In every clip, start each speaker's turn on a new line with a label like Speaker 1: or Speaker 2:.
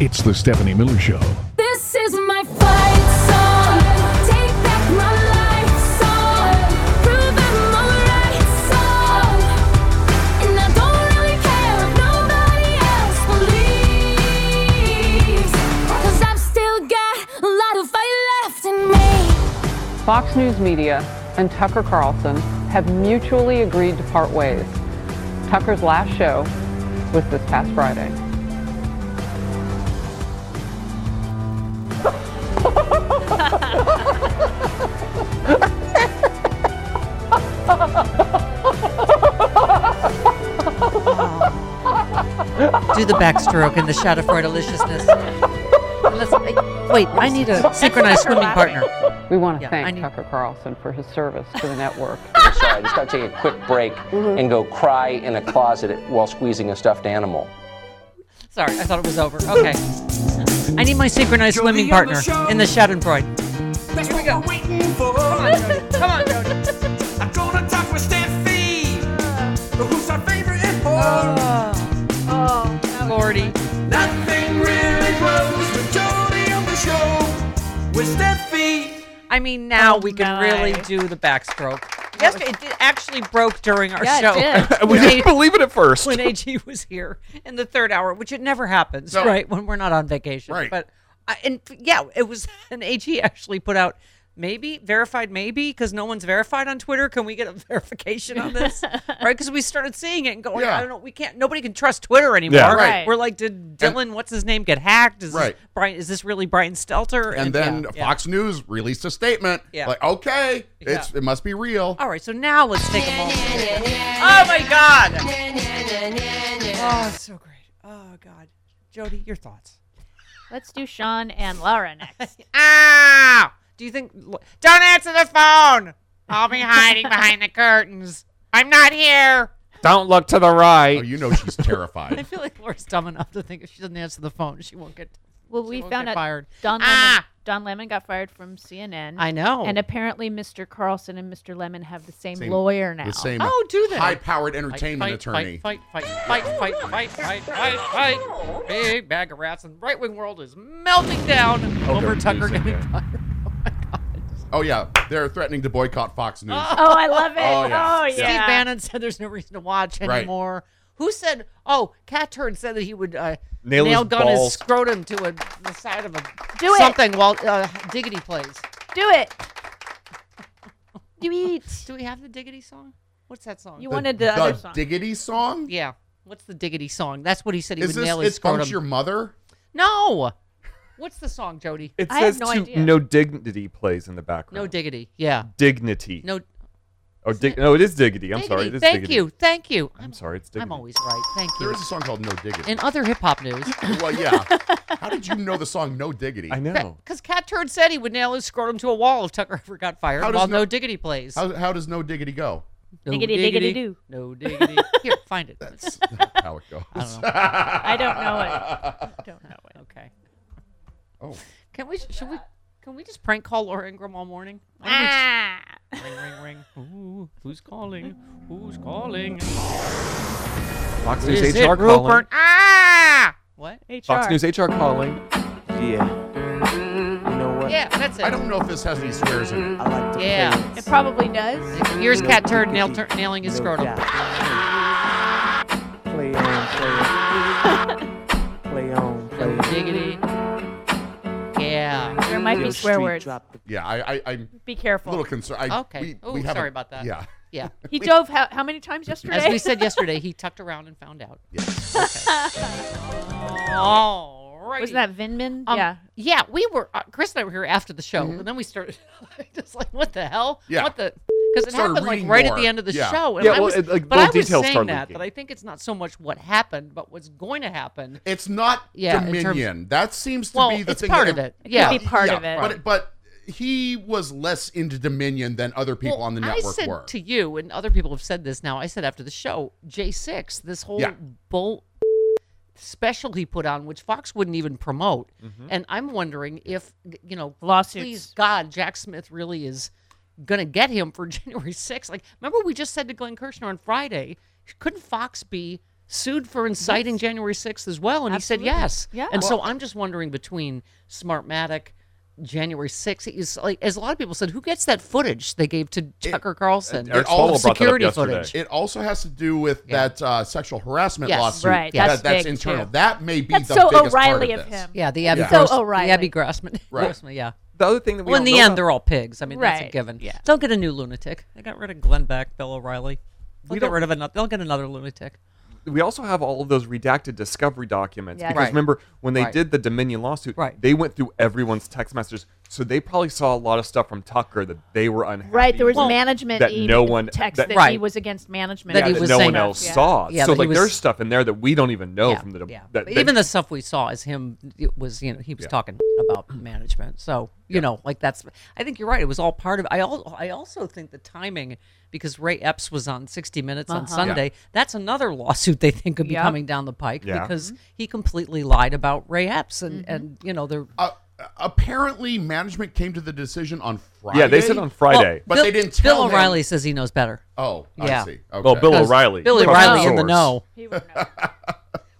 Speaker 1: It's the Stephanie Miller Show.
Speaker 2: This is my fight song. Take back my life song. Prove I'm alright song. And I don't really care if nobody else believes. Cause I've still got a lot of fight left in me.
Speaker 3: Fox News Media and Tucker Carlson have mutually agreed to part ways. Tucker's last show was this past Friday.
Speaker 4: Do the backstroke and the shot of for deliciousness. Wait, I need a synchronized swimming partner.
Speaker 3: We want to
Speaker 4: Yeah, I
Speaker 3: thank
Speaker 4: need-
Speaker 3: Tucker Carlson for his service to the network.
Speaker 5: Sorry, I just got to take a quick break
Speaker 4: Mm-hmm.
Speaker 5: and go cry in a closet while squeezing a stuffed animal.
Speaker 4: Sorry, I thought it was over. Okay. I need my synchronized swimming partner in the Schadenfreude.
Speaker 6: That's what we're waiting for.
Speaker 4: Come on, Jody.
Speaker 6: I'm gonna talk with Steffi, who's our favorite import.
Speaker 4: Oh. Lordy.
Speaker 6: Nothing really grows with Jody on the show. With Steffi.
Speaker 4: I mean, now
Speaker 7: Oh,
Speaker 4: we can
Speaker 7: my.
Speaker 4: really do the backstroke. Yesterday, it did- actually broke during our
Speaker 7: Yeah,
Speaker 4: show.
Speaker 7: it did.
Speaker 8: We didn't believe it at first.
Speaker 4: when AG was here in the third hour, which it never happens, right? When we're not on vacation,
Speaker 8: Right.
Speaker 4: But I, and yeah, it was an AG actually put out maybe verified, maybe because no one's verified on Twitter. Can we get a verification on this, right? Because we started seeing it and going,
Speaker 8: Yeah.
Speaker 4: I don't know, we can't. Nobody can trust Twitter anymore.
Speaker 8: Yeah,
Speaker 7: right. Right.
Speaker 4: We're like, did Dylan, what's his name, get hacked? Is
Speaker 8: Right.
Speaker 4: this Brian? Is this really Brian Stelter?
Speaker 8: And then
Speaker 4: yeah, yeah.
Speaker 8: Fox News released a statement.
Speaker 4: Yeah.
Speaker 8: Like, okay, it's it must be real.
Speaker 4: All right, so now let's take a moment. Oh my God! Oh, it's so great. Oh God, Jody, your thoughts?
Speaker 7: Let's do Sean and Laura next.
Speaker 4: Ow! Do you think? Don't answer the phone. I'll be hiding behind the curtains. I'm not here.
Speaker 9: Don't look to the right.
Speaker 8: Oh, you know she's
Speaker 4: I
Speaker 8: terrified.
Speaker 4: feel like Laura's dumb enough to think if she doesn't answer the phone, she won't get.
Speaker 7: Well,
Speaker 4: she
Speaker 7: we
Speaker 4: won't
Speaker 7: found
Speaker 4: get
Speaker 7: out
Speaker 4: fired.
Speaker 7: Don Lemon,
Speaker 4: Ah!
Speaker 7: Don Lemon got fired from CNN.
Speaker 4: I know.
Speaker 7: And apparently, Mr. Carlson and Mr. Lemon have the same, lawyer now.
Speaker 8: The same
Speaker 4: oh, do that.
Speaker 8: high-powered entertainment attorney.
Speaker 4: Fight, fight, fight, fight, fight, fight, fight, fight. Big bag of rats, and right wing world is melting down over
Speaker 8: they're
Speaker 4: Tucker
Speaker 8: losing
Speaker 4: getting
Speaker 8: it.
Speaker 4: fired.
Speaker 8: Oh yeah, they're threatening to boycott Fox News.
Speaker 7: Oh, I love it.
Speaker 8: Oh, yeah.
Speaker 7: Oh, yeah.
Speaker 4: Steve Bannon said there's no reason to watch
Speaker 8: Right.
Speaker 4: anymore. Who said? Oh, Cat Turd said that he would uh, nail,
Speaker 9: Nail his
Speaker 4: gun his
Speaker 9: balls.
Speaker 4: scrotum to a, the side of a
Speaker 7: Do it.
Speaker 4: something while uh, Diggity plays.
Speaker 7: Do it. Do it.
Speaker 4: Do we have the Diggity song? What's that song?
Speaker 7: You
Speaker 8: The-
Speaker 7: wanted the,
Speaker 8: the
Speaker 7: other song.
Speaker 8: Diggity song?
Speaker 4: yeah. What's the Diggity song? That's what he said he
Speaker 8: Is
Speaker 4: would
Speaker 8: this
Speaker 4: nail his
Speaker 8: It Funks
Speaker 4: scrotum.
Speaker 8: Your Mother?
Speaker 4: no. What's the song, Jody?
Speaker 9: It
Speaker 7: I have
Speaker 9: says
Speaker 7: no
Speaker 9: to-
Speaker 7: idea.
Speaker 9: no dignity plays in the background.
Speaker 4: No Diggity. Yeah.
Speaker 9: dignity.
Speaker 4: No.
Speaker 9: or dig- no, it is diggity. I'm
Speaker 4: diggity.
Speaker 9: sorry. It is
Speaker 4: Thank
Speaker 9: diggity.
Speaker 4: you. Thank you.
Speaker 9: I'm sorry. It's diggity.
Speaker 4: I'm always right. Thank
Speaker 8: There
Speaker 4: you.
Speaker 8: is a song called No Diggity.
Speaker 4: In other hip hop news.
Speaker 8: well, yeah. How did you know the song No Diggity?
Speaker 9: I know.
Speaker 4: Because Cat Turd said he would nail his scrotum to a wall if Tucker ever got fired
Speaker 8: How does
Speaker 4: while
Speaker 8: no-
Speaker 4: no, diggity plays.
Speaker 8: How, how does No Diggity go?
Speaker 4: no
Speaker 7: Diggity, diggity, doo.
Speaker 4: No diggity. Here, find it.
Speaker 8: That's not how it goes.
Speaker 7: I don't know it. I don't know it.
Speaker 4: Okay.
Speaker 8: Oh.
Speaker 4: Can we? Should we? Can we just prank call Laura Ingram all morning? Why don't we just-
Speaker 7: Ah.
Speaker 4: ring, ring, ring. Ooh, who's calling? Who's calling?
Speaker 9: Fox News
Speaker 4: Is it
Speaker 9: HR calling.
Speaker 4: Rupert? Ah! What?
Speaker 7: HR.
Speaker 9: Fox News HR calling. Yeah. You know what?
Speaker 4: Yeah, that's it.
Speaker 8: I don't know if this has any swears in it.
Speaker 4: yeah.
Speaker 7: It probably does.
Speaker 4: Here's Cat Turd nail, tur- nailing his scrotum.
Speaker 10: Play on, play on. play on, play
Speaker 4: No
Speaker 10: on.
Speaker 4: diggity. Yeah.
Speaker 7: There might be
Speaker 10: Real
Speaker 7: swear
Speaker 10: street
Speaker 7: words.
Speaker 10: drop the-
Speaker 8: Yeah, I, I, I'm
Speaker 7: Be
Speaker 8: a
Speaker 7: careful.
Speaker 8: little concerned. I,
Speaker 4: Okay.
Speaker 8: We,
Speaker 4: Ooh,
Speaker 8: we haven't-
Speaker 4: sorry about that.
Speaker 8: Yeah.
Speaker 4: Yeah.
Speaker 7: he drove how, how many times yesterday?
Speaker 4: As we said yesterday, he tucked around and found out.
Speaker 8: yeah.
Speaker 4: All right.
Speaker 7: Wasn't that Vinman?
Speaker 4: Um,
Speaker 7: yeah. Mm-hmm.
Speaker 4: Yeah, we were. Uh, Chris and I were here after the show, and then we started just like, what the hell?
Speaker 8: Yeah.
Speaker 4: What the? Because it
Speaker 8: Started
Speaker 4: happened like
Speaker 8: reading
Speaker 4: right at
Speaker 8: more.
Speaker 4: the end of the
Speaker 8: Yeah.
Speaker 4: show. And
Speaker 9: Yeah,
Speaker 4: I
Speaker 9: well,
Speaker 4: was,
Speaker 9: it, like,
Speaker 4: but
Speaker 9: little
Speaker 4: I was
Speaker 9: details
Speaker 4: saying
Speaker 9: started
Speaker 4: that,
Speaker 9: leaking.
Speaker 4: that I think it's not so much what happened, but what's going to happen.
Speaker 8: It's not
Speaker 4: Yeah, in terms-
Speaker 8: Dominion. that seems to
Speaker 4: Well,
Speaker 8: be the
Speaker 4: it's
Speaker 8: thing.
Speaker 4: part
Speaker 8: that
Speaker 4: of
Speaker 8: ev-
Speaker 4: it. It could Yeah.
Speaker 7: be part
Speaker 8: yeah,
Speaker 7: of it.
Speaker 8: But, but he was less into Dominion than other people
Speaker 4: Well,
Speaker 8: on the
Speaker 4: I
Speaker 8: network
Speaker 4: said
Speaker 8: were.
Speaker 4: to you, and other people have said this now. I said after the show, J6, this whole
Speaker 8: Yeah.
Speaker 4: bull special he put on, which Fox wouldn't even promote.
Speaker 8: Mm-hmm.
Speaker 4: And I'm wondering if, you know,
Speaker 7: Lawsuits.
Speaker 4: please God, Jack Smith really is going to get him for January 6th. Like, remember we just said to Glenn Kirshner on Friday, couldn't Fox be sued for inciting January 6th as well? And he said yes.
Speaker 7: Yeah.
Speaker 4: And so I'm just wondering between Smartmatic, January 6th, it is like, as a lot of people said, who gets that footage they gave to Tucker Carlson?
Speaker 2: Eric
Speaker 8: all
Speaker 2: Swalwell brought that up
Speaker 4: security
Speaker 2: yesterday.
Speaker 4: footage.
Speaker 8: It also has to do with that uh, sexual harassment
Speaker 4: Yes.
Speaker 8: lawsuit.
Speaker 7: Right,
Speaker 8: that-
Speaker 7: that's
Speaker 8: that's
Speaker 7: big,
Speaker 8: internal.
Speaker 7: too.
Speaker 8: That may be
Speaker 7: That's
Speaker 8: the
Speaker 7: so
Speaker 8: biggest
Speaker 7: O'Reilly
Speaker 8: part
Speaker 7: of
Speaker 8: of, this.
Speaker 7: him.
Speaker 4: Yeah, the Abby
Speaker 8: Yeah.
Speaker 4: Gross,
Speaker 7: So
Speaker 4: the Abby
Speaker 7: O'Reilly.
Speaker 4: Grossman.
Speaker 8: Right.
Speaker 4: Grossman, yeah.
Speaker 9: The other thing that we
Speaker 4: Well, in
Speaker 9: don't
Speaker 4: the
Speaker 9: know
Speaker 4: end,
Speaker 9: about-
Speaker 4: they're all pigs. I mean, that's a
Speaker 7: Right.
Speaker 4: given.
Speaker 7: Yeah.
Speaker 4: They'll get a new lunatic. They got rid of Glenn Beck, Bill O'Reilly. They'll get rid of another. They'll get another lunatic.
Speaker 9: we also have all of those redacted discovery documents
Speaker 7: Yeah.
Speaker 9: because
Speaker 4: Right.
Speaker 9: remember when they
Speaker 4: Right.
Speaker 9: did the Dominion lawsuit,
Speaker 4: Right.
Speaker 9: they went through everyone's text messages, so they probably saw a lot of stuff from Tucker that they were unhappy.
Speaker 7: Right, there was
Speaker 9: with,
Speaker 7: management
Speaker 9: that
Speaker 7: e-
Speaker 9: no one-
Speaker 7: text
Speaker 9: that-
Speaker 7: that, he
Speaker 4: Right.
Speaker 7: was against management.
Speaker 4: That
Speaker 9: yeah,
Speaker 4: he
Speaker 9: that
Speaker 4: was
Speaker 9: no
Speaker 4: saying
Speaker 9: one
Speaker 4: that.
Speaker 9: else
Speaker 7: Yeah.
Speaker 9: saw.
Speaker 4: Yeah,
Speaker 9: so
Speaker 4: that he
Speaker 9: like
Speaker 4: was-
Speaker 9: there's stuff in there that we don't even know
Speaker 4: yeah.
Speaker 9: from the
Speaker 4: yeah.
Speaker 9: that,
Speaker 4: But even the stuff we saw is him. It was you know he was talking about management. So you know like that's. I think you're right. It was all part of. I al- I also think the timing because Ray Epps was on 60 Minutes on Sunday. That's another lawsuit they think could be
Speaker 7: Yeah.
Speaker 4: coming down the pike
Speaker 9: Yeah.
Speaker 4: because he completely lied about Ray Epps and
Speaker 7: Mm-hmm.
Speaker 4: and you know they're
Speaker 8: Uh, apparently, management came to the decision on Friday.
Speaker 9: yeah, they said on Friday.
Speaker 8: But
Speaker 4: Bill-
Speaker 8: they didn't
Speaker 4: Bill
Speaker 8: tell him-
Speaker 4: O'Reilly says he knows better.
Speaker 8: Oh,
Speaker 4: Yeah.
Speaker 8: I see. Okay.
Speaker 2: Well, Bill
Speaker 4: 'Cause
Speaker 2: O'Reilly.
Speaker 4: Billy
Speaker 2: trusted
Speaker 4: Riley in the
Speaker 2: source.
Speaker 4: know.
Speaker 7: He would know.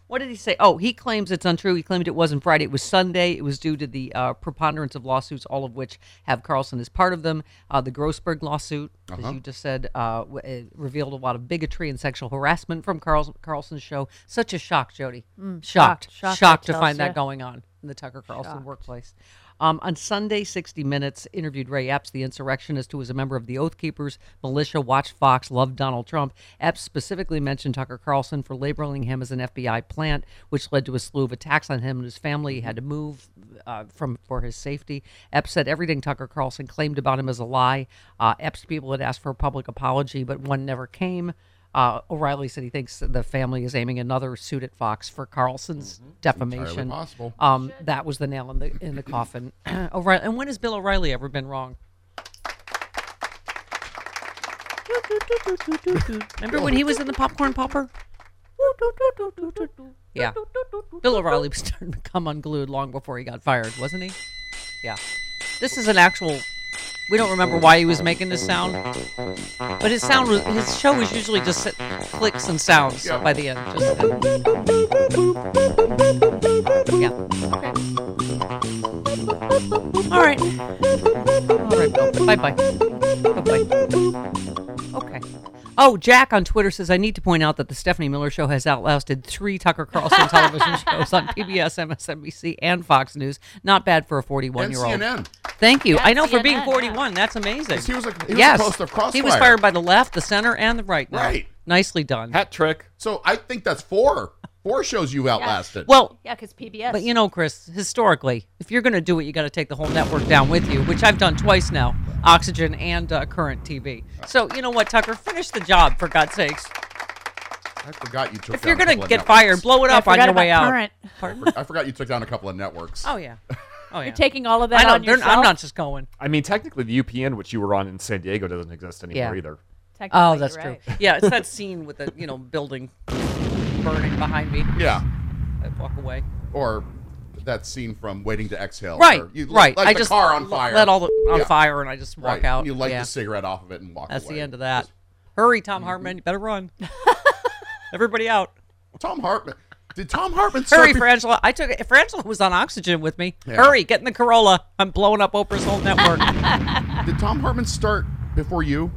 Speaker 4: What did he say? Oh, he claims it's untrue. He claimed it wasn't Friday. It was Sunday. It was due to the uh, preponderance of lawsuits, all of which have Carlson as part of them. Uh, the Grossberg lawsuit,
Speaker 8: Uh-huh.
Speaker 4: as you just said, uh, w- it revealed a lot of bigotry and sexual harassment from Carl- Carlson's show. Such a shock, Jody. shocked,
Speaker 7: shocked,
Speaker 4: shocked,
Speaker 7: shocked,
Speaker 4: to
Speaker 7: I
Speaker 4: find
Speaker 7: tells
Speaker 4: that
Speaker 7: ya.
Speaker 4: going on in the Tucker Carlson workplace. Um, on Sunday, 60 Minutes interviewed Ray Epps, the insurrectionist who was a member of the Oath Keepers, militia, watched Fox, loved Donald Trump. Epps specifically mentioned Tucker Carlson for labeling him as an FBI plant, which led to a slew of attacks on him and his family. He had to move uh, from for his safety. Epps said everything Tucker Carlson claimed about him is a lie. Uh, Epps people had asked for a public apology, but one never came. Uh, O'Reilly said he thinks the family is aiming another suit at Fox for Carlson's defamation.
Speaker 8: possible.
Speaker 4: Um, that was the nail in the in the coffin. O'Reilly, and when has Bill O'Reilly ever been wrong? Remember when he was in the popcorn popper? Yeah, Bill O'Reilly was starting to become unglued long before he got fired, wasn't he? Yeah, this is an actual. We don't remember why he was making this sound, but his sound was his show was usually just flicks and sounds by the end. Just, yeah. All right. All right. Bye bye. Bye bye. Okay. Oh, Jack on Twitter says I need to point out that the Stephanie Miller Show has outlasted three Tucker Carlson television shows on PBS, MSNBC, and Fox News. Not bad for a
Speaker 8: and
Speaker 4: 41-year-old.
Speaker 8: CNN.
Speaker 4: Thank you. I know for being
Speaker 7: CNN, yeah.
Speaker 4: 41, that's amazing.
Speaker 8: He was like he was
Speaker 4: yes,
Speaker 8: a host of Crossfire.
Speaker 4: he was fired by the left, the center, and the right. now.
Speaker 8: Right.
Speaker 4: Nicely done.
Speaker 2: Hat trick.
Speaker 8: So I think that's four. Four shows you outlasted.
Speaker 4: Well,
Speaker 7: Yeah, because PBS.
Speaker 4: But you know, Chris, historically, if you're going to do it, you got to take the whole network down with you, which I've done twice now Oxygen and uh, current TV. So, you know what, Tucker? Finish the job, for God's sakes.
Speaker 8: I forgot you took.
Speaker 4: If you're
Speaker 8: down a
Speaker 4: going
Speaker 8: couple
Speaker 4: to
Speaker 8: of
Speaker 4: get
Speaker 8: networks.
Speaker 4: fired, blow it
Speaker 7: I
Speaker 4: up on
Speaker 7: forgot
Speaker 4: your way
Speaker 7: about
Speaker 4: out.
Speaker 7: current.
Speaker 4: Pardon?
Speaker 8: I forgot you took down a couple of networks.
Speaker 4: Oh, yeah. Oh, yeah.
Speaker 7: You're taking all of that
Speaker 4: I know.
Speaker 7: on
Speaker 4: they're-
Speaker 7: yourself.
Speaker 4: I'm not just going.
Speaker 9: I mean, technically, the UPN which you were on in San Diego doesn't exist
Speaker 4: Yeah.
Speaker 9: anymore either.
Speaker 7: Technically,
Speaker 4: Oh, that's
Speaker 7: you're
Speaker 4: true.
Speaker 7: right.
Speaker 4: Yeah, it's that scene with the, you know, building burning behind me.
Speaker 8: Yeah.
Speaker 4: I walk away.
Speaker 8: Or that scene from Waiting to Exhale.
Speaker 4: Right.
Speaker 8: where You
Speaker 4: right.
Speaker 8: Light
Speaker 4: I
Speaker 8: the
Speaker 4: just
Speaker 8: car on
Speaker 4: l-
Speaker 8: fire.
Speaker 4: let all the on
Speaker 8: Yeah.
Speaker 4: fire and I just walk
Speaker 8: Right.
Speaker 4: out.
Speaker 8: You light
Speaker 4: yeah.
Speaker 8: the cigarette off of it and walk
Speaker 4: That's
Speaker 8: away.
Speaker 4: the end of that. Hurry, Tom Hartman. You better run. Everybody out.
Speaker 8: Tom Hartman. Did Tom Hartman start
Speaker 4: Hurry,
Speaker 8: before-
Speaker 4: Frangela. I took it. Frangela was on oxygen with me. Hurry, get in the Corolla. I'm blowing up Oprah's whole network.
Speaker 8: Did Tom Hartman start before you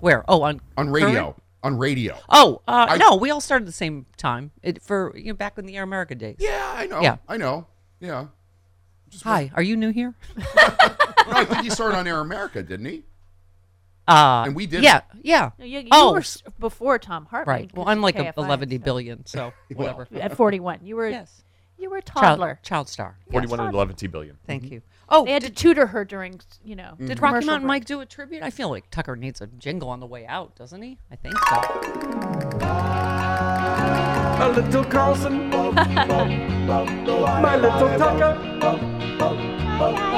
Speaker 4: Where? Oh, on
Speaker 8: on
Speaker 4: Current?
Speaker 8: radio? On radio.
Speaker 4: Oh, uh,
Speaker 8: I-
Speaker 4: no, we all started at the same time. It, for you know, back in the Air America days.
Speaker 8: Yeah, I know.
Speaker 4: Yeah.
Speaker 8: I know. Yeah.
Speaker 4: Hi, are you new here?
Speaker 8: No, I think he started on Air America, didn't he?
Speaker 4: Uh,
Speaker 8: And we didn't.
Speaker 4: Yeah, yeah.
Speaker 7: No, You, you
Speaker 4: oh,
Speaker 7: were s- before Tom Hartman.
Speaker 4: right. Well,
Speaker 7: 'cause
Speaker 4: I'm like
Speaker 7: KFI,
Speaker 4: a 11
Speaker 7: so-
Speaker 4: billion, so whatever.
Speaker 7: At 41, you were
Speaker 4: Yes.
Speaker 7: you were a toddler. Mm-hmm.
Speaker 4: Child, child star.
Speaker 9: Forty-one and eleven T billion.
Speaker 4: Thank you. Oh, Mm-hmm.
Speaker 7: They had to tutor her during, you know.
Speaker 8: Mm-hmm.
Speaker 4: Did Rocky Mountain Mike do a tribute? I feel like Tucker needs a jingle on the way out, doesn't he? I think so.
Speaker 11: My little Carlson, my little Tucker,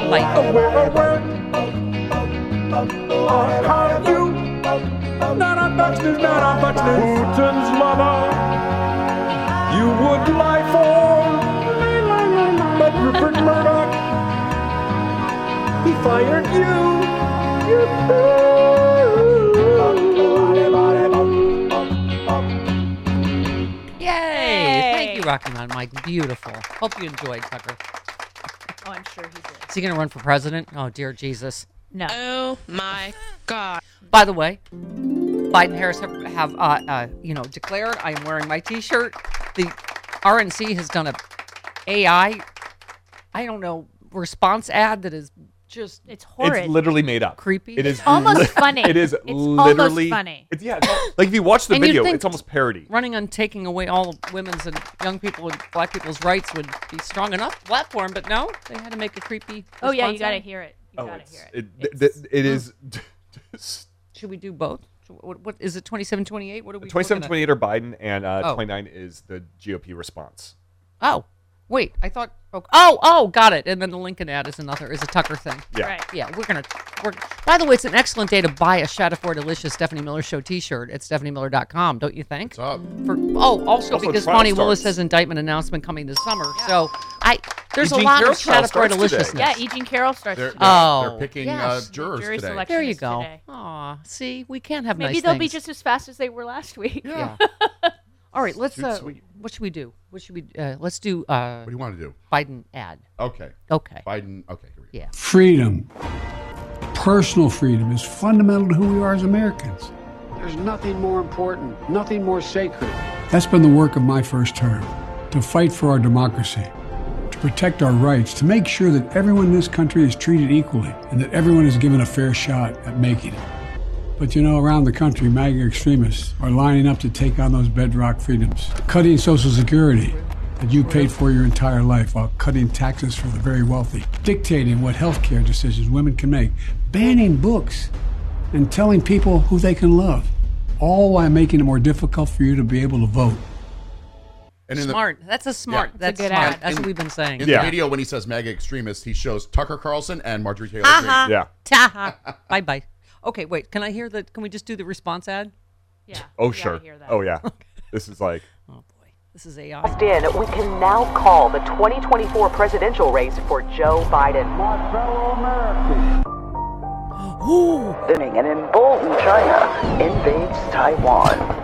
Speaker 4: Like,
Speaker 11: where I work. I hired Uh, you, not a bachelor, not a bachelor. Putin's lover, you would lie for. But Rupert Murdoch, he fired you. you.
Speaker 4: Rocky Mountain Mike. Beautiful. Hope you enjoyed, Tucker.
Speaker 7: Oh, I'm sure he did.
Speaker 4: Is he going to run for president? Oh, dear Jesus.
Speaker 7: No.
Speaker 2: Oh my God.
Speaker 4: By the way, Biden Harris have, have uh, uh, you know declared. I am wearing my T-shirt. The RNC has done a AI. I don't know response ad that is just
Speaker 7: It's horrid.
Speaker 9: It's literally made up.
Speaker 4: Creepy.
Speaker 9: It is
Speaker 7: It's almost
Speaker 9: li-
Speaker 7: funny.
Speaker 9: It is
Speaker 7: It's almost
Speaker 9: literally
Speaker 7: funny.
Speaker 9: It's, yeah, it's- like if you watch the
Speaker 4: And you'd
Speaker 9: video,
Speaker 4: think-
Speaker 9: it's almost parody.
Speaker 4: running on taking away all of women's and young people and black people's rights would be strong enough platform, but no, they had to make a creepy.
Speaker 7: oh yeah, you
Speaker 4: response
Speaker 7: gotta
Speaker 4: ad.
Speaker 7: hear it. You
Speaker 9: Oh,
Speaker 7: gotta
Speaker 9: it's,
Speaker 7: hear it.
Speaker 9: it, th- th- it is
Speaker 4: Should we do both? What, what is it? Twenty-seven, twenty-eight. What are we?
Speaker 9: twenty-seven,
Speaker 4: looking at?
Speaker 9: twenty-eight are Biden, and uh,
Speaker 4: Oh.
Speaker 9: 29 is the GOP response.
Speaker 4: Oh, wait. I thought. Oh, oh, oh, got it. And then the Lincoln ad is another is a Tucker thing.
Speaker 9: Yeah.
Speaker 7: Right.
Speaker 4: Yeah, we're gonna. We're, by the way, it's an excellent day to buy a Shadowfour Delicious Stephanie Miller Show T-shirt at stephaniemiller.com. Don't you think?
Speaker 8: What's up?
Speaker 4: For, oh, also,
Speaker 9: Also,
Speaker 4: because
Speaker 9: trial
Speaker 4: Bonnie Willis
Speaker 9: starts.
Speaker 4: has indictment announcement coming this summer, so I there's a
Speaker 9: Eugene
Speaker 4: lot
Speaker 9: Carroll's
Speaker 4: of
Speaker 9: trial
Speaker 4: Shadowfour
Speaker 9: starts today.
Speaker 4: Deliciousness.
Speaker 7: Yeah, E. Jean Carroll starts.
Speaker 8: They're, they're,
Speaker 7: today.
Speaker 4: Oh,
Speaker 8: they're picking
Speaker 4: yes.
Speaker 8: uh, jurors
Speaker 7: Jury
Speaker 8: today.
Speaker 7: selection.
Speaker 4: There you
Speaker 7: is
Speaker 4: go.
Speaker 7: today.
Speaker 4: Aw, see, we can have
Speaker 7: Maybe
Speaker 4: nice
Speaker 7: they'll be
Speaker 4: things.
Speaker 7: just as fast as they were last week.
Speaker 4: yeah. All right, let's.
Speaker 9: Too
Speaker 4: Uh,
Speaker 9: sweet.
Speaker 4: what should we do? What should we? Uh, let's do uh,
Speaker 8: What do you want to do?
Speaker 4: Biden ad.
Speaker 8: Okay.
Speaker 4: Okay.
Speaker 8: Biden. Okay. Here we go.
Speaker 4: Yeah.
Speaker 11: Freedom, personal freedom, is fundamental to who we are as Americans.
Speaker 12: There's nothing more important, nothing more sacred.
Speaker 11: That's been the work of my first term to fight for our democracy, to protect our rights, to make sure that everyone in this country is treated equally and that everyone is given a fair shot at making it. But you know, around the country, MAGA extremists are lining up to take on those bedrock freedoms, cutting Social Security that you paid for your entire life while cutting taxes for the very wealthy, dictating what health care decisions women can make, banning books, and telling people who they can love, all while making it more difficult for you to be able to vote.
Speaker 8: And in the-
Speaker 4: Smart. That's a smart. That's
Speaker 7: good
Speaker 4: smart.
Speaker 7: ad.
Speaker 4: That's what
Speaker 8: In-
Speaker 4: we've been saying.
Speaker 8: In
Speaker 9: Yeah.
Speaker 8: the video, when he says mega extremist, he shows Tucker Carlson and Marjorie Taylor
Speaker 4: Uh-huh.
Speaker 8: Greene.
Speaker 9: Yeah.
Speaker 4: Taha. bye bye. Okay, wait. Can I hear the? Can we just do the response ad?
Speaker 7: Yeah.
Speaker 9: Oh
Speaker 7: we gotta
Speaker 9: sure.
Speaker 7: hear that.
Speaker 9: Oh yeah. this is like
Speaker 4: Oh boy, this is AI.
Speaker 13: In, we can now call the 2024 presidential race for Joe Biden,
Speaker 12: My fellow Americans.
Speaker 13: winning an emboldened China invades Taiwan.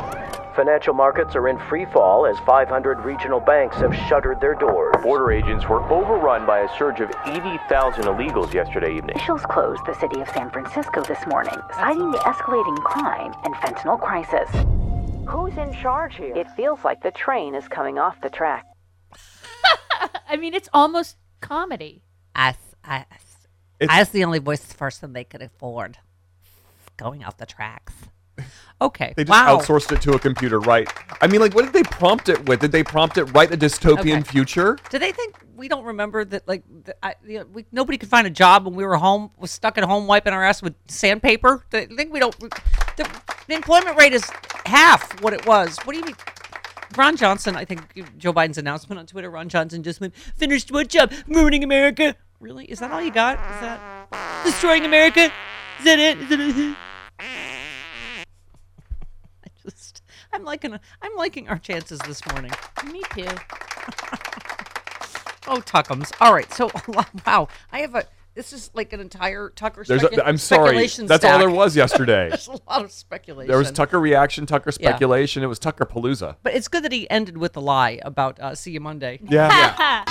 Speaker 13: Financial markets are in free fall as 500 regional banks have shuttered their doors. Border agents were overrun by a surge of 80,000 illegals yesterday evening.
Speaker 14: Officials closed the city of San Francisco this morning, citing the escalating crime and fentanyl crisis.
Speaker 13: Who's in charge here? It feels like the train is coming off the track.
Speaker 7: I mean, it's almost comedy.
Speaker 4: As as
Speaker 9: It's-
Speaker 4: as the only voice person they could afford, going off the tracks. Okay.
Speaker 9: they just
Speaker 4: wow.
Speaker 9: outsourced it to a computer, right? I mean, like, what did they prompt it with? Did they prompt it right the dystopian
Speaker 4: Okay.
Speaker 9: future?
Speaker 4: Do they think we don't remember that? Like, the, I, you know, we, nobody could find a job when we were home, was stuck at home wiping our ass with sandpaper. They think we don't. The, the employment rate is half what it was. What do you mean? Ron Johnson, I think Joe Biden's announcement on Twitter. Ron Johnson just went, "Finished what job? Ruining America? Really? Is that all you got? Is that destroying America? Is that it? Is that it?" I just, I'm liking, I'm liking our chances this morning.
Speaker 7: Me too.
Speaker 4: Oh, Tuckums. All right. So, wow. I have a. This is like an entire Tucker.
Speaker 9: There's.
Speaker 4: specu-
Speaker 9: A, I'm sorry.
Speaker 4: speculation
Speaker 9: That's all
Speaker 4: stack.
Speaker 9: there was yesterday.
Speaker 4: There's a lot of speculation.
Speaker 9: there was Tucker reaction, Tucker
Speaker 4: Yeah.
Speaker 9: speculation. It was Tucker Palooza.
Speaker 4: But it's good that he ended with the lie about uh, see you Monday.
Speaker 9: Yeah.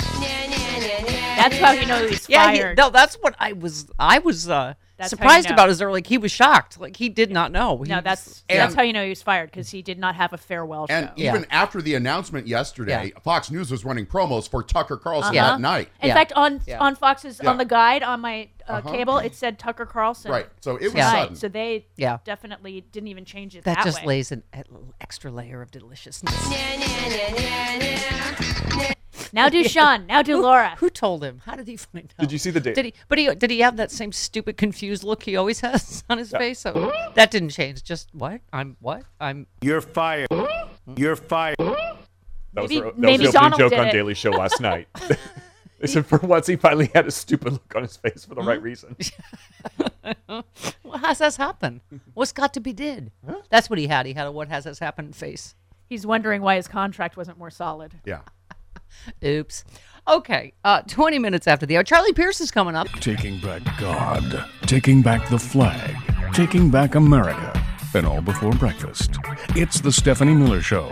Speaker 7: That's how you know he's
Speaker 4: Yeah, he-
Speaker 7: fired.
Speaker 4: no, that's what I was. I was uh,
Speaker 7: That's how you
Speaker 4: surprised
Speaker 7: know.
Speaker 4: about. Is there like he was shocked? Like he did not know. He
Speaker 7: No,
Speaker 4: was-
Speaker 7: that's
Speaker 4: Yeah.
Speaker 7: that's how you know he was fired because he did not have a farewell show.
Speaker 8: And
Speaker 7: And,
Speaker 8: even after the announcement yesterday, Fox News was running promos for Tucker Carlson
Speaker 4: Uh-huh.
Speaker 8: that night.
Speaker 7: In
Speaker 4: Yeah.
Speaker 7: fact, on
Speaker 4: Yeah.
Speaker 7: on Fox's
Speaker 8: Yeah.
Speaker 7: on the guide on my uh,
Speaker 8: Uh-huh.
Speaker 7: cable, it said Tucker Carlson.
Speaker 8: Right. So it was
Speaker 4: Yeah.
Speaker 7: Right.
Speaker 8: sudden.
Speaker 7: So they
Speaker 4: Yeah.
Speaker 7: definitely didn't even change it.
Speaker 4: that,
Speaker 7: That,
Speaker 4: just
Speaker 7: way.
Speaker 4: lays an an extra layer of deliciousness.
Speaker 7: Now do Sean. Now do Laura.
Speaker 4: Who told him? How did he find out?
Speaker 9: Did you see the date?
Speaker 4: Did he? But he did he have that same stupid confused look he always has on his face? So that didn't change. Just what? I'm what? I'm
Speaker 12: You're fired. You're fired.
Speaker 9: That was
Speaker 7: Maybe-
Speaker 9: their- that
Speaker 7: maybe
Speaker 9: was the opening
Speaker 7: Donald
Speaker 9: joke
Speaker 7: did
Speaker 9: on
Speaker 7: it.
Speaker 9: Daily Show last night. they said for once he finally had a stupid look on his face for the right reason.
Speaker 4: What has this happened? What's got to be did? That's what he had. He had a what has this happened face.
Speaker 7: He's wondering why his contract wasn't more solid.
Speaker 8: yeah.
Speaker 4: Oops. Okay. Uh, 20 minutes after the hour, Charlie Pierce is coming up.
Speaker 11: Taking back God, taking back the flag, taking back America, and all before breakfast. It's the Stephanie Miller Show.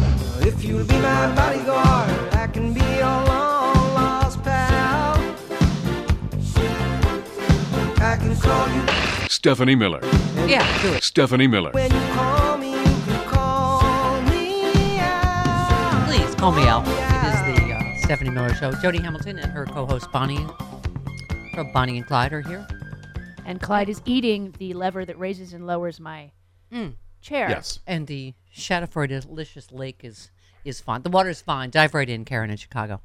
Speaker 12: my bodyguard. I can be your long lost pal. I can call you
Speaker 15: Stephanie Miller.
Speaker 4: Yeah, do it.
Speaker 15: Stephanie Miller.
Speaker 12: when you call me. You can call me out.
Speaker 4: Please call me out. It is the uh, Stephanie Miller Show. Jody Hamilton and her co-host Bonnie from Bonnie and Clyde are here.
Speaker 7: And Clyde is eating the lever that raises and lowers my
Speaker 4: Mm.
Speaker 7: chair.
Speaker 4: And the Shadowford delicious lake is is fine. The water is fine. Dive right in, Karen in Chicago.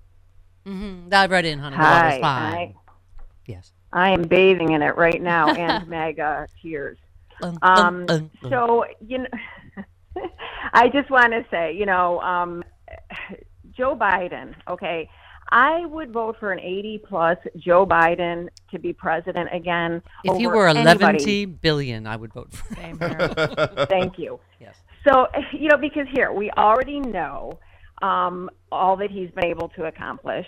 Speaker 4: Mm-hmm. Dive right in, honey. The water's
Speaker 16: Hi,
Speaker 4: fine.
Speaker 16: I,
Speaker 4: Yes.
Speaker 16: I am bathing in it right now and mega tears.
Speaker 4: Um,
Speaker 16: Um,
Speaker 4: um, um.
Speaker 16: so you know, I just want to say, you know, um, Joe Biden. Okay, I would vote for an 80-plus Joe Biden to be president again.
Speaker 4: If you
Speaker 16: over
Speaker 4: were
Speaker 16: anybody.
Speaker 4: 11 billion, I would vote for
Speaker 7: Same
Speaker 16: Thank you.
Speaker 4: Yes.
Speaker 16: So, you know, because here we already know um, all that he's been able to accomplish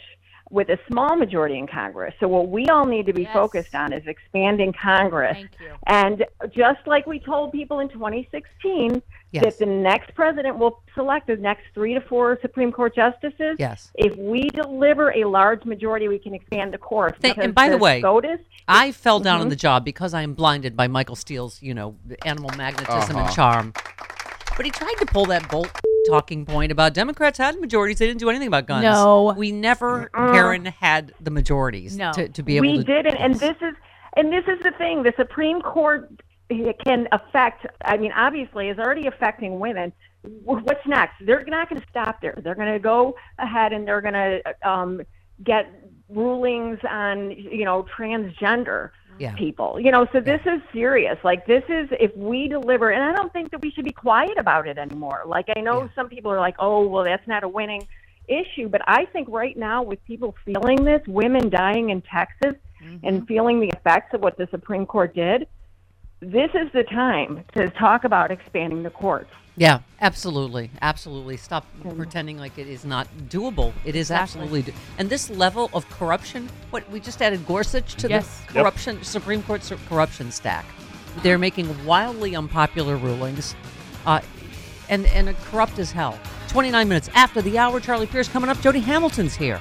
Speaker 16: with a small majority in Congress. So, what we all need to be
Speaker 17: Yes.
Speaker 16: focused on is expanding Congress.
Speaker 17: Thank you.
Speaker 16: And just like we told people in 2016
Speaker 17: Yes.
Speaker 16: that the next president will select the next three to four Supreme Court justices,
Speaker 4: Yes.
Speaker 16: if we deliver a large majority, we can expand the court.
Speaker 4: Th-
Speaker 16: because
Speaker 4: and by the way,
Speaker 16: SCOTUS
Speaker 4: I fell down on
Speaker 16: Mhm.
Speaker 4: the job because I am blinded by Michael Steele's, you know, animal magnetism
Speaker 16: Uh-huh.
Speaker 4: and charm. But he tried to pull that bolt talking point about Democrats had majorities; they didn't do anything about guns.
Speaker 7: No.
Speaker 4: we never,
Speaker 16: Mm-mm.
Speaker 4: Karen, had the majorities
Speaker 16: No.
Speaker 4: to, to be able
Speaker 16: we
Speaker 4: to.
Speaker 16: didn't and this is and this is the thing the supreme court eh, can affect i mean obviously is already affecting women Wh- what's next they're not going to stop there they're going to go ahead and they're going to um, get rulings on you know transgender
Speaker 4: Yeah.
Speaker 16: people you know so this is serious like this is if we deliver and i don't think that we should be quiet about it anymore like i know some people are like oh well that's not a winning issue. But I think right now, with people feeling this, women dying in Texas and feeling the effects of what the Supreme Court did, this is the time to talk about expanding the courts.
Speaker 4: Yeah, absolutely, absolutely. Stop pretending like it is not doable. It is
Speaker 16: Exactly.
Speaker 4: absolutely. Do- and this level of corruption, what we just added Gorsuch to
Speaker 7: Yes.
Speaker 4: the
Speaker 7: Yep.
Speaker 4: corruption Supreme Court sur- corruption stack. They're making wildly unpopular rulings, uh, and and it corrupt as hell. Twenty nine minutes after the hour, Charlie Pierce coming up. Jody Hamilton's here.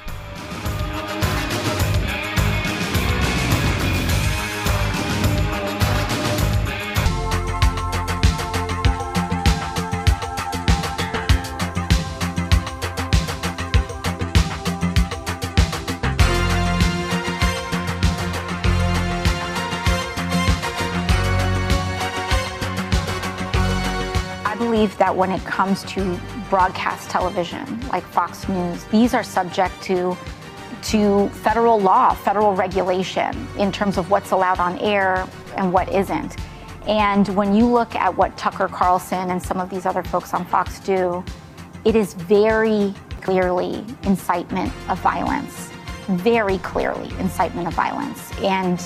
Speaker 18: I believe that when it comes to broadcast television, like Fox News, these are subject to to federal law, federal regulation in terms of what's allowed on air and what isn't. And when you look at what Tucker Carlson and some of these other folks on Fox do, it is very clearly incitement of violence. Very clearly incitement of violence. And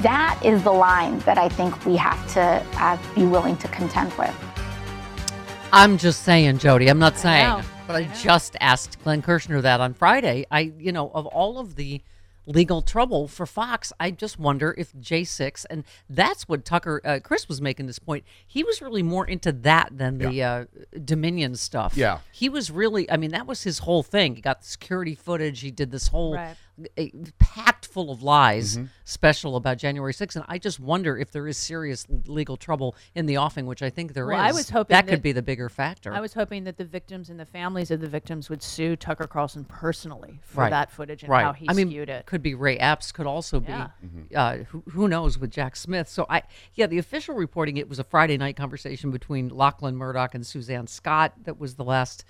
Speaker 18: that is the line that I think we have to uh, be willing to contend with.
Speaker 4: I'm just saying, Jody. I'm not saying,
Speaker 18: know,
Speaker 4: but I, just asked Glenn Kirshner that on Friday. I, you know, of all of the legal trouble for Fox, I just wonder if J6 and that's what Tucker uh, Chris was making this point. He was really more into that than the uh, Dominion stuff.
Speaker 8: Yeah.
Speaker 4: he was really. I mean, that was his whole thing. He got the security footage. He did this whole
Speaker 7: Right.
Speaker 4: uh, packed full of lies special about January 6th. And I just wonder if there is serious legal trouble in the offing, which I think there is.
Speaker 7: Well, I was hoping
Speaker 4: that, could
Speaker 7: that-
Speaker 4: be the bigger factor.
Speaker 7: I was hoping that the victims and the families of the victims would sue Tucker Carlson personally for that footage and
Speaker 4: Right.
Speaker 7: how he
Speaker 4: I mean,
Speaker 7: skewed it.
Speaker 4: Could be Ray Epps. Could also be
Speaker 7: Yeah.
Speaker 8: Mm-hmm.
Speaker 4: uh, who, who knows with Jack Smith. So I yeah, the official reporting it was a Friday night conversation between Lachlan Murdoch and Suzanne Scott that was the last.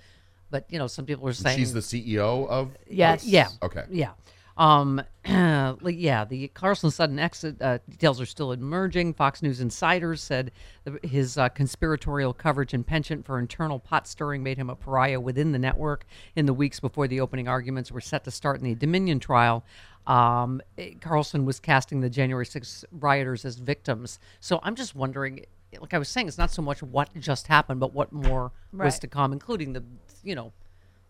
Speaker 4: But you know, some people are saying
Speaker 8: She's the CEO of.
Speaker 4: Yes. Yeah.
Speaker 8: Okay.
Speaker 4: Yeah. Um, like, yeah, the Carlson sudden exit uh, details are still emerging. Fox News insiders said the, his uh, conspiratorial coverage and penchant for internal pot stirring made him a pariah within the network. In the weeks before the opening arguments were set to start in the Dominion trial, um, it- Carlson was casting the January 6 rioters as victims. So I'm just wondering, like I was saying, it's not so much what just happened, but what more was
Speaker 7: Right.
Speaker 4: to come, including the, you know,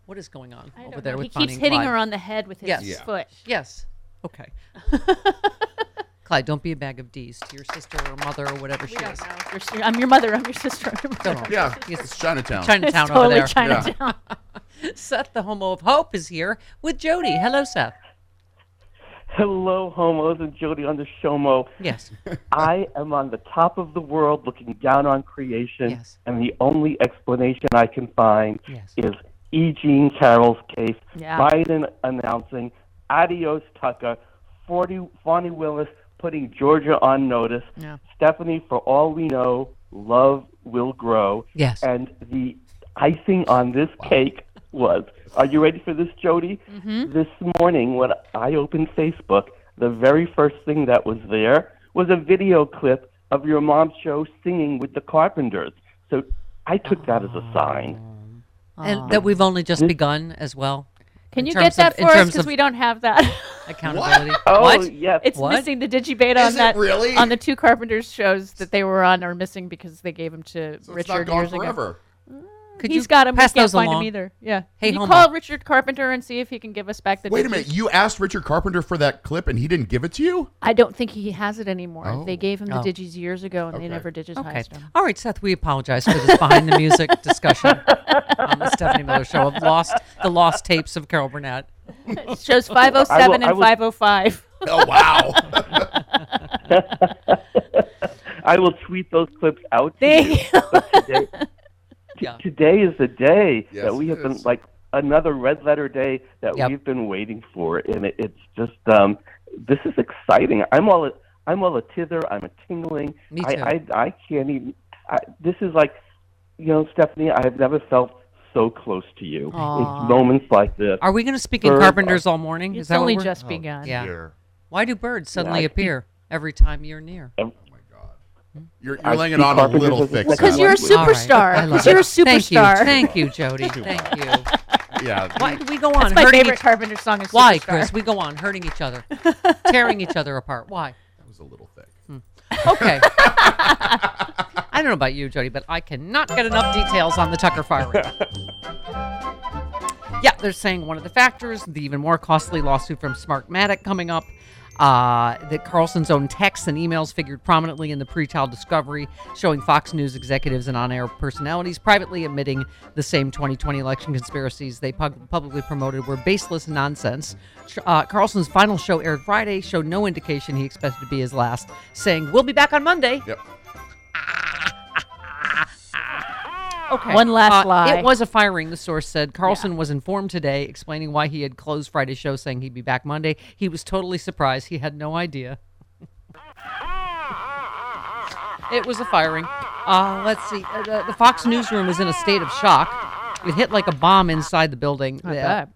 Speaker 4: what is going on over
Speaker 7: don't
Speaker 4: there
Speaker 7: know.
Speaker 4: with
Speaker 7: He keeps
Speaker 4: Bonnie and
Speaker 7: hitting
Speaker 4: Clyde?
Speaker 7: her on the head with his
Speaker 4: Yes.
Speaker 7: foot.
Speaker 4: Yes. Okay. Clyde, don't be a bag of D's to your sister or mother or whatever she is.
Speaker 7: Your si- I'm your mother. I'm your sister. I'm your mother.
Speaker 4: Don't. Yeah, it's
Speaker 8: Chinatown.
Speaker 4: Chinatown
Speaker 7: It's totally
Speaker 4: over there.
Speaker 7: Chinatown.
Speaker 4: Seth, the homo of hope, is here with Jody. Hello, Seth.
Speaker 19: Hello, homos and Jody on the Shomo.
Speaker 4: Yes.
Speaker 19: I am on the top of the world looking down on creation, and the only explanation I can find is E. Jean Carroll's case,
Speaker 6: Yeah.
Speaker 19: Biden announcing adios Tucker, 40, Fonnie Willis putting Georgia on notice,
Speaker 6: Yeah.
Speaker 19: Stephanie, for all we know, love will grow.
Speaker 6: Yes.
Speaker 19: And the icing on this cake was are you ready for this, Jody?
Speaker 6: Mhm.
Speaker 19: This morning, when I opened Facebook, the very first thing that was there was a video clip of your mom's show singing with the Carpenters. So I took that as a sign.
Speaker 4: And that we've only just begun as well.
Speaker 7: Can
Speaker 4: in
Speaker 7: you
Speaker 4: terms
Speaker 7: get that
Speaker 4: of- in
Speaker 7: for us?
Speaker 4: terms
Speaker 7: Because
Speaker 4: of
Speaker 7: we don't have that.
Speaker 4: Accountability. What?
Speaker 7: Oh,
Speaker 4: What?
Speaker 19: yes.
Speaker 7: It's
Speaker 4: What?
Speaker 7: missing the digibeta on
Speaker 4: Is it
Speaker 7: that.
Speaker 4: really?
Speaker 7: On the two Carpenters shows that they were on are missing because they gave them to
Speaker 8: So it's
Speaker 7: Richard
Speaker 8: not gone
Speaker 7: years
Speaker 8: forever.
Speaker 7: ago.
Speaker 4: Could
Speaker 7: He's
Speaker 4: you
Speaker 7: got him.
Speaker 4: pass
Speaker 7: we can't
Speaker 4: those
Speaker 7: find
Speaker 4: along?
Speaker 7: him either. Yeah.
Speaker 4: Hey,
Speaker 7: Can you
Speaker 4: homo.
Speaker 7: call Richard Carpenter and see if he can give us back the.
Speaker 8: Wait a
Speaker 7: digi-
Speaker 8: minute. You asked Richard Carpenter for that clip and he didn't give it to you?
Speaker 4: Hmm.
Speaker 7: I don't think he has it anymore.
Speaker 8: Oh.
Speaker 7: They gave him the
Speaker 8: Oh.
Speaker 7: digis years ago, and
Speaker 8: Okay.
Speaker 7: they never digitized
Speaker 4: Okay.
Speaker 7: them.
Speaker 4: All right, Seth, we apologize for this behind the music discussion on the Stephanie Miller Show of lost the lost tapes of Carol Burnett.
Speaker 7: It shows 507
Speaker 4: I will-
Speaker 7: and 505.
Speaker 8: Oh, wow.
Speaker 19: I will tweet those clips out. to
Speaker 7: Thank
Speaker 19: you. But Today, t- today is the day that we have been like another red letter day that we've been waiting for, and it, it's just um, this is exciting. I'm all a, I'm all a tither. I'm a tingling.
Speaker 6: Me too.
Speaker 19: I, I I can't even. I, this is like, you know, Stephanie. I have never felt so close to you.
Speaker 4: Aw.
Speaker 19: It's moments like this.
Speaker 4: Are we going to speak in
Speaker 19: Birds
Speaker 4: Carpenters
Speaker 19: are-
Speaker 4: all morning?
Speaker 7: It's
Speaker 4: Is that
Speaker 7: only
Speaker 4: what we're-
Speaker 7: just Oh, begun.
Speaker 4: Yeah.
Speaker 8: dear.
Speaker 4: Why do birds suddenly
Speaker 19: Yeah, I-
Speaker 4: appear every time you're near?
Speaker 19: Oh
Speaker 4: my god. Hmm?
Speaker 8: You're,
Speaker 19: I laying it see on a Carpenters little as a thick,
Speaker 7: Because you're a superstar. Because you're a superstar.
Speaker 4: Thank you, Jody. Thank you.
Speaker 8: Yeah.
Speaker 4: Why do we go on?
Speaker 7: That's my
Speaker 4: hurting
Speaker 7: favorite
Speaker 4: each-
Speaker 7: Carpenter song is
Speaker 4: Why,
Speaker 7: Superstar.
Speaker 4: Chris? We go on hurting each other, tearing each other apart. Why?
Speaker 8: That was a little thick.
Speaker 4: Okay. I don't know about you, Jody, but I cannot get enough details on the Tucker firing. yeah, they're saying one of the factors, the even more costly lawsuit from Smartmatic coming up, uh, that Carlson's own texts and emails figured prominently in the pretrial discovery, showing Fox News executives and on air personalities privately admitting the same 2020 election conspiracies they pub- publicly promoted were baseless nonsense. Sh- Uh, Carlson's final show aired Friday, showed no indication he expected to be his last, saying, We'll be back on Monday.
Speaker 8: Yep.
Speaker 4: Okay.
Speaker 7: One last
Speaker 4: Uh,
Speaker 7: lie.
Speaker 4: It was a firing, the source said. Carlson was informed today, explaining why he had closed Friday's show, saying he'd be back Monday. He was totally surprised. He had no idea. it was a firing. Uh, let's see. Uh, the, the Fox newsroom is in a state of shock. It hit like a bomb inside the building.
Speaker 7: I
Speaker 4: The-
Speaker 7: bet.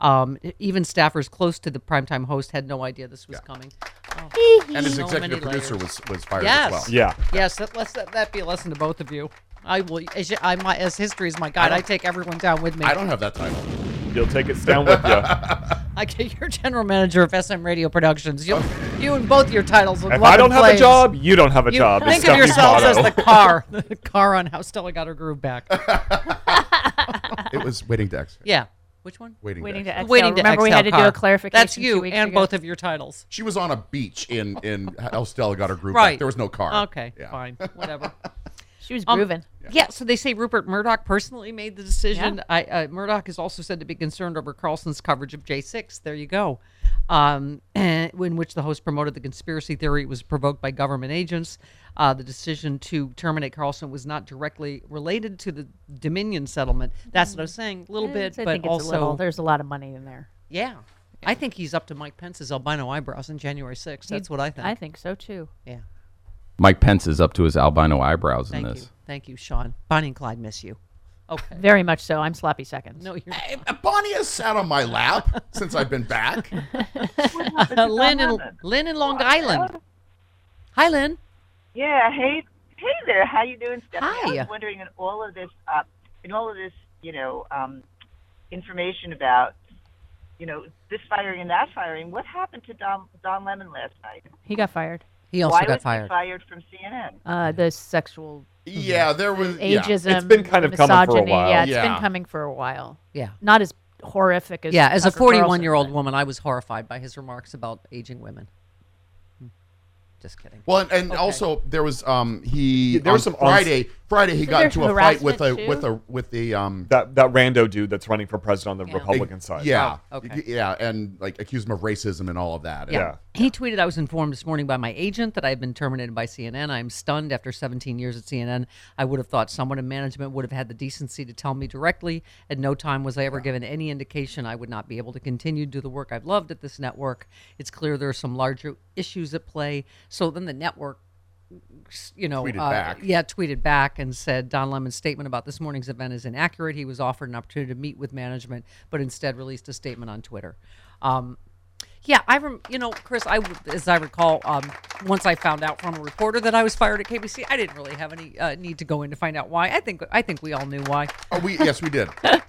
Speaker 4: Um, even staffers close to the primetime host had no idea this was coming. Oh.
Speaker 8: And his
Speaker 4: So many
Speaker 8: executive producer
Speaker 4: layers.
Speaker 8: was, was fired
Speaker 4: yes.
Speaker 8: as well.
Speaker 4: Yes. That, let's, that, that be a lesson to both of you. I will. As, you- I, my, as history is my guide, I,
Speaker 8: don't-
Speaker 4: take everyone down with me.
Speaker 8: I don't have that title.
Speaker 3: You'll take it down with you.
Speaker 4: I get your general manager of SM Radio Productions. You, you and both your titles look
Speaker 3: If
Speaker 4: love
Speaker 3: I don't
Speaker 4: and
Speaker 3: have a
Speaker 4: flames.
Speaker 3: job, you don't have a
Speaker 4: You
Speaker 3: job. It's
Speaker 4: Think of
Speaker 3: Stephanie
Speaker 4: yourselves as
Speaker 3: Motto.
Speaker 4: the car, the car on how Stella got her groove back.
Speaker 8: It was waiting to exit.
Speaker 4: Yeah. Which one?
Speaker 8: Waiting,
Speaker 7: Waiting
Speaker 8: to
Speaker 7: to
Speaker 8: exit.
Speaker 7: Exhale. Remember we had to do
Speaker 4: car.
Speaker 7: a clarification
Speaker 4: That's
Speaker 7: two
Speaker 4: you
Speaker 7: weeks
Speaker 4: and
Speaker 7: ago.
Speaker 4: both of your titles.
Speaker 8: She was on a beach in in El Stella got her group.
Speaker 4: Right. Oh,
Speaker 8: There was no car.
Speaker 4: Okay.
Speaker 8: Yeah.
Speaker 4: Fine. Whatever.
Speaker 7: She was
Speaker 4: Um,
Speaker 7: grooving.
Speaker 4: yeah. so they say Rupert Murdoch personally made the decision. I, uh, Murdoch is also said to be concerned over Carlson's coverage of J6. There you go. Um, in which the host promoted the conspiracy theory it was provoked by government agents. Uh, the decision to terminate Carlson was not directly related to the Dominion settlement. That's what I was saying, a little
Speaker 7: Eh,
Speaker 4: bit,
Speaker 7: I
Speaker 4: but
Speaker 7: think it's
Speaker 4: also
Speaker 7: a little. There's a lot of money in there.
Speaker 4: yeah. I think he's up to Mike Pence's albino eyebrows on January 6th. That's what I think.
Speaker 7: I think so too.
Speaker 4: Yeah.
Speaker 5: Mike Pence is up to his albino eyebrows
Speaker 4: Thank
Speaker 5: in
Speaker 4: you.
Speaker 5: this.
Speaker 4: Thank you, Sean. Bonnie and Clyde miss you. Okay.
Speaker 7: Very much so. I'm sloppy seconds.
Speaker 4: No, you're
Speaker 8: Bonnie has sat on my lap since I've been back.
Speaker 4: Lynn in, Lynn in Long Island. Hi, Lynn.
Speaker 20: Yeah. Hey. Hey there. How you doing, Stephanie? I
Speaker 4: Hi.
Speaker 20: was wondering in all of this, uh, in all of this, you know, um, information about, you know, this firing and that firing. What happened to Don Don Lemon last night?
Speaker 7: He got fired.
Speaker 4: He
Speaker 20: Why was He fired from CNN.
Speaker 7: Uh, the sexual.
Speaker 20: Yeah, there was- yeah.
Speaker 7: ageism.
Speaker 20: It's been kind of coming for a
Speaker 7: misogyny.
Speaker 4: while.
Speaker 7: Yeah, it's
Speaker 4: Yeah.
Speaker 7: been coming for a while.
Speaker 4: Yeah.
Speaker 7: Not as horrific as.
Speaker 4: yeah, as a
Speaker 7: Tucker Carlson.
Speaker 4: 41 year old woman, I was horrified by his remarks about aging women. Hmm. Just kidding.
Speaker 8: Well, and, and also there was um he
Speaker 3: There
Speaker 8: there
Speaker 3: was
Speaker 8: was
Speaker 3: some on-
Speaker 8: Friday Friday he
Speaker 7: So
Speaker 8: got
Speaker 7: there's
Speaker 8: into a fight with a
Speaker 7: harassment too?
Speaker 8: with a with the um
Speaker 9: that that rando dude that's running for president on the
Speaker 4: Yeah.
Speaker 9: Republican side.
Speaker 8: Yeah.
Speaker 4: Oh, okay.
Speaker 8: Yeah, and like accused him of racism and all of that.
Speaker 4: Yeah. He tweeted, I was informed this morning by my agent that I have been terminated by CNN. I am stunned after 17 years at CNN. I would have thought someone in management would have had the decency to tell me directly. At no time was I ever given any indication I would not be able to continue to do the work I've loved at this network. It's clear there are some larger issues at play. So then the network you know,
Speaker 8: Tweeted
Speaker 4: uh,
Speaker 8: back.
Speaker 4: yeah, tweeted back and said Don Lemon's statement about this morning's event is inaccurate. He was offered an opportunity to meet with management, but instead released a statement on Twitter. Um, yeah, I rem- you know, Chris, I w- as I recall, um, once I found out from a reporter that I was fired at KBC, I didn't really have any uh, need to go in to find out why. I think I think we all knew why.
Speaker 8: Oh, we yes we did.
Speaker 4: I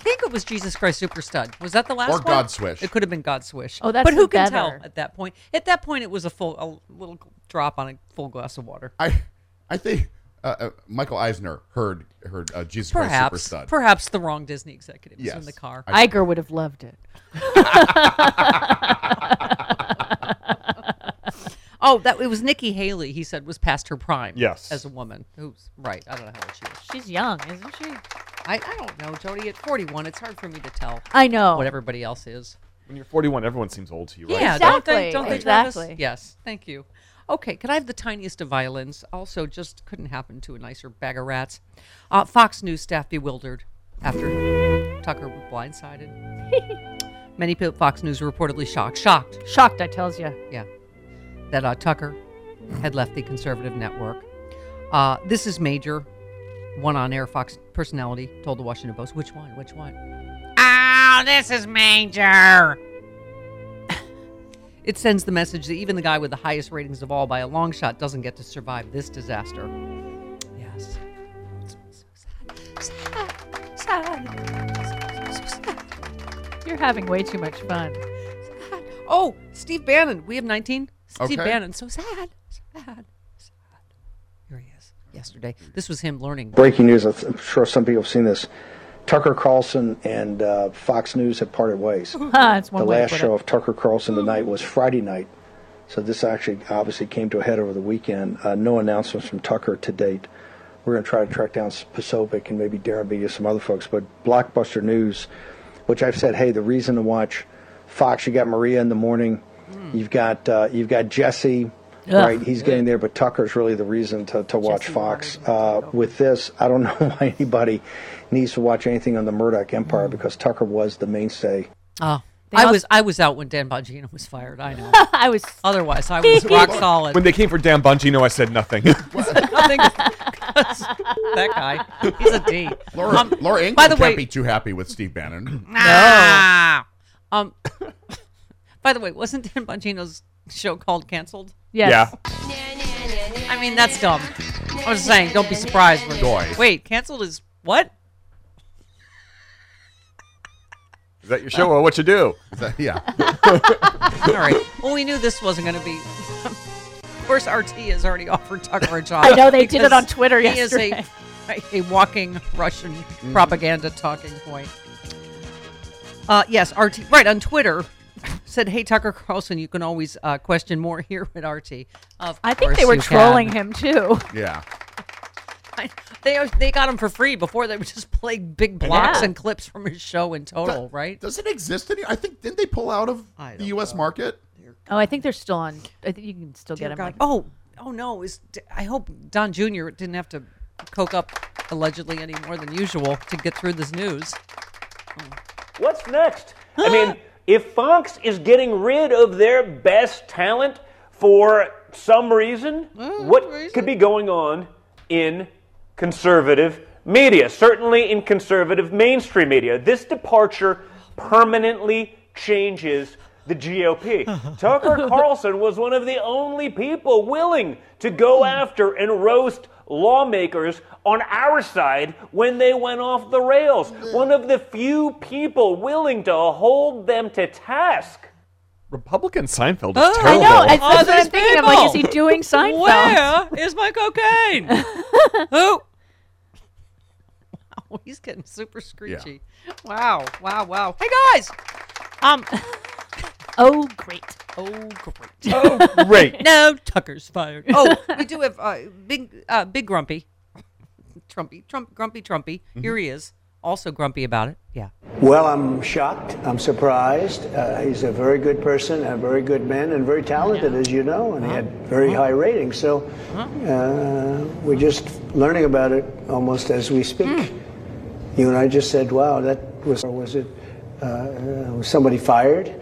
Speaker 4: think it was Jesus Christ Superstud. Was that the last
Speaker 8: Or
Speaker 4: one?
Speaker 8: God Swish.
Speaker 4: It could have been God Swish.
Speaker 7: Oh, that's
Speaker 4: but who can
Speaker 7: better.
Speaker 4: tell at that point? At that point, it was a full a little drop on a full glass of water.
Speaker 8: I I think uh, uh, Michael Eisner heard heard uh, Jesus
Speaker 4: perhaps
Speaker 8: Christ Superstud.
Speaker 4: perhaps the wrong Disney executive was
Speaker 8: Yes.
Speaker 4: in the car.
Speaker 7: Iger would have loved it.
Speaker 4: oh, that it was Nikki Haley. He said was past her prime.
Speaker 9: Yes.
Speaker 4: as a woman. Who's right? I don't know how old she is.
Speaker 7: She's young, isn't she?
Speaker 4: I, I don't know, Jody. At 41, it's hard for me to tell.
Speaker 7: I know.
Speaker 4: what everybody else is.
Speaker 9: When you're 41, everyone seems old to you, right?
Speaker 4: Yeah,
Speaker 7: Exactly,
Speaker 4: don't they? Don't they Travis?
Speaker 7: exactly.
Speaker 4: Yes, thank you. Okay, could I have the tiniest of violins? Also, just couldn't happen to a nicer bag of rats. Uh, Fox News staff bewildered after Tucker was blindsided. Many people at Fox News were reportedly shocked. Shocked.
Speaker 7: Shocked, I tells you.
Speaker 4: Yeah. That uh, Tucker had left the conservative network. Uh, this is major. One on air Fox personality told the Washington Post. Which one? Which one? Oh, this is major. It sends the message that even the guy with the highest ratings of all by a long shot doesn't get to survive this disaster. Yes.
Speaker 7: You're having way too much fun.
Speaker 4: Oh, Steve Bannon. We have 19. Steve
Speaker 7: Okay.
Speaker 4: Bannon. So sad. Sad. Sad. Here he is. Yesterday. This was him learning.
Speaker 17: Breaking news, I'm sure some people have seen this. Tucker Carlson and uh, Fox News have parted ways.
Speaker 7: That's Ah, one
Speaker 17: the
Speaker 7: way to
Speaker 17: last
Speaker 7: put it.
Speaker 17: show of Tucker Carlson tonight was Friday night. So this actually obviously came to a head over the weekend. Uh, no announcements from Tucker to date. We're going to try to track down Posobiec and maybe Darren Media, some other folks. But Blockbuster News, which I've said, hey, the reason to watch Fox, you got Maria in the morning,
Speaker 7: Hmm.
Speaker 17: you've got uh, you've got Jesse,
Speaker 5: Ugh.
Speaker 17: right? He's getting there, but Tucker's really the reason to, to watch Fox. Uh, with this, I don't know why anybody needs to watch anything on the Murdoch Empire
Speaker 7: Hmm.
Speaker 17: because Tucker was the mainstay.
Speaker 4: Oh, I was I was out when Dan Bongino was fired. I know.
Speaker 7: I was.
Speaker 4: Otherwise, I was rock solid.
Speaker 9: When they came for Dan Bongino, I said nothing.
Speaker 4: I think that guy. He's a D.
Speaker 8: Laura,
Speaker 4: Um,
Speaker 8: Laura Ingram
Speaker 4: by the
Speaker 8: can't
Speaker 4: way,
Speaker 8: be too happy with Steve Bannon.
Speaker 4: no. Um, by the way, wasn't Dan Bongino's show called canceled?
Speaker 8: Yes.
Speaker 4: I mean, that's dumb. I was saying, don't be surprised when.
Speaker 9: Joy.
Speaker 4: Wait, canceled is what?
Speaker 9: Is that your show or what you do?
Speaker 8: yeah.
Speaker 4: All right. Well, we knew this wasn't going to be. Of course, RT has already offered Tucker a job.
Speaker 7: I know, they did it
Speaker 4: because
Speaker 7: on Twitter
Speaker 4: he
Speaker 7: yesterday.
Speaker 4: is a, a walking Russian propaganda talking point. Uh, yes, RT, right, on Twitter said, Hey, Tucker Carlson, you can always uh, question more here at RT. Of
Speaker 7: I think
Speaker 4: course
Speaker 7: they were
Speaker 4: you
Speaker 7: trolling him
Speaker 4: can.
Speaker 7: too.
Speaker 8: Yeah.
Speaker 4: I- They, they got him for free before they would just play big blocks
Speaker 8: Yeah.
Speaker 4: and clips from his show in total, right?
Speaker 8: Does it exist any? I think didn't they pull out of the U.S. market?
Speaker 7: Oh, I think they're still on. I think you can still
Speaker 4: Dear
Speaker 7: get him.
Speaker 4: God.
Speaker 7: on-
Speaker 4: Oh, oh no! Is I hope Don Jr. didn't have to coke up allegedly any more than usual to get through this news.
Speaker 21: What's next? I mean, if Fox is getting rid of their best talent for some reason, what could be going on in conservative media? Certainly in conservative mainstream media. This departure permanently changes the GOP. Tucker Carlson was one of the only people willing to go after and roast lawmakers on our side when they went off the rails. One of the few people willing to hold them to task.
Speaker 9: Republican Seinfeld
Speaker 21: Oh,
Speaker 9: is
Speaker 21: I
Speaker 9: terrible.
Speaker 21: know,
Speaker 7: it's- that's what I'm
Speaker 4: Other
Speaker 7: thinking. I'm like, is he
Speaker 4: people.
Speaker 7: doing Seinfeld?
Speaker 4: Where is my cocaine? Who? Oh. Wow, he's getting super screechy. Wow, wow, wow. Hey guys. Um
Speaker 7: Oh great.
Speaker 4: Oh great.
Speaker 7: Oh, great.
Speaker 4: no, Tucker's fired. Oh, we do have uh, big uh, big grumpy. Trumpy, Trump, grumpy, Trumpy. Here he is, also grumpy about it. Yeah.
Speaker 22: Well, I'm shocked. I'm surprised. Uh, he's a very good person, a very good man, and very talented, as you know, and he had very high ratings. So uh, we're just learning about it almost as we speak. You and I just said, wow, that was, or was it uh, uh, was somebody fired?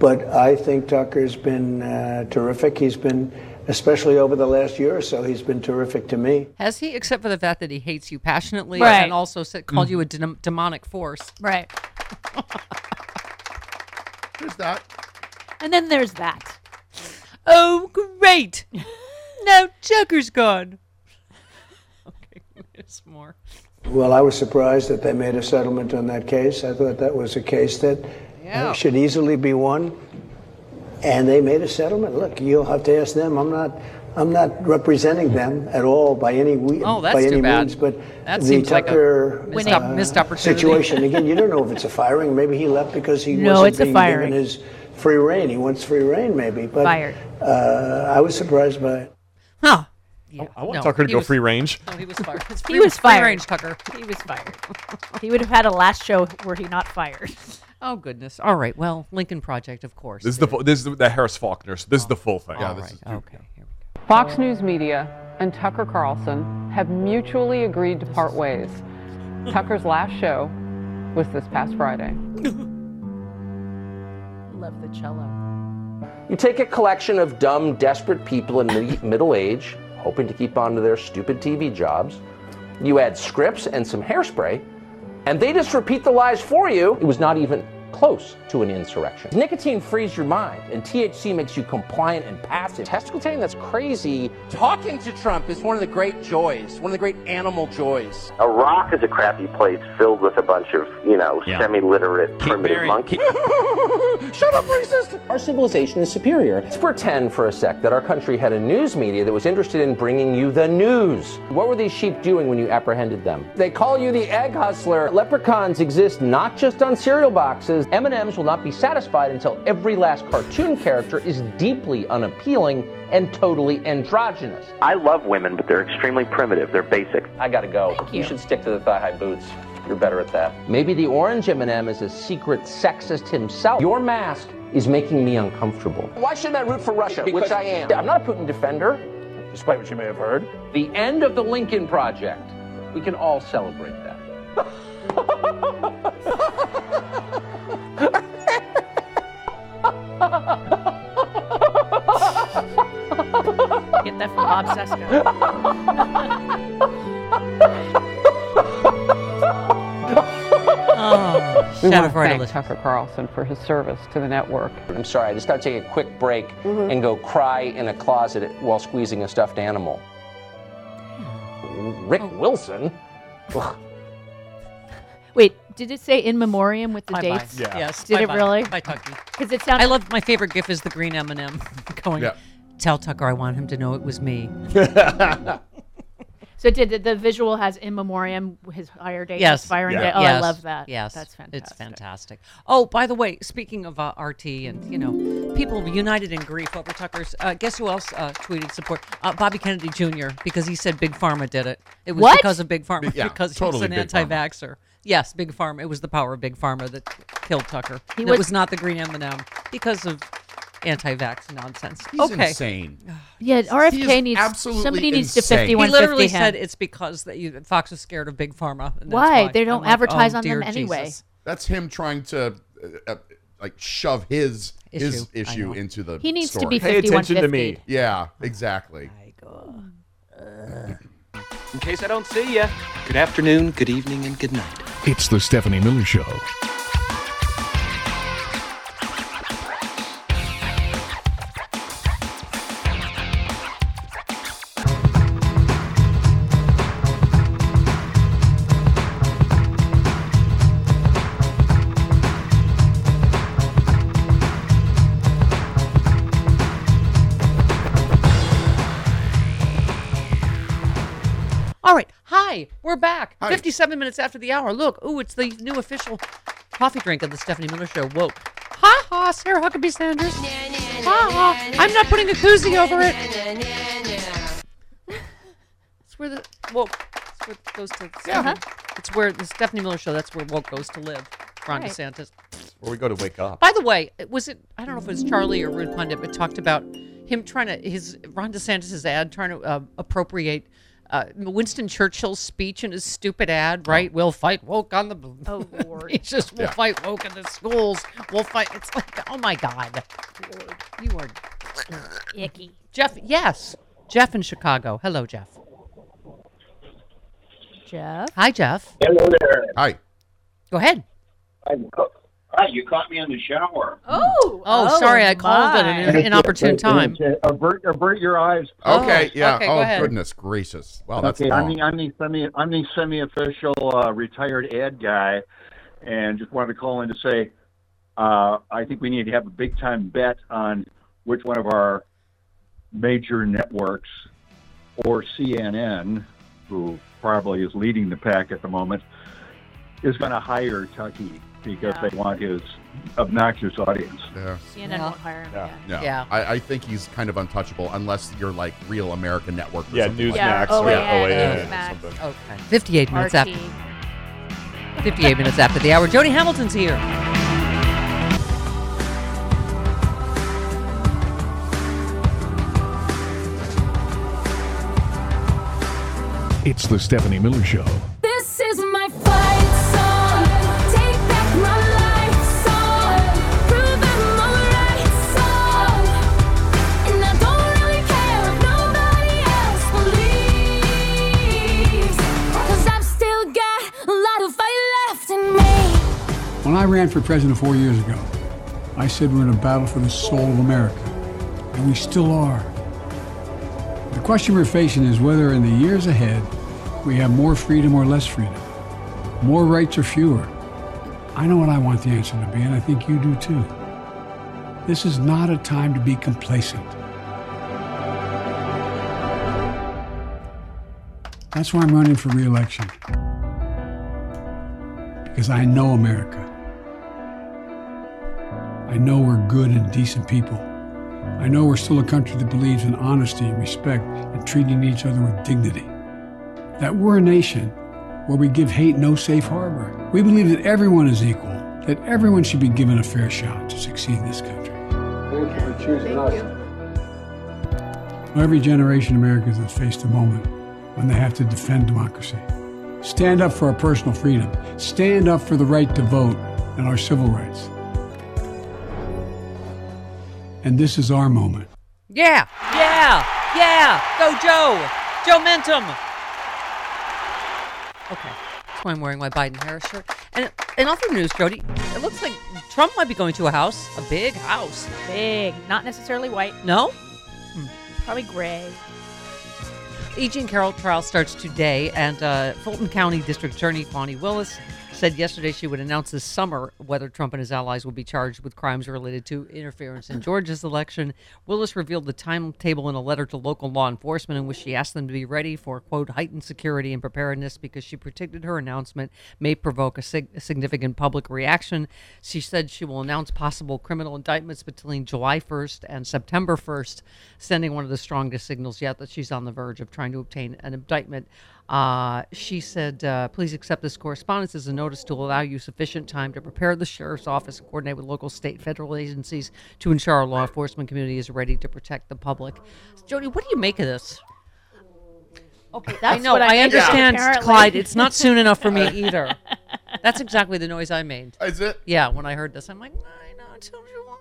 Speaker 22: But I think Tucker's been uh, terrific. He's been, especially over the last year or so, he's been terrific to me.
Speaker 4: Has he, except for the fact that he hates you passionately
Speaker 7: Right.
Speaker 4: and also said, called you a
Speaker 9: Mm-hmm.
Speaker 4: dem- demonic force?
Speaker 7: Right.
Speaker 8: There's that.
Speaker 7: And then there's that.
Speaker 4: Oh, great. now Tucker's gone. okay, there's more.
Speaker 22: Well, I was surprised that they made a settlement on that case. I thought that was a case that uh,
Speaker 4: Yeah.
Speaker 22: should easily be won, and they made a settlement. Look, you'll have to ask them. I'm not, I'm not representing them at all by any we,
Speaker 4: Oh, that's
Speaker 22: by
Speaker 4: too
Speaker 22: any
Speaker 4: bad.
Speaker 22: means. But
Speaker 4: That
Speaker 22: the
Speaker 4: seems like a
Speaker 22: Tucker uh,
Speaker 4: missed op- missed opportunity.
Speaker 22: situation again. You don't know if it's a firing. Maybe he left because he
Speaker 7: No,
Speaker 22: wasn't
Speaker 7: it's a
Speaker 22: being
Speaker 7: firing.
Speaker 22: given his free reign. He wants free reign, maybe. But
Speaker 7: Fired.
Speaker 22: Uh, I was surprised by it.
Speaker 9: I want
Speaker 22: No,
Speaker 9: Tucker to
Speaker 22: he
Speaker 9: go
Speaker 22: was-
Speaker 9: free range.
Speaker 4: No, he was fired. It's
Speaker 7: He was
Speaker 4: free
Speaker 7: fired.
Speaker 4: range, Tucker.
Speaker 7: He was fired. he would have had a last show were he not fired.
Speaker 4: Oh, goodness. All right. Well, Lincoln Project, of course.
Speaker 9: This is the full, this is the Harris Faulkner. So this is the full thing.
Speaker 4: Yeah, this Alright, is
Speaker 9: okay.
Speaker 3: Fox News Media and Tucker Carlson have mutually agreed to part ways. Tucker's last show was this past Friday.
Speaker 7: Love the cello.
Speaker 5: You take a collection of dumb, desperate people in mid- middle age, hoping to keep on to their stupid TV jobs. You add scripts and some hairspray, and they just repeat the lies for you. It was not even close to an insurrection. Nicotine frees your mind, and THC makes you compliant and passive. Testicle tanning, that's crazy.
Speaker 21: Talking to Trump is one of the great joys, one of the great animal joys.
Speaker 23: A rock is a crappy place filled with a bunch of, you know, semi-literate primitive monkeys.
Speaker 5: Shut up, racist! Our civilization is superior. Let's pretend for a sec that our country had a news media that was interested in bringing you the news. What were these sheep doing when you apprehended them? They call you the egg hustler. Leprechauns exist not just on cereal boxes. M&Ms will not be satisfied until every last cartoon character is deeply unappealing and totally androgynous.
Speaker 23: I love women, but they're extremely primitive. They're basic.
Speaker 5: I gotta go. you. should stick to the thigh-high boots. You're better at that. Maybe the orange M&M is a secret sexist himself. Your mask is making me uncomfortable. Why shouldn't I root for Russia,
Speaker 21: Because-
Speaker 5: which I am? I'm not a Putin defender, despite what you may have heard. The end of the Lincoln Project. We can all celebrate that.
Speaker 7: Get that from Bob Seska.
Speaker 4: Oh,
Speaker 3: we
Speaker 4: shout
Speaker 3: want
Speaker 4: out
Speaker 3: to
Speaker 4: for our
Speaker 3: thank Tucker Carlson for his service to the network.
Speaker 5: I'm sorry, I just gotta take a quick break and go cry in a closet while squeezing a stuffed animal. Rick Wilson?
Speaker 7: Wait, did it say in memoriam with the
Speaker 4: Bye-bye.
Speaker 7: dates?
Speaker 4: Yeah. Yes,
Speaker 7: Did
Speaker 4: bye-bye.
Speaker 7: it really?
Speaker 4: Bye, Tucky.
Speaker 7: Because it sounded.
Speaker 4: I love my favorite GIF is the green M and M going.
Speaker 7: Yeah.
Speaker 4: Tell Tucker I want him to know it was me.
Speaker 7: So it did the, the visual has in memoriam his higher date,
Speaker 4: yes,
Speaker 7: his firing date. Oh, I
Speaker 4: Yes.
Speaker 7: love that.
Speaker 4: Yes,
Speaker 7: that's fantastic.
Speaker 4: It's fantastic. Oh, by the way, speaking of uh, RT and you know people united in grief over Tucker's. Uh, guess who else uh, tweeted support? Uh, Bobby Kennedy Jr. because he said Big Pharma did it. It was
Speaker 7: What?
Speaker 4: because of Big Pharma
Speaker 7: Big- yeah,
Speaker 4: because
Speaker 7: totally
Speaker 4: he
Speaker 7: Big
Speaker 4: was
Speaker 7: Pharma.
Speaker 4: an anti-vaxer. Yes, Big Pharma. It was the power of Big Pharma that killed Tucker.
Speaker 7: He
Speaker 4: He
Speaker 7: was-
Speaker 4: was, not the green M&M because of anti-vax nonsense.
Speaker 8: He's
Speaker 4: okay.
Speaker 8: insane.
Speaker 7: Yeah,
Speaker 8: He
Speaker 7: RFK
Speaker 8: is
Speaker 7: needs
Speaker 8: absolutely
Speaker 7: somebody needs to
Speaker 8: insane.
Speaker 7: fifty
Speaker 4: He
Speaker 7: one
Speaker 4: literally
Speaker 7: fifty
Speaker 4: said
Speaker 7: him.
Speaker 4: it's because that you, Fox was scared of Big Pharma. and that's
Speaker 7: Why? They don't
Speaker 4: I'm like,
Speaker 7: advertise
Speaker 4: oh,
Speaker 7: on them
Speaker 4: dear
Speaker 7: anyway.
Speaker 4: Jesus.
Speaker 8: That's him trying to uh, uh, like shove his his
Speaker 4: Issue. I know.
Speaker 8: issue into the.
Speaker 7: He needs to
Speaker 8: story.
Speaker 7: be Pay attention to me. 5150.
Speaker 8: Yeah, exactly.
Speaker 21: In case I don't see you.
Speaker 17: Good afternoon, good evening, and good night.
Speaker 1: It's the Stephanie Miller Show.
Speaker 4: All right. Hi. We're back. 57 minutes after the hour. Look. Ooh, it's the new official coffee drink of the Stephanie Miller Show. Woke. Ha ha, Sarah Huckabee Sanders. Ha ha. I'm not putting a koozie over it. It's where the woke. It's what goes to
Speaker 2: Yeah.
Speaker 7: Uh-huh.
Speaker 4: Stephanie. It's where the Stephanie Miller show. That's where woke goes to live. Ron
Speaker 2: Right.
Speaker 4: DeSantis.
Speaker 9: Where we go to wake up.
Speaker 4: By the way, it- was it? I don't know if it was Charlie or Rude Pundit, but talked about him trying to his Ron DeSantis' ad trying to uh, appropriate. Uh, Winston Churchill's speech in his stupid ad, right? We'll fight woke on the. Oh Lord! it's just we'll
Speaker 2: Yeah.
Speaker 4: fight woke in the schools. We'll fight. It's like, oh my God, Lord, you are
Speaker 2: Icky.
Speaker 4: Jeff. Yes, Jeff in Chicago. Hello, Jeff.
Speaker 7: Uh-huh. Jeff.
Speaker 4: Hi, Jeff.
Speaker 14: Hello there.
Speaker 8: Hi.
Speaker 4: Go ahead.
Speaker 14: Hi, you caught me in the shower.
Speaker 4: Oh, sorry, I called at an in- inopportune time.
Speaker 14: Avert, avert your eyes.
Speaker 8: Okay, yeah.
Speaker 4: okay, go
Speaker 8: oh,
Speaker 4: ahead.
Speaker 8: goodness gracious. Wow, that's
Speaker 14: okay, I'm
Speaker 8: long.
Speaker 14: the, I'm the semi I'm the semi official uh, retired ad guy, and just wanted to call in to say uh, I think we need to have a big time bet on which one of our major networks or CNN, who probably is leading the pack at the moment, is going to hire Tucky because
Speaker 7: Yeah.
Speaker 14: they want his obnoxious audience.
Speaker 8: Yeah.
Speaker 7: CNN won't hire him. Yeah.
Speaker 8: No. I, I think he's kind of untouchable unless you're like real American network. Or
Speaker 9: Yeah,
Speaker 8: something like
Speaker 9: Newsmax
Speaker 8: that.
Speaker 9: or
Speaker 8: Yeah,
Speaker 9: OAN
Speaker 8: yeah,
Speaker 9: or
Speaker 8: yeah.
Speaker 9: something.
Speaker 4: Okay. 58 minutes after.
Speaker 7: RT.
Speaker 4: 58 minutes after the hour. Jody Hamilton's here.
Speaker 1: It's the Stephanie Miller Show.
Speaker 2: This is my fight song. Take back my life song. Prove I'm alright song. And I don't really care if nobody else believes. Cause I've still got a lot of fight left in me.
Speaker 11: When I ran for president four years ago, I said we're in a battle for the soul of America, and we still are. The question we're facing is whether in the years ahead we have more freedom or less freedom, more rights or fewer. I know what I want the answer to be, and I think you do too. This is not a time to be complacent. That's why I'm running for re election. Because I know America. I know we're good and decent people. I know we're still a country that believes in honesty, respect, and treating each other with dignity. That we're a nation where we give hate no safe harbor. We believe that everyone is equal, that everyone should be given a fair shot to succeed in this country.
Speaker 17: Thank you for choosing us.
Speaker 11: Every generation of Americans has faced a moment when they have to defend democracy. Stand up for our personal freedom. Stand up for the right to vote and our civil rights. And this is our moment.
Speaker 4: Yeah. Yeah. Yeah. Go, Joe. Joe Mentum. Okay. That's why I'm wearing my Biden Harris shirt. And in other news, Jody, it looks like Trump might be going to a house, a big house.
Speaker 7: Big, not necessarily white.
Speaker 4: No?
Speaker 7: Probably gray.
Speaker 4: E. Jean Carroll trial starts today, and uh, Fulton County District Attorney Bonnie Willis said yesterday she would announce this summer whether Trump and his allies will be charged with crimes related to interference in Georgia's election. Willis revealed the timetable in a letter to local law enforcement in which she asked them to be ready for, quote, heightened security and preparedness because she predicted her announcement may provoke a, sig- a significant public reaction. She said she will announce possible criminal indictments between July 1st and September 1st, sending one of the strongest signals yet that she's on the verge of trying to obtain an indictment. Uh, she said, uh, please accept this correspondence as a notice to allow you sufficient time to prepare the sheriff's office and coordinate with local, state, federal agencies to ensure our law enforcement community is ready to protect the public. Jody, what do you make of this?
Speaker 7: Okay,
Speaker 4: I know. I,
Speaker 7: made it,
Speaker 4: understand,
Speaker 7: apparently.
Speaker 4: Clyde. It's not soon enough for me E- either. That's exactly the noise I made.
Speaker 8: Is it?
Speaker 4: Yeah. When I heard this, I'm like, I know. Tell you what.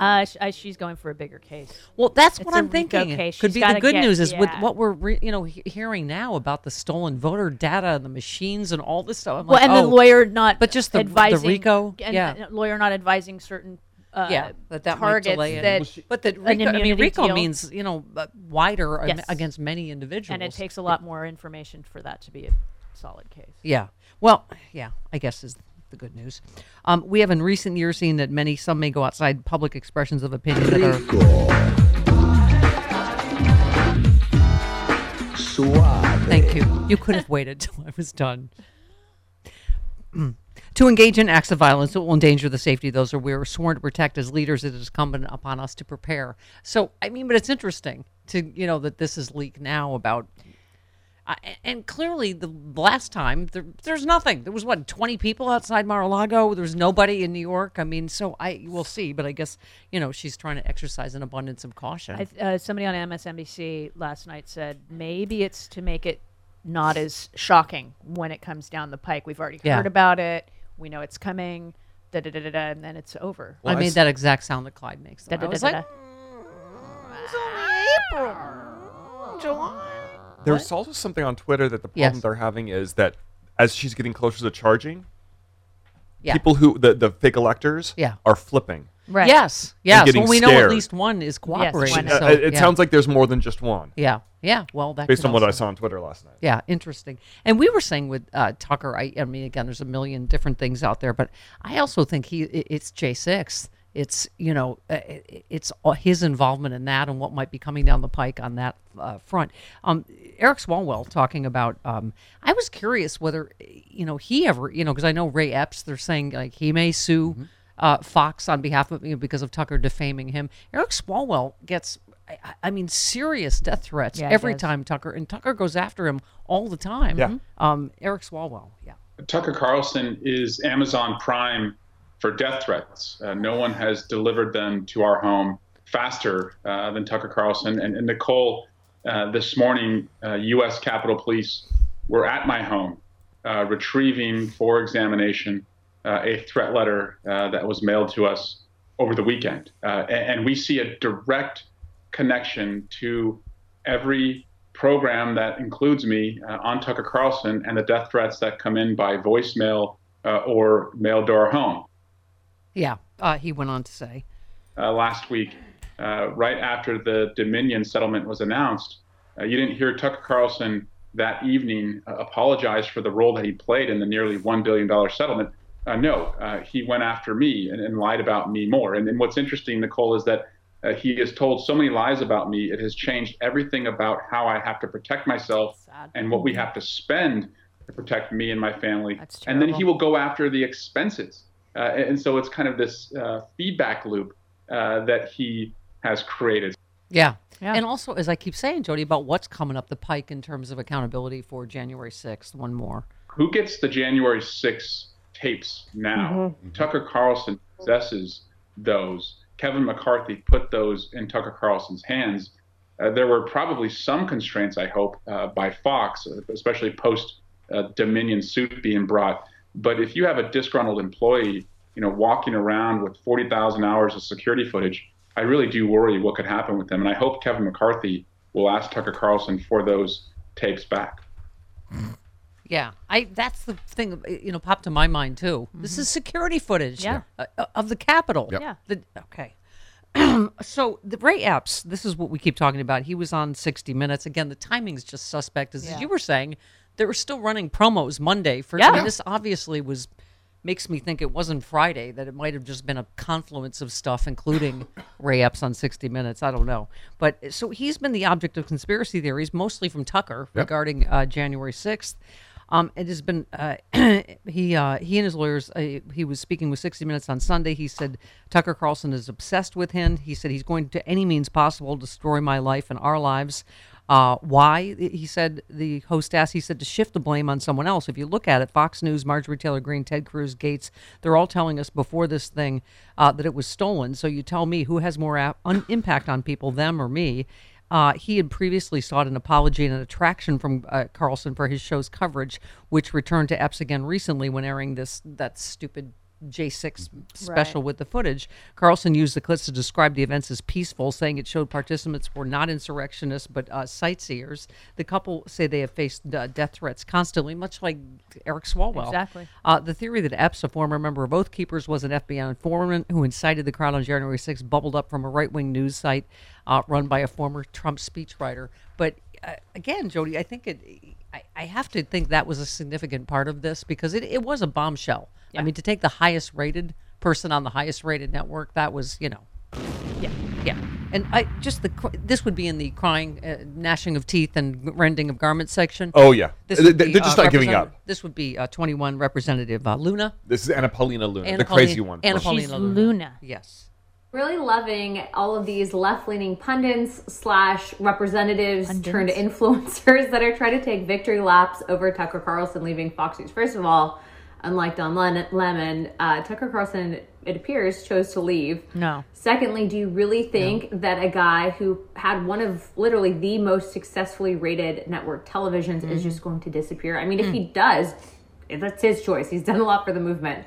Speaker 7: Uh, sh- uh, she's going for a bigger case.
Speaker 4: Well, that's what
Speaker 7: It's a
Speaker 4: I'm
Speaker 7: RICO
Speaker 4: thinking.
Speaker 7: case.
Speaker 4: Could
Speaker 7: She's
Speaker 4: be the
Speaker 7: gotta
Speaker 4: good
Speaker 7: get-
Speaker 4: news is with
Speaker 7: yeah.
Speaker 4: what we're re- you know he- hearing now about the stolen voter data and the machines and all this stuff. I'm
Speaker 7: well,
Speaker 4: like,
Speaker 7: and
Speaker 4: oh,
Speaker 7: the lawyer not,
Speaker 4: but just the,
Speaker 7: advising
Speaker 4: the RICO,
Speaker 7: and
Speaker 4: yeah,
Speaker 7: and lawyer not advising certain uh,
Speaker 4: yeah, that that might
Speaker 7: targets
Speaker 4: delay it.
Speaker 7: that.
Speaker 4: but that
Speaker 7: an
Speaker 4: RICO, I mean,
Speaker 7: immunity
Speaker 4: RICO
Speaker 7: deal-
Speaker 4: means you know uh, wider am-
Speaker 7: Yes.
Speaker 4: against many individuals,
Speaker 7: and it takes a lot more information for that to be a solid case.
Speaker 4: Yeah. Well, yeah, I guess is the good news. Um, we have in recent years seen that many, some may go outside public expressions of opinion that are. Thank you. You could have waited till I was done. To engage in acts of violence that will endanger the safety of those who we are sworn to protect as leaders, it is incumbent upon us to prepare. So, I mean, but it's interesting to, you know, that this is leaked now about. Uh, a- and clearly, the last time there, there's nothing. There was what 20 people outside Mar-a-Lago. There was nobody in New York. I mean, so I we'll see. But I guess you know she's trying to exercise an abundance of caution.
Speaker 7: I, th- uh, somebody on MSNBC last night said maybe it's to make it not as shocking when it comes down the pike. We've already
Speaker 4: Yeah.
Speaker 7: heard about it. We know it's coming. Da da da da da, and then it's over.
Speaker 4: I made that exact sound that Clyde makes. though.
Speaker 7: Da, da,
Speaker 4: I was
Speaker 7: da,
Speaker 4: like,
Speaker 7: da,
Speaker 9: There's also something on Twitter that the problem
Speaker 4: Yes.
Speaker 9: they're having is that as she's getting closer to charging,
Speaker 4: Yeah.
Speaker 9: people who the, the fake electors
Speaker 4: Yeah.
Speaker 9: are flipping.
Speaker 4: Right. Yes.
Speaker 9: And
Speaker 4: Yes.
Speaker 9: getting
Speaker 4: Well, we know at
Speaker 9: scared.
Speaker 4: least one is cooperating.
Speaker 9: Uh,
Speaker 4: so,
Speaker 9: it it
Speaker 4: yeah.
Speaker 9: sounds like there's more than just one.
Speaker 4: Yeah. Yeah. Well, that
Speaker 9: based
Speaker 4: could
Speaker 9: on what I
Speaker 4: also-
Speaker 9: saw on Twitter last night.
Speaker 4: Yeah, interesting. And we were saying with uh, Tucker, I, I mean, again, there's a million different things out there, but I also think he i- it's J six. It's you know, uh, i- i- it's all- his involvement in that and what might be coming down the pike on that uh, front. Um, Eric Swalwell talking about. Um, I was curious whether you know he ever you know because I know Ray Epps. They're saying like he may sue. Uh, Fox on behalf of you know, because of Tucker defaming him. Eric Swalwell gets, I, I- I mean, serious death threats
Speaker 12: Yeah, he
Speaker 4: every
Speaker 12: does.
Speaker 4: time Tucker and Tucker goes after him all the time.
Speaker 12: Yeah.
Speaker 4: Um, Eric Swalwell. Yeah.
Speaker 12: Tucker Carlson is Amazon Prime for death threats. Uh, no one has delivered them to our home faster uh, than Tucker Carlson. And, and Nicole, uh, this morning, uh, U.S. Capitol Police were at my home uh, retrieving for examination uh, a threat letter uh, that was mailed to us over the weekend. Uh, a- and we see a direct connection to every program that includes me uh, on Tucker Carlson and the death threats that come in by voicemail uh, or mail to our home.
Speaker 4: Yeah. Uh, he went on to say.
Speaker 12: Uh, last week, uh, right after the Dominion settlement was announced, uh, you didn't hear Tucker Carlson that evening uh, apologize for the role that he played in the nearly $1 billion settlement. Uh, no, uh, he went after me and, and lied about me more. And, and what's interesting, Nicole, is that uh, he has told so many lies about me. It has changed everything about how I have to protect myself and what we have to spend to protect me and my family. and then he will go after the expenses. Uh, and, and so it's kind of this uh, feedback loop uh, that he has created.
Speaker 4: Yeah. And also, as I keep saying, Jody, about what's coming up the pike in terms of accountability for January 6th, one more.
Speaker 12: who gets the January 6 tapes now? Tucker Carlson possesses those. Kevin McCarthy put those in Tucker Carlson's hands. Uh, there were probably some constraints, I hope, uh, by Fox, especially post uh, Dominion suit being brought. But if you have a disgruntled employee, you know, walking around with 40,000 hours of security footage, I really do worry what could happen with them. And I hope Kevin McCarthy will ask Tucker Carlson for those tapes back.
Speaker 4: Yeah, I that's the thing uh, you know popped to my mind too. This is security footage
Speaker 7: Yeah.
Speaker 4: uh, uh, of the Capitol.
Speaker 7: Yep. Yeah.
Speaker 4: The- okay. so the Ray Epps, this is what we keep talking about. He was on 60 Minutes again. The timing's just suspect, as
Speaker 7: Yeah.
Speaker 4: you were saying. They were still running promos Monday for I mean,
Speaker 7: Yeah.
Speaker 4: this. Obviously, was makes me think it wasn't Friday that it might have just been a confluence of stuff, including Ray Epps on 60 Minutes. I don't know, but so he's been the object of conspiracy theories, mostly from Tucker regarding uh, January 6th. Um, it has been uh, he uh, he and his lawyers. Uh, he was speaking with 60 Minutes on Sunday. He said Tucker Carlson is obsessed with him. He said he's going to any means possible destroy my life and our lives. Uh, why? He said the host asked. He said to shift the blame on someone else. If you look at it, Fox News, Marjorie Taylor Greene, Ted Cruz, Gates, they're all telling us before this thing uh, that it was stolen. So you tell me who has more ap- un- impact on people, them or me? Uh, he had previously sought an apology and an attraction from uh, Carlson for his show's coverage, which returned to Epps again recently when airing this that stupid J6 special with the footage. Carlson used the clips to describe the events as peaceful, saying it showed participants were not insurrectionists but uh, sightseers. The couple say they have faced uh, death threats constantly, much like Eric Swalwell.
Speaker 7: Exactly.
Speaker 4: Uh, the theory that Epps, a former member of Oath Keepers, was an FBI informant who incited the crowd on January 6th bubbled up from a right wing news site uh, run by a former Trump speechwriter. But uh, again, Jody, I think it. I, I have to think that was a significant part of this because it, it was a bombshell. I mean, to take the highest rated person on the highest rated network, that was, you know, yeah, yeah. And I just the cr- this would be in the crying, uh, gnashing of teeth, and rending of garments section.
Speaker 9: Oh, yeah.
Speaker 4: this
Speaker 9: They-
Speaker 4: would
Speaker 9: they're
Speaker 4: be,
Speaker 9: just
Speaker 4: uh,
Speaker 9: not giving
Speaker 4: representative-
Speaker 9: up.
Speaker 4: This would be uh, twenty one representative uh, Luna.
Speaker 9: This is Anna Paulina Luna,
Speaker 4: Anna
Speaker 9: the
Speaker 4: Paulina-
Speaker 9: crazy one.
Speaker 4: Anna
Speaker 9: She's
Speaker 4: Paulina
Speaker 7: Luna.
Speaker 4: Yes.
Speaker 13: really loving all of these left-leaning pundits slash representatives
Speaker 16: Pundits?
Speaker 13: turned influencers that are trying to take victory laps over Tucker Carlson leaving Fox News. First of all, unlike Don Len- Lemon, uh, Tucker Carlson, it appears, chose to leave.
Speaker 7: No.
Speaker 13: Secondly, do you really think that a guy who had one of literally the most successfully rated network televisions is
Speaker 16: Mhm.
Speaker 13: just going to disappear? I mean, if he
Speaker 16: Mm.
Speaker 13: does, that's his choice. He's done a lot for the movement.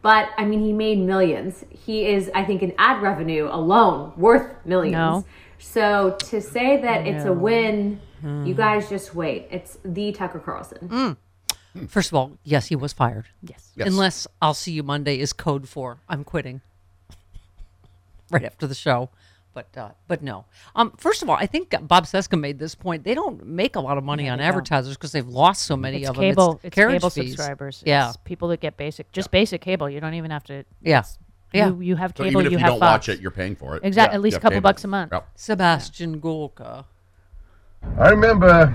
Speaker 13: But I mean, he made millions. He is, I think, in ad revenue alone worth millions.
Speaker 7: No.
Speaker 13: So to say that it's
Speaker 7: No.
Speaker 13: a win, you
Speaker 7: Mm.
Speaker 13: guys just wait. It's the Tucker Carlson.
Speaker 9: Hmm.
Speaker 4: First of all, yes, he was fired.
Speaker 7: Yes.
Speaker 13: Yes.
Speaker 4: Unless I'll see you Monday is code for I'm quitting. right after the show. But uh, but no. Um, first of all, I think Bob Seska made this point. They don't make a lot of money on
Speaker 7: they don't.
Speaker 4: advertisers because they've lost so many
Speaker 7: it's
Speaker 4: of
Speaker 7: cable,
Speaker 4: them.
Speaker 7: it's
Speaker 4: carriage
Speaker 7: cable
Speaker 4: fees.
Speaker 7: subscribers.
Speaker 4: Yeah.
Speaker 7: It's people that get basic, just basic cable. You don't even have to.
Speaker 4: Yeah.
Speaker 7: it's-
Speaker 4: Yeah.
Speaker 7: You, you have
Speaker 8: So
Speaker 7: cable.
Speaker 8: even if you
Speaker 7: have
Speaker 8: don't watch
Speaker 7: Fox.
Speaker 8: it, you're paying for it.
Speaker 7: Exactly.
Speaker 8: Yeah,
Speaker 7: At least
Speaker 8: you
Speaker 7: a
Speaker 8: have
Speaker 7: couple
Speaker 8: cable.
Speaker 7: bucks a month.
Speaker 8: Yep.
Speaker 4: Sebastian Gorka.
Speaker 18: I remember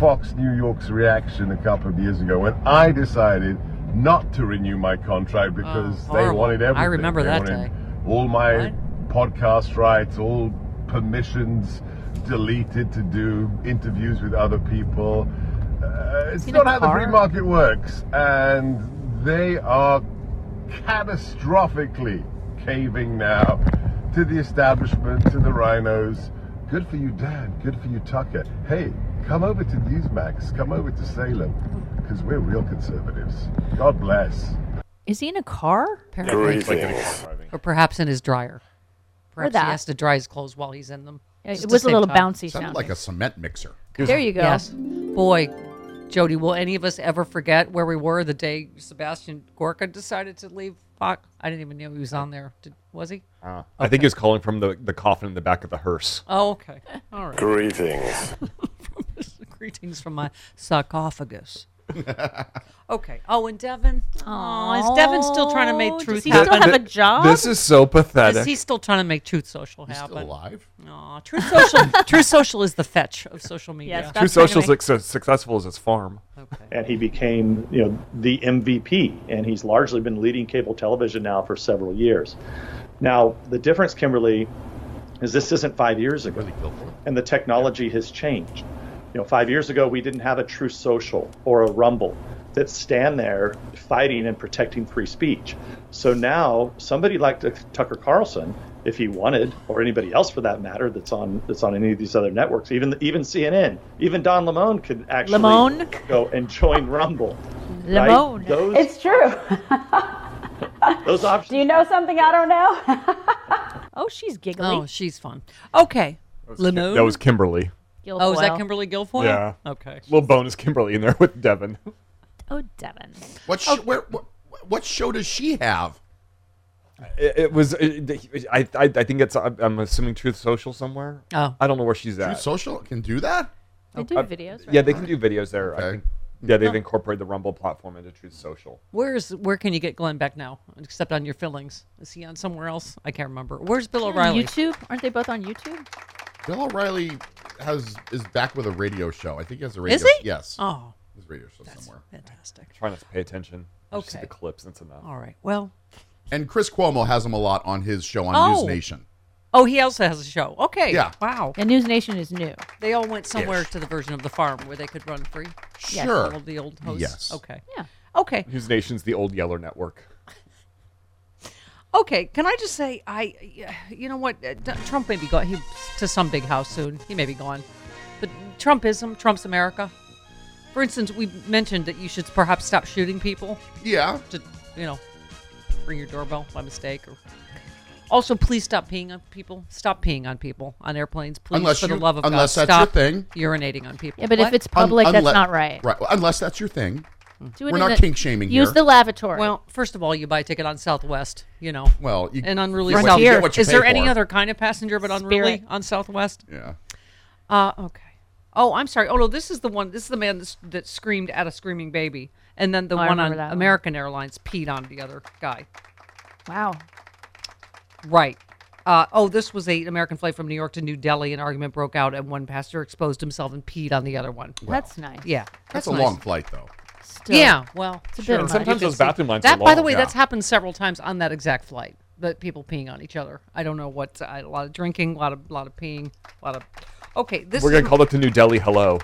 Speaker 18: Fox New York's reaction a couple of years ago when I decided not to renew my contract because they
Speaker 4: Oh, horrible.
Speaker 18: wanted
Speaker 4: I
Speaker 18: everything.
Speaker 4: remember
Speaker 18: They
Speaker 4: that
Speaker 18: wanted
Speaker 4: day.
Speaker 18: All my podcast rights, all permissions deleted to do interviews with other people. Uh, it's
Speaker 24: Seen
Speaker 18: not
Speaker 24: a
Speaker 18: how the free
Speaker 24: car?
Speaker 18: market works, and they are catastrophically caving now to the establishment, to the rhinos. Good for you, Dan. Good for you, Tucker. Hey, come over to Newsmax. Come over to Salem, because we're real conservatives. God bless.
Speaker 7: Is he in a car?
Speaker 4: Or perhaps in his dryer. Perhaps he
Speaker 7: that.
Speaker 4: has to dry his clothes while he's in them.
Speaker 7: Yeah,
Speaker 4: Just
Speaker 7: it
Speaker 4: to
Speaker 7: was a
Speaker 4: save
Speaker 7: little
Speaker 4: time.
Speaker 7: bouncy
Speaker 8: Sounded like a cement mixer.
Speaker 7: There you go.
Speaker 4: Yes. Boy, Jody, will any of us ever forget where we were the day Sebastian Gorka decided to leave Fox? I didn't even know he was on there. Did, was he?
Speaker 9: Uh, I think he was calling from the, the coffin in the back of the hearse.
Speaker 4: Oh, okay. All right.
Speaker 9: Greetings.
Speaker 4: Greetings from my sarcophagus. okay. Oh, and Devin. Oh, is Devin still trying to make
Speaker 7: Oh,
Speaker 4: truth
Speaker 7: does he still
Speaker 4: happen?
Speaker 7: have a Th- job?
Speaker 9: this is so pathetic.
Speaker 4: Is he still trying to make Truth Social
Speaker 9: He's
Speaker 4: happen?
Speaker 9: still alive?
Speaker 4: No, Truth Social. Truth Social is the fetch of social media.
Speaker 7: Yes,
Speaker 9: True Social's like, so successful as his farm.
Speaker 25: and he became you know the MVP and he's largely been leading cable television now for several years. Now the difference, Kimberly, is this isn't five years ago, and the technology has changed. You know, five years ago we didn't have a True Social or a Rumble that stand there fighting and protecting free speech. So now somebody like Tuck- Tucker Carlson, if he wanted, or anybody else for that matter, that's on that's on any of these other networks, even even CNN, even Don Lemon could actually
Speaker 7: Lemon?
Speaker 25: go and join Rumble. right?
Speaker 26: Lemon.
Speaker 25: Those
Speaker 26: It's true.
Speaker 25: those options.
Speaker 26: Do you know something I don't know?
Speaker 7: oh, she's giggly.
Speaker 4: Oh, she's fun. Okay. Limone.
Speaker 9: That was Kimberly.
Speaker 4: Oh, is that
Speaker 7: Guilfoyle.
Speaker 4: Kimberly Guilfoyle?
Speaker 9: Yeah.
Speaker 4: Okay.
Speaker 9: Little bonus Kimberly in there with Devin.
Speaker 7: Oh, Devin. Oh.
Speaker 8: What, sh- where, what, what show does she have?
Speaker 9: It, it was. It, it- I, I. I think it's. I'm I'm assuming Truth Social somewhere.
Speaker 4: Oh.
Speaker 9: I don't know where she's at.
Speaker 8: Truth Social can do that?
Speaker 7: They do
Speaker 9: Uh,
Speaker 7: videos,
Speaker 9: Yeah,
Speaker 7: right? Oh.
Speaker 9: they can do videos there. I think. Yeah, they've incorporated the Rumble platform into Truth Social.
Speaker 4: Where's where can you get Glenn Beck now? Except on your fillings. Is he on somewhere else? I can't remember. Where's Bill
Speaker 7: On
Speaker 4: O'Reilly?
Speaker 7: YouTube? Aren't they both on YouTube?
Speaker 8: Bill O'Reilly has is back with a radio show. I think he has a radio.
Speaker 7: Is he?
Speaker 8: Yes.
Speaker 4: Oh.
Speaker 8: His radio show somewhere.
Speaker 4: Fantastic.
Speaker 9: Trying not to pay attention. I just see
Speaker 4: Okay.
Speaker 9: the clips. That's enough.
Speaker 4: All right. Well.
Speaker 8: And Chris Cuomo has him a lot on his show on
Speaker 4: Oh.
Speaker 8: News Nation.
Speaker 4: Oh, he also has a show. Okay.
Speaker 8: Yeah.
Speaker 4: Wow.
Speaker 7: And News Nation is new.
Speaker 4: They all went somewhere to the version of the farm where they could run free.
Speaker 7: Yes.
Speaker 8: Sure.
Speaker 4: All of the old hosts.
Speaker 9: Yes.
Speaker 4: Okay. Yeah. Okay.
Speaker 9: News Nation's the old Yeller network.
Speaker 4: Okay, can I just say I, you know what, uh, D- Trump may be gone. He to some big house soon. He may be gone, but Trumpism, Trump's America. For instance, we mentioned that you should perhaps stop shooting people.
Speaker 8: Yeah.
Speaker 4: To you know, ring your doorbell by mistake. Or also, please stop peeing on people. Stop peeing on people on airplanes, please.
Speaker 8: Unless
Speaker 4: for the
Speaker 8: you-
Speaker 4: love of
Speaker 8: unless
Speaker 4: God,
Speaker 8: that's your
Speaker 4: stop
Speaker 8: thing.
Speaker 4: urinating on people.
Speaker 7: Yeah, but if
Speaker 4: What?
Speaker 7: it's public, that's
Speaker 8: unle-
Speaker 7: not right.
Speaker 8: Right. Well, Unless that's your thing.
Speaker 7: Do it
Speaker 8: We're
Speaker 7: in
Speaker 8: not
Speaker 7: the-
Speaker 8: kink shaming
Speaker 7: Use
Speaker 8: here.
Speaker 7: the lavatory.
Speaker 4: Well, first of all, you buy a ticket on Southwest, you know.
Speaker 8: Well, you-
Speaker 4: and
Speaker 8: you
Speaker 4: unruly
Speaker 8: get what you-
Speaker 4: Southwest.
Speaker 8: get what you
Speaker 4: Is there
Speaker 8: pay
Speaker 4: any
Speaker 8: for.
Speaker 4: other kind of passenger but unruly
Speaker 7: Spirit.
Speaker 4: on Southwest?
Speaker 8: Yeah.
Speaker 4: Uh, okay. Oh, I'm sorry. Oh no, this is the one. This is the man that's, that screamed at a screaming baby, and then the
Speaker 7: Oh, I
Speaker 4: one on
Speaker 7: remember that one.
Speaker 4: American Airlines peed on the other guy.
Speaker 7: Wow.
Speaker 4: Right. Uh, oh, this was a American flight from New York to New Delhi. An argument broke out, and one passenger exposed himself and peed on the other one.
Speaker 7: That's nice.
Speaker 4: Yeah,
Speaker 8: That's,
Speaker 4: that's
Speaker 8: a
Speaker 4: nice.
Speaker 8: long flight, though.
Speaker 7: Still.
Speaker 4: Yeah, well,
Speaker 7: It's a bit
Speaker 4: sure.
Speaker 7: much.
Speaker 9: sometimes
Speaker 4: You
Speaker 9: those
Speaker 4: can see-
Speaker 9: bathroom lines
Speaker 4: That,
Speaker 9: are
Speaker 4: by the
Speaker 9: long,
Speaker 4: way,
Speaker 9: yeah.
Speaker 4: that's happened several times on that exact flight. but people peeing on each other. I don't know what I, a lot of drinking, a lot of lot of peeing, a lot of. Okay, this
Speaker 9: We're gonna
Speaker 4: is-
Speaker 9: call up to New Delhi. Hello.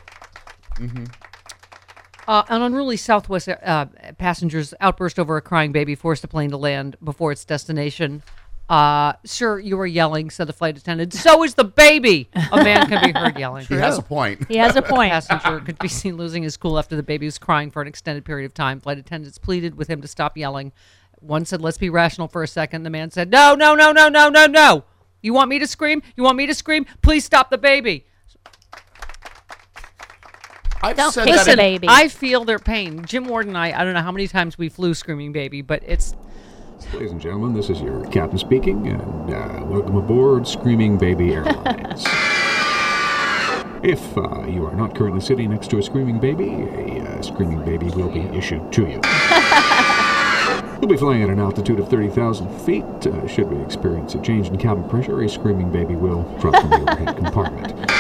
Speaker 4: Mm-hmm. Uh, an unruly Southwest uh, passenger's outburst over a crying baby forced the plane to land before its destination. Uh, sir, you were yelling, said the flight attendant. So is the baby. A man can be heard yelling.
Speaker 8: He has a point.
Speaker 7: He has a point.
Speaker 4: Passenger could be seen losing his cool after the baby was crying for an extended period of time. Flight attendants pleaded with him to stop yelling. One said, "Let's be rational for a second. The man said, "No, no, no, no, no, no, no. You want me to scream? You want me to scream? Please stop the baby."
Speaker 8: I've
Speaker 7: Don't
Speaker 8: said
Speaker 7: kiss
Speaker 8: that
Speaker 7: a
Speaker 8: in-
Speaker 7: baby.
Speaker 4: I feel their pain. Jim Ward and I, I don't know how many times we flew Screaming Baby, but it's
Speaker 1: Ladies and gentlemen, this is your captain speaking, and uh, welcome aboard Screaming Baby Airlines. if uh, you are not currently sitting next to a screaming baby, a uh, screaming baby will be issued to you. We'll be flying at an altitude of 30,000 feet. Uh, should we experience a change in cabin pressure, a screaming baby will drop from the overhead compartment.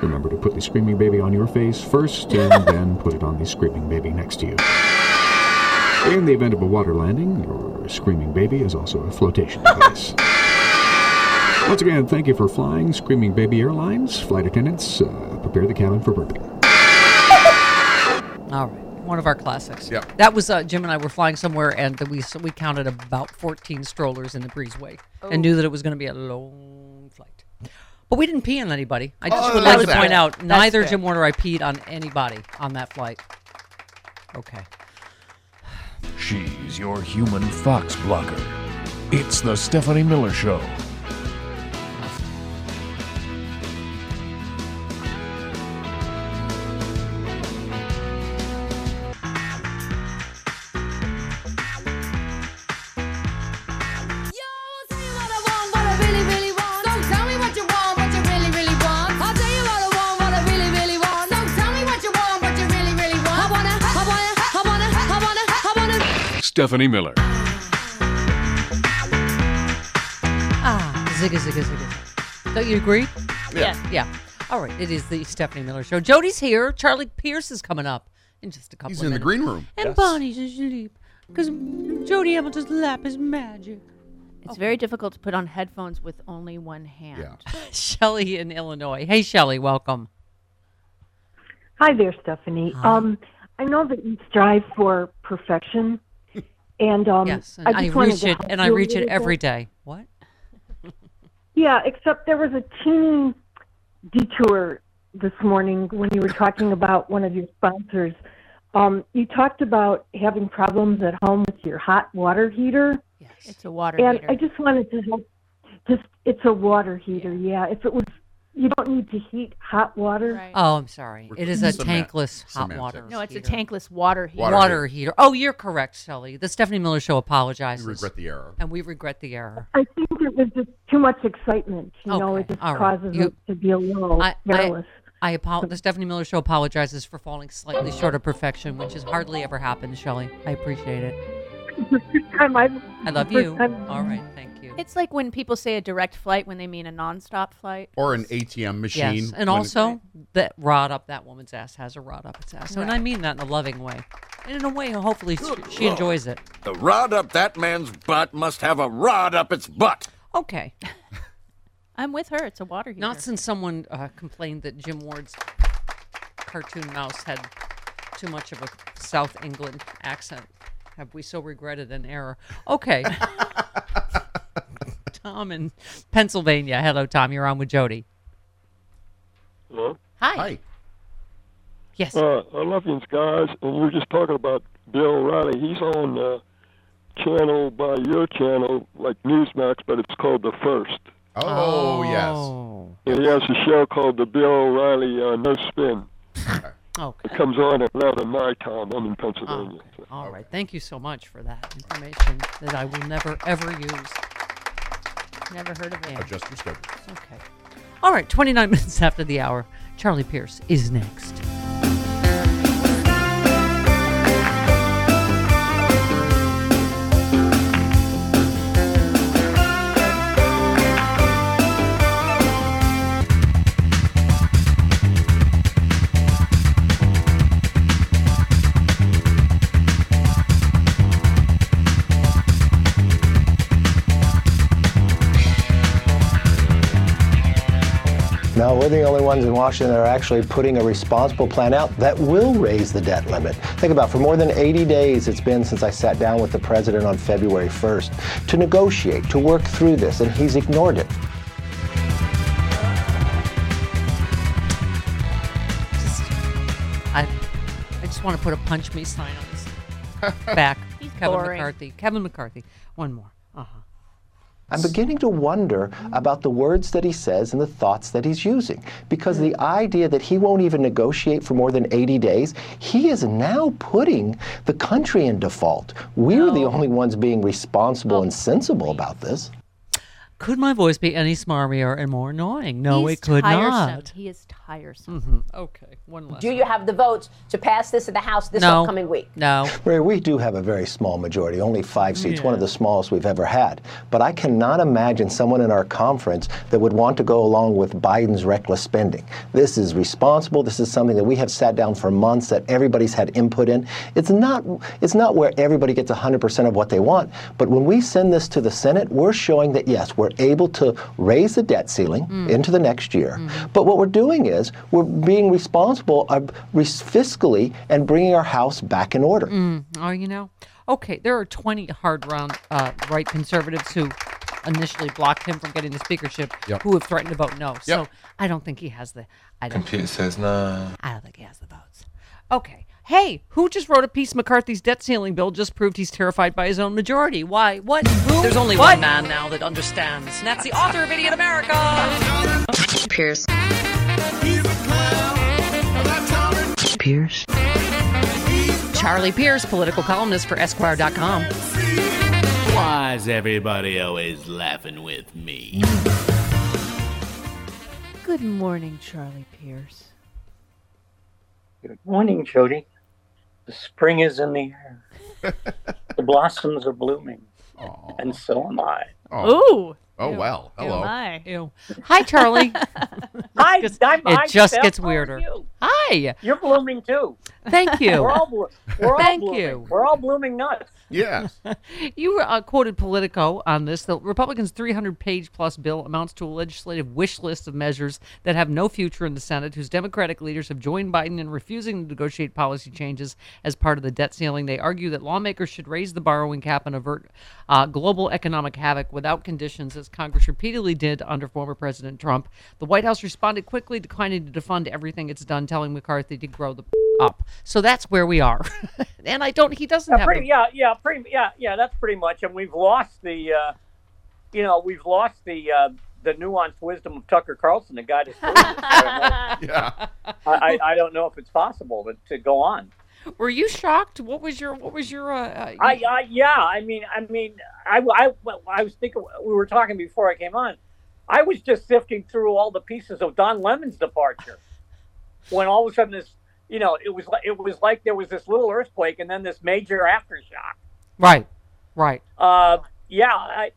Speaker 1: Remember to put the screaming baby on your face first, and then put it on the screaming baby next to you. In the event of a water landing, your screaming baby is also a flotation device. Once again, thank you for flying Screaming Baby Airlines. Flight attendants, uh, prepare the cabin for burping.
Speaker 4: all right. One of our classics.
Speaker 8: Yeah.
Speaker 4: That was uh, Jim and I were flying somewhere, and we we counted about 14 strollers in the breezeway,
Speaker 7: Oh.
Speaker 4: and knew that it was going to be a long flight. But we didn't pee on anybody. I just
Speaker 7: Oh,
Speaker 4: would
Speaker 7: that
Speaker 4: like
Speaker 7: was
Speaker 4: to point
Speaker 7: good.
Speaker 4: out
Speaker 7: That's
Speaker 4: neither
Speaker 7: good.
Speaker 4: Jim Warner or I peed on anybody on that flight. Okay.
Speaker 1: She's your human fox blocker. It's the Stephanie Miller Show. Stephanie Miller.
Speaker 4: Ah, zigga, zigga, zigga. Don't you agree?
Speaker 7: Yeah.
Speaker 4: Yeah. All right. It is the Stephanie Miller Show. Jody's here. Charlie Pierce is coming up in just a couple
Speaker 8: He's
Speaker 4: of
Speaker 8: in the
Speaker 4: minutes.
Speaker 8: green room.
Speaker 4: And
Speaker 8: Yes.
Speaker 4: Bonnie's asleep because Jody Hamilton's lap is magic.
Speaker 7: It's very difficult to put on headphones with only one hand.
Speaker 4: Shelly in Illinois. Hey, Shelly, welcome.
Speaker 15: Hi there, Stephanie. Um, I know that you strive for perfection, and um,
Speaker 4: yes, and
Speaker 15: I, just
Speaker 4: I,
Speaker 15: wanted
Speaker 4: reach
Speaker 15: to
Speaker 4: it,
Speaker 15: help
Speaker 4: and I
Speaker 15: you a
Speaker 4: reach it
Speaker 15: little
Speaker 4: every
Speaker 15: bit.
Speaker 4: day. What?
Speaker 15: Yeah, except there was a teeny detour this morning when you were talking about one of your sponsors. Um, you talked about having problems at home with your hot water heater.
Speaker 7: It's a water
Speaker 15: and
Speaker 7: heater.
Speaker 15: I just wanted to help. Just it's a water heater, yeah. If it was, you don't need to heat hot water.
Speaker 4: Oh, I'm sorry. It is a
Speaker 15: Seman-
Speaker 4: tankless hot
Speaker 15: semantics.
Speaker 4: water.
Speaker 7: no, it's
Speaker 4: heater.
Speaker 7: a tankless water heater.
Speaker 4: Water, heater. Oh, you're correct, Shelly. The Stephanie Miller Show apologizes.
Speaker 8: We regret the error.
Speaker 4: And we regret the error.
Speaker 15: I think it was just too much excitement. You know, it just
Speaker 4: all right.
Speaker 15: causes
Speaker 4: You-
Speaker 15: us to be a little
Speaker 4: I, I,
Speaker 15: careless.
Speaker 4: I apologize. The Stephanie Miller Show apologizes for falling slightly short of perfection, which has hardly ever happened, Shelly. I appreciate it. I love
Speaker 15: first
Speaker 4: you.
Speaker 15: time-
Speaker 4: All right, thank you.
Speaker 7: It's like when people say a direct flight when they mean a nonstop flight.
Speaker 8: Or an ATM machine.
Speaker 4: Yes,
Speaker 8: when-
Speaker 4: and also that rod up that woman's ass has a rod up its ass, and I mean that in a loving way, and in a way hopefully she, she
Speaker 16: Lord.
Speaker 4: enjoys it.
Speaker 16: The rod up that man's butt must have a rod up its butt.
Speaker 4: Okay,
Speaker 7: I'm with her. It's a water heater.
Speaker 4: not since someone uh, complained that Jim Ward's cartoon mouse had too much of a South England accent. Have we so regretted an error? Okay. Tom in Pennsylvania. Hello, Tom. You're on with Jody.
Speaker 27: Hello?
Speaker 4: Hi. Yes.
Speaker 27: Uh, I love you guys, and you were just talking about Bill O'Reilly. He's on uh, channel by your channel, like Newsmax, but it's called The First.
Speaker 8: Oh,
Speaker 27: And he has a show called The Bill O'Reilly uh, No Spin.
Speaker 4: Okay.
Speaker 27: It comes on at 11 my time. I'm in Pennsylvania.
Speaker 4: Ah, All right. Thank you so much for that information that I will never, ever use. Never heard of it.
Speaker 8: I just discovered.
Speaker 4: Okay. All right. 29 minutes after the hour, Charlie Pierce is next.
Speaker 17: we're the only ones in Washington that are actually putting a responsible plan out that will raise the debt limit. Think about it, for more than 80 days it's been since I sat down with the president on February 1st to negotiate, to work through this, and he's ignored it.
Speaker 4: I, I just want to put a punch me sign on this back.
Speaker 7: He's
Speaker 4: Kevin
Speaker 7: boring.
Speaker 4: McCarthy. Kevin McCarthy. One more. Uh huh.
Speaker 17: I'm beginning to wonder about the words that he says and the thoughts that he's using. Because the idea that he won't even negotiate for more than 80 days, he is now putting the country in default. We're the only ones being responsible and sensible about this.
Speaker 4: Could my voice be any smarmier and more annoying? No,
Speaker 7: He's
Speaker 4: it could
Speaker 7: tiresome.
Speaker 4: not. Mm-hmm.
Speaker 7: He is tiresome.
Speaker 4: Okay, one last.
Speaker 26: Do you have the votes to pass this in the House this
Speaker 17: No.
Speaker 26: upcoming week?
Speaker 4: No.
Speaker 17: Ray, we do have a very small majority, only five seats, one of
Speaker 26: Yeah.
Speaker 17: the smallest we've ever had. But I cannot imagine someone in our conference that would want to go along with Biden's reckless spending. This is responsible. This is something that we have sat down for months that everybody's had input in. It's not, it's not where everybody gets 100% of what they want. But when we send this to the Senate, we're showing that, yes, we're able to raise the debt ceiling
Speaker 28: Mm.
Speaker 17: into the next year. But what we're doing is we're being responsible uh, res- fiscally and bringing our house back in order.
Speaker 4: Mm, oh, you know. Okay, there are 20 hard round uh, right conservatives who initially blocked him from getting the speakership
Speaker 6: Yep.
Speaker 4: who have threatened to vote no. So
Speaker 6: Yep.
Speaker 4: I don't think he has the. I don't.
Speaker 6: Computer says no.
Speaker 4: I don't think he has the votes. Okay. Hey, who just wrote a piece? McCarthy's debt ceiling bill just proved he's terrified by his own majority. Why? What? Who?
Speaker 3: There's only
Speaker 4: What?
Speaker 3: one man now that understands.
Speaker 4: And that's the author of Idiot America.
Speaker 3: Pierce. Pierce.
Speaker 4: Charlie Pierce, political columnist for Esquire.com.
Speaker 29: Why's everybody always laughing with me?
Speaker 7: Good morning, Charlie Pierce.
Speaker 30: Good morning, Jody. The spring is in the air. the blossoms are blooming. And so am I.
Speaker 4: Oh.
Speaker 7: Ooh. Ew. Ew, my.
Speaker 4: Ew. Hi, Charlie.
Speaker 30: Hi,
Speaker 4: It
Speaker 30: I'm
Speaker 4: it just
Speaker 30: Isabel.
Speaker 4: gets
Speaker 30: How are
Speaker 4: weirder.
Speaker 30: you?
Speaker 4: Hi.
Speaker 30: You're blooming too.
Speaker 4: Thank you.
Speaker 30: We're all, blo- we're all
Speaker 4: Thank
Speaker 30: blooming.
Speaker 4: you.
Speaker 30: We're all blooming nuts.
Speaker 12: Yes.
Speaker 4: You uh, quoted Politico on this. The Republicans' 300 page plus bill amounts to a legislative wish list of measures that have no future in the Senate, whose Democratic leaders have joined Biden in refusing to negotiate policy changes as part of the debt ceiling. They argue that lawmakers should raise the borrowing cap and avert uh, global economic havoc without conditions, as Congress repeatedly did under former President Trump. The White House responded quickly, declining to defund everything it's done, telling McCarthy to grow the up. So that's where we are. and I don't, he doesn't
Speaker 30: Yeah,
Speaker 4: have.
Speaker 30: pretty,
Speaker 4: the-
Speaker 30: yeah, yeah, pretty, yeah, yeah. That's pretty much. And we've lost the, uh, you know, we've lost the uh, the nuanced wisdom of Tucker Carlson, the guy that's. yeah. I, I, I don't know if it's possible to, to go on.
Speaker 4: Were you shocked? What was your what was your uh, uh,
Speaker 30: I, I yeah, I mean, I mean, I, I, I was thinking we were talking before I came on. I was just sifting through all the pieces of Don Lemon's departure, when all of a sudden this, you know, it was like it was like there was this little earthquake and then this major aftershock.
Speaker 4: Right, right.
Speaker 30: Uh, yeah, I,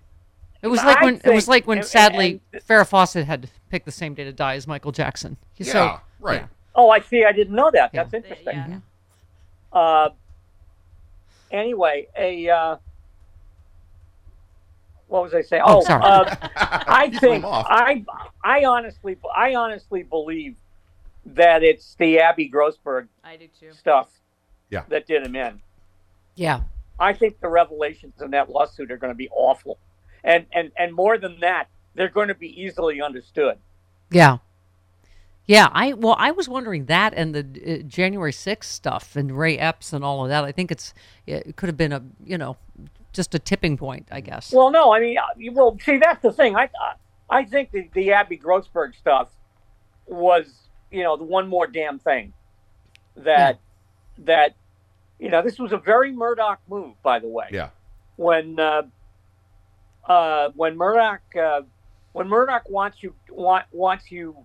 Speaker 4: It was like
Speaker 30: I
Speaker 4: when it was
Speaker 30: think-
Speaker 4: like when
Speaker 30: and- and-
Speaker 4: sadly
Speaker 30: and-
Speaker 4: Farrah Fawcett had to pick the same day to die as Michael Jackson. so, yeah.
Speaker 30: Oh, I see. I didn't know that. That's interesting. Uh, anyway, a uh, what was I saying?
Speaker 4: Oh,
Speaker 30: Oh,
Speaker 4: sorry.
Speaker 30: uh, I
Speaker 4: You threw
Speaker 30: think
Speaker 4: him off.
Speaker 30: I I honestly I honestly believe that it's the Abby Grossberg
Speaker 7: I do too.
Speaker 30: stuff
Speaker 12: Yeah.
Speaker 30: that did him in.
Speaker 4: Yeah.
Speaker 30: I think the revelations in that lawsuit are going to be awful, and and and more than that, they're going to be easily understood.
Speaker 4: Yeah. Yeah, I well, I was wondering that and the uh, January 6th stuff and Ray Epps and all of that. I think it's it could have been a you know just a tipping point, I guess.
Speaker 30: Well, no, I mean, uh, you- well, see, that's the thing. I I- I think the, the Abby Grossberg stuff was, you know, the one more damn thing that that you know this was a very Murdoch move, by the way.
Speaker 12: Yeah.
Speaker 30: When uh, uh, when Murdoch uh, when Murdoch wants you want wants you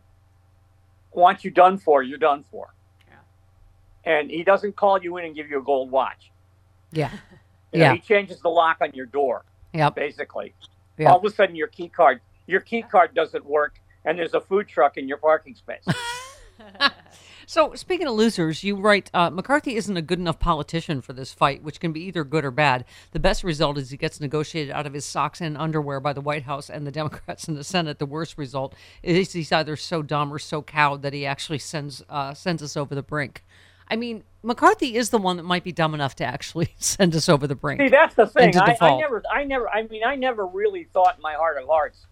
Speaker 30: wants you done for, you're done for. Yeah. And he doesn't call you in and give you a gold watch.
Speaker 4: Yeah.
Speaker 30: You know,
Speaker 4: Yeah.
Speaker 30: he changes the lock on your door.
Speaker 4: Yep.
Speaker 30: Basically.
Speaker 4: Yep.
Speaker 30: All of a sudden your key card your key card doesn't work and there's a food truck in your parking space.
Speaker 4: So, speaking of losers, you write uh, McCarthy isn't a good enough politician for this fight, which can be either good or bad. The best result is he gets negotiated out of his socks and underwear by the White House and the Democrats in the Senate. The worst result is he's either so dumb or so cowed that he actually sends uh, sends us over the brink. I mean, McCarthy is the one that might be dumb enough to actually send us over the brink.
Speaker 30: See, that's the thing.
Speaker 4: into
Speaker 30: I, I
Speaker 4: default.
Speaker 30: never, I never, I mean, I never really thought in my heart of hearts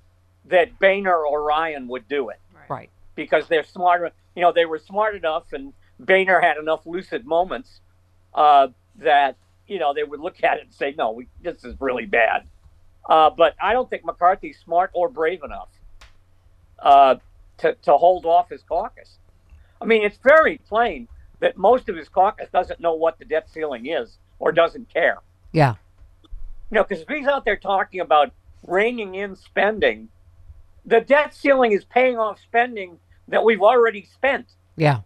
Speaker 30: that Boehner or Ryan would do it
Speaker 4: right.
Speaker 30: because they're smarter. You know, they were smart enough, and Boehner had enough lucid moments uh, that you know they would look at it and say, "No, we, this is really bad." Uh, but I don't think McCarthy's smart or brave enough uh, to to hold off his caucus. I mean, it's very plain that most of his caucus doesn't know what the debt ceiling is or doesn't care.
Speaker 4: Yeah.
Speaker 30: You know, because if he's out there talking about reining in spending, the debt ceiling is paying off spending that we've already spent.
Speaker 4: Yeah.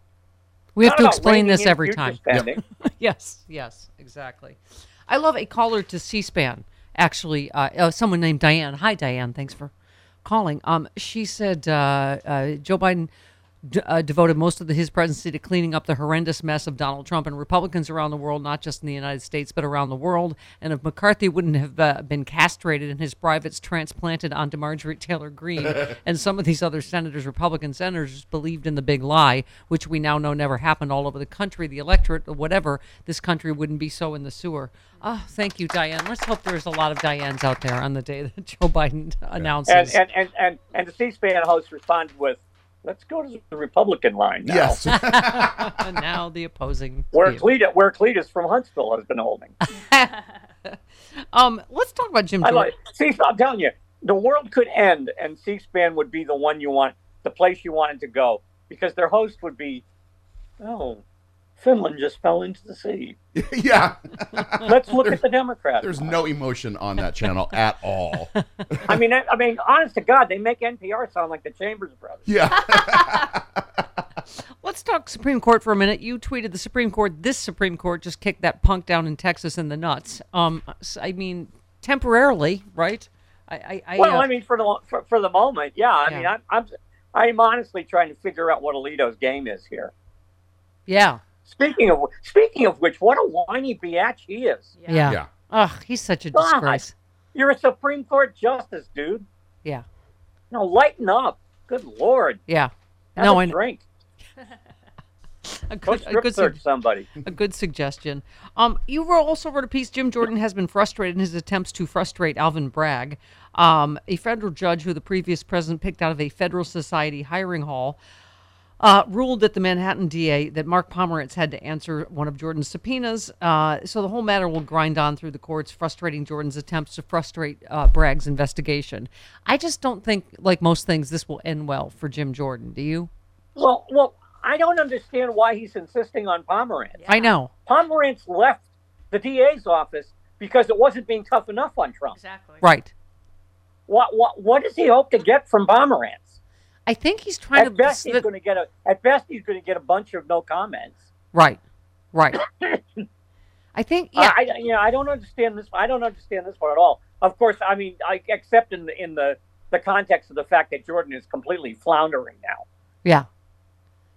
Speaker 4: We have
Speaker 30: Not
Speaker 4: to
Speaker 30: about
Speaker 4: explain
Speaker 30: reining
Speaker 4: this
Speaker 30: in
Speaker 4: every
Speaker 30: future
Speaker 4: time.
Speaker 30: spending.
Speaker 4: yes, yes, exactly. I love a caller to C-SPAN. Actually, uh, uh, someone named Diane. Hi, Diane. Thanks for calling. Um, she said uh, uh, Joe Biden d- uh, devoted most of the, his presidency to cleaning up the horrendous mess of Donald Trump and Republicans around the world, not just in the United States but around the world. And if McCarthy wouldn't have uh, been castrated and his privates transplanted onto Marjorie Taylor Greene, and some of these other senators, Republican senators, believed in the big lie, which we now know never happened all over the country, the electorate, or whatever, this country wouldn't be so in the sewer. Oh, thank you, Diane. Let's hope there's a lot of Dianes out there on the day that Joe Biden announces.
Speaker 30: And, and, and, and, and the C-SPAN host responded with, let's go to the Republican line now.
Speaker 4: Yes. now the opposing.
Speaker 30: Where
Speaker 4: view.
Speaker 30: Cletus, where Cletus from Huntsville has been holding.
Speaker 4: um, let's talk about Jim
Speaker 30: I
Speaker 4: Jordan.
Speaker 30: like, see, I'm telling you, the world could end, and C-SPAN would be the one you want, the place you wanted to go, because their host would be, oh, Finland just fell into the sea.
Speaker 8: yeah.
Speaker 4: Oh.
Speaker 30: Let's look at the Democrats.
Speaker 8: There's no emotion on that channel at all.
Speaker 30: I mean, I, I mean, honest to God, they make NPR sound like the Chambers Brothers.
Speaker 8: Yeah.
Speaker 4: Let's talk Supreme Court for a minute. You tweeted the Supreme Court. This Supreme Court just kicked that punk down in Texas in the nuts. Um, s- I mean, temporarily, right? I, I, I
Speaker 30: well,
Speaker 4: uh,
Speaker 30: I mean, for the for, for the moment, yeah. I
Speaker 4: Yeah.
Speaker 30: mean, I'm, I'm I'm honestly trying to figure out what Alito's game is here.
Speaker 4: yeah,
Speaker 30: Speaking of wh- speaking of which, what a whiny biatch he is.
Speaker 4: yeah, Ugh, he's such a
Speaker 30: God.
Speaker 4: disgrace.
Speaker 30: You're a Supreme Court justice, dude.
Speaker 4: Yeah,
Speaker 30: No, lighten up. Good lord.
Speaker 4: yeah.
Speaker 30: Have
Speaker 4: no,
Speaker 30: a
Speaker 4: I know.
Speaker 30: drink.
Speaker 4: a
Speaker 30: Go
Speaker 4: good, a
Speaker 30: strip
Speaker 4: good
Speaker 30: search
Speaker 4: sug-
Speaker 30: somebody.
Speaker 4: a good suggestion. Um, you wrote- also wrote a piece. Jim Jordan has been frustrated in his attempts to frustrate Alvin Bragg, um, a federal judge who the previous president picked out of a federal society hiring hall. Uh, ruled that the Manhattan DA that Mark Pomerantz had to answer one of Jordan's subpoenas. Uh, so the whole matter will grind on through the courts, frustrating Jordan's attempts to frustrate uh, Bragg's investigation. I just don't think, like most things, this will end well for Jim Jordan. Do you?
Speaker 30: Well, well, I don't understand why he's insisting on Pomerantz.
Speaker 4: I know.
Speaker 30: Pomerantz left the DA's office because it wasn't being tough enough on Trump. Exactly.
Speaker 4: Right.
Speaker 30: What what what does he hope to get from Pomerantz?
Speaker 4: I think he's trying
Speaker 30: at
Speaker 4: to.
Speaker 30: best he's going to get a at best he's going to get a bunch of no comments.
Speaker 4: Right. Right. I think yeah.
Speaker 30: I, I- you know I don't understand this. I don't understand this one at all. Of course, I mean, I except in the in the the context of the fact that Jordan is completely floundering now.
Speaker 4: Yeah.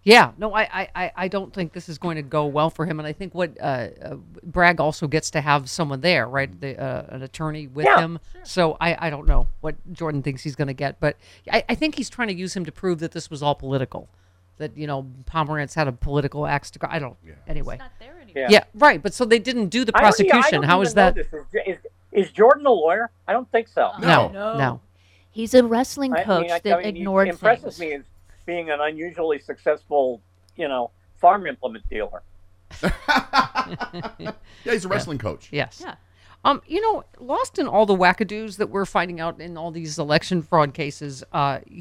Speaker 4: Yeah. No, I, I, I- I don't think this is going to go well for him. And I think what uh, uh, Bragg also gets to have someone there, right? The, uh, an attorney with
Speaker 30: Yeah.
Speaker 4: him. So I, I don't know what Jordan thinks he's going to get. But I, I think he's trying to use him to prove that this was all political. That, you know, Pomerantz had a political axe to. gr- I don't. Anyway.
Speaker 30: Yeah.
Speaker 4: Yeah, right. But so they didn't do the
Speaker 30: I don't e- I
Speaker 4: prosecution.
Speaker 30: don't
Speaker 4: How
Speaker 30: even
Speaker 4: is that?
Speaker 30: know this. Is, is, is Jordan a lawyer? I don't think so.
Speaker 4: No, No. no.
Speaker 7: He's a wrestling
Speaker 30: I mean,
Speaker 7: coach
Speaker 30: I- I
Speaker 7: that
Speaker 30: mean, he
Speaker 7: ignored
Speaker 30: impresses
Speaker 7: things.
Speaker 30: me as being an unusually successful, you know, farm implement dealer.
Speaker 8: Yeah, he's a wrestling coach.
Speaker 4: Yes. Um, you know, lost in all the wackadoos that we're finding out in all these election fraud cases, uh,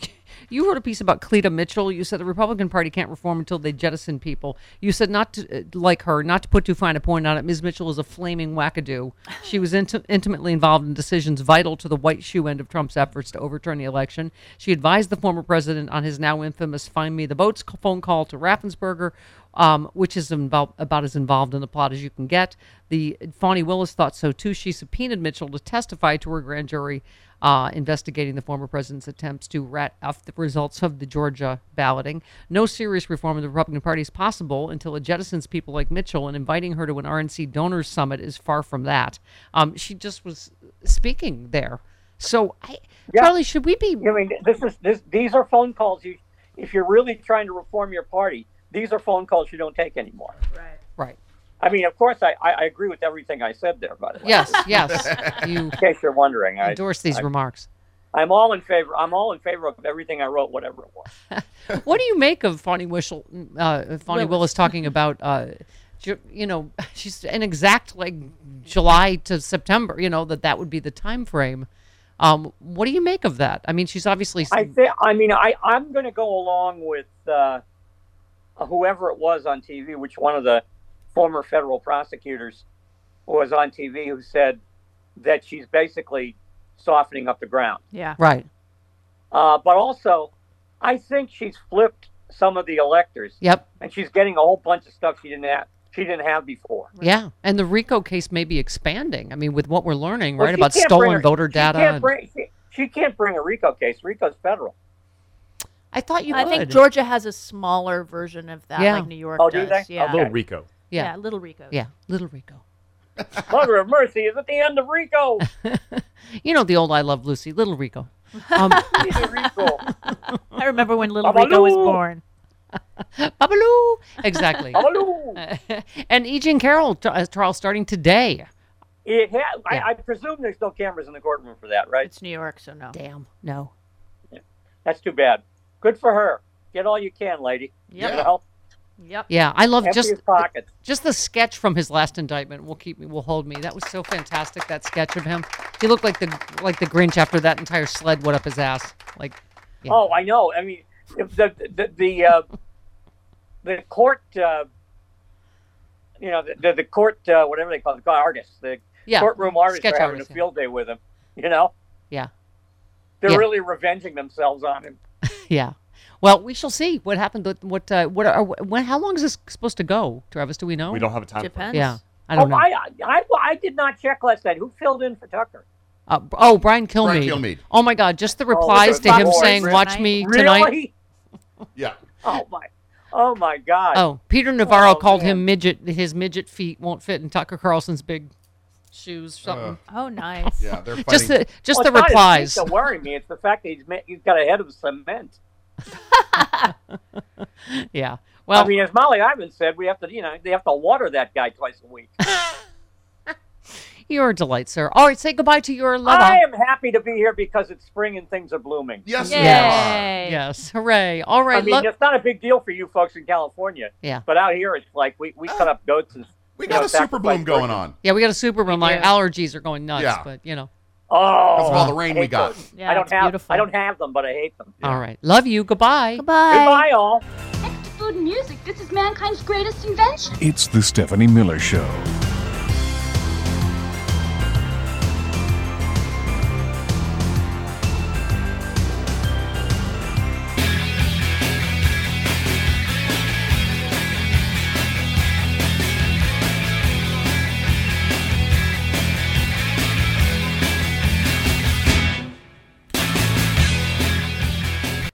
Speaker 4: you wrote a piece about Cleta Mitchell. You said the Republican Party can't reform until they jettison people. You said not to, uh, like her, not to put too fine a point on it. Ms. Mitchell is a flaming wackadoo. She was inti- intimately involved in decisions vital to the white shoe end of Trump's efforts to overturn the election. She advised the former president on his now infamous "Find Me the Votes" c- phone call to Raffensperger, um, which is involved, about as involved in the plot as you can get. The Fannie Willis thought so too. She subpoenaed Mitchell to testify to her grand jury uh, investigating the former president's attempts to rat off the results of the Georgia balloting. No serious reform of the Republican Party is possible until it jettisons people like Mitchell, and inviting her to an RNC donors summit is far from that. Um, she just was speaking there. So, I, Charlie, should we be?
Speaker 30: I mean, this is this. These are phone calls. You, if you're really trying to reform your party, these are phone calls you don't take anymore. Right.
Speaker 4: Right.
Speaker 30: I mean, of course, I, I, I agree with everything I said there. By the way.
Speaker 4: Yes, yes. You
Speaker 30: in case you're wondering, I
Speaker 4: endorse these
Speaker 30: I,
Speaker 4: remarks.
Speaker 30: I'm all in favor. I'm all in favor of everything I wrote, whatever it was.
Speaker 4: What do you make of Fonnie Wishel, uh, Fonnie Willis.
Speaker 30: Willis.
Speaker 4: talking about, uh, ju- you know, she's an exact like July to September. You know that that would be the time frame. Um, what do you make of that? I mean, she's obviously
Speaker 30: I think. I mean, I I'm going to go along with uh, whoever it was on TV, which one of the former federal prosecutors was on TV who said that she's basically softening up the ground.
Speaker 7: Yeah.
Speaker 4: right.
Speaker 30: Uh, but also, I think she's flipped some of the electors.
Speaker 4: Yep.
Speaker 30: And she's getting a whole bunch of stuff she didn't have. She didn't have before.
Speaker 4: Yeah, and the RICO case may be expanding. I mean, with what we're learning,
Speaker 30: Well,
Speaker 4: right,
Speaker 30: she
Speaker 4: about
Speaker 30: can't bring
Speaker 4: stolen
Speaker 30: her-
Speaker 4: voter
Speaker 30: she
Speaker 4: data.
Speaker 30: Can't
Speaker 4: and-
Speaker 30: bring, she, she can't bring a RICO case. RICO's federal.
Speaker 4: I thought you
Speaker 7: I think
Speaker 4: could.
Speaker 7: Georgia has a smaller version of that,
Speaker 4: Yeah.
Speaker 7: like New York
Speaker 30: Oh, do
Speaker 7: does.
Speaker 30: they? A
Speaker 7: Yeah.
Speaker 30: little
Speaker 14: Rico.
Speaker 4: Yeah.
Speaker 7: yeah, Little Rico.
Speaker 4: yeah, Little Rico.
Speaker 30: Mother of mercy is at the end of RICO.
Speaker 4: You know the old "I Love Lucy," Little Rico. Um,
Speaker 7: I remember when Little
Speaker 4: Babaloo.
Speaker 7: Rico was born.
Speaker 4: Babaloo. Exactly. and E. Jean Carroll t- uh, trial starting today.
Speaker 30: It ha- I, I presume there's no cameras in the courtroom for that, right? It's
Speaker 7: New York, so no.
Speaker 4: Damn. No.
Speaker 30: That's too bad. Good for her. Get all you can, lady.
Speaker 7: Yep.
Speaker 30: You know?
Speaker 7: Yep.
Speaker 4: Yeah, I love
Speaker 30: Empty
Speaker 4: just
Speaker 30: his pockets.
Speaker 4: just the sketch from his last indictment. Will keep me, will hold me. That was so fantastic. That sketch of him. He looked like the like the Grinch after that entire sled went up his ass. Like, yeah.
Speaker 30: Oh, I know. I mean, if the the the, uh, the court, uh, you know, the, the, the court, uh, whatever they call it, the artists, the
Speaker 4: Yeah,
Speaker 30: courtroom artists
Speaker 4: sketch
Speaker 30: are having
Speaker 4: artists,
Speaker 30: a field day with him. You know,
Speaker 4: yeah,
Speaker 30: they're
Speaker 4: Yeah.
Speaker 30: really revenging themselves on him.
Speaker 4: yeah. Well, we shall see what happened. What what uh, what are when? How long is this supposed to go, Travis? Do we know?
Speaker 14: We don't have a time frame. Depends.
Speaker 4: Yeah, I don't
Speaker 30: oh,
Speaker 4: know.
Speaker 30: I, I, I did not check last night. Who filled in for Tucker?
Speaker 4: Uh, oh,
Speaker 30: Brian
Speaker 4: Brian Kilmeade.
Speaker 30: Kilmeade.
Speaker 4: Oh my God! Just the
Speaker 30: Oh,
Speaker 4: replies to
Speaker 30: my
Speaker 4: him
Speaker 30: lord.
Speaker 4: saying, "Watch me tonight."
Speaker 30: Really?
Speaker 8: Yeah.
Speaker 30: Oh my. Oh my God.
Speaker 4: Oh, Peter Navarro
Speaker 30: Oh,
Speaker 4: called
Speaker 30: man.
Speaker 4: him midget. His midget feet won't fit in Tucker Carlson's big shoes. Something.
Speaker 7: Oh, nice.
Speaker 8: Uh. yeah, they're
Speaker 4: Just the just
Speaker 30: Well,
Speaker 4: the
Speaker 30: it's not his
Speaker 4: replies.
Speaker 30: feet that worry me. It's the fact that he's ma- he's got a head of cement.
Speaker 4: yeah. Well,
Speaker 30: I mean, as Molly Ivan said, we have to, you know, they have to water that guy twice a week.
Speaker 4: you're a delight, sir. All right, say goodbye to your lover.
Speaker 30: I am happy to be here because it's spring and things are blooming.
Speaker 8: Yes,
Speaker 4: Yes. Yes. Hooray. All right.
Speaker 30: I mean,
Speaker 4: look-
Speaker 30: it's not a big deal for you folks in California.
Speaker 4: Yeah.
Speaker 30: But out here, it's like we, we cut up goats and we
Speaker 8: got a super bloom going on.
Speaker 4: yeah, we got a super room. My
Speaker 30: do.
Speaker 4: allergies are going nuts,
Speaker 8: Yeah.
Speaker 4: but you know.
Speaker 30: Oh,
Speaker 8: Because of all the rain
Speaker 30: I hate
Speaker 8: we got.
Speaker 30: those.
Speaker 7: Yeah,
Speaker 30: I don't
Speaker 7: it's
Speaker 30: have
Speaker 7: beautiful.
Speaker 30: I don't have them, but I hate them.
Speaker 4: All right. Love you. Goodbye.
Speaker 30: Goodbye, all.
Speaker 2: Food and music, this is mankind's greatest invention.
Speaker 1: It's the Stephanie Miller Show.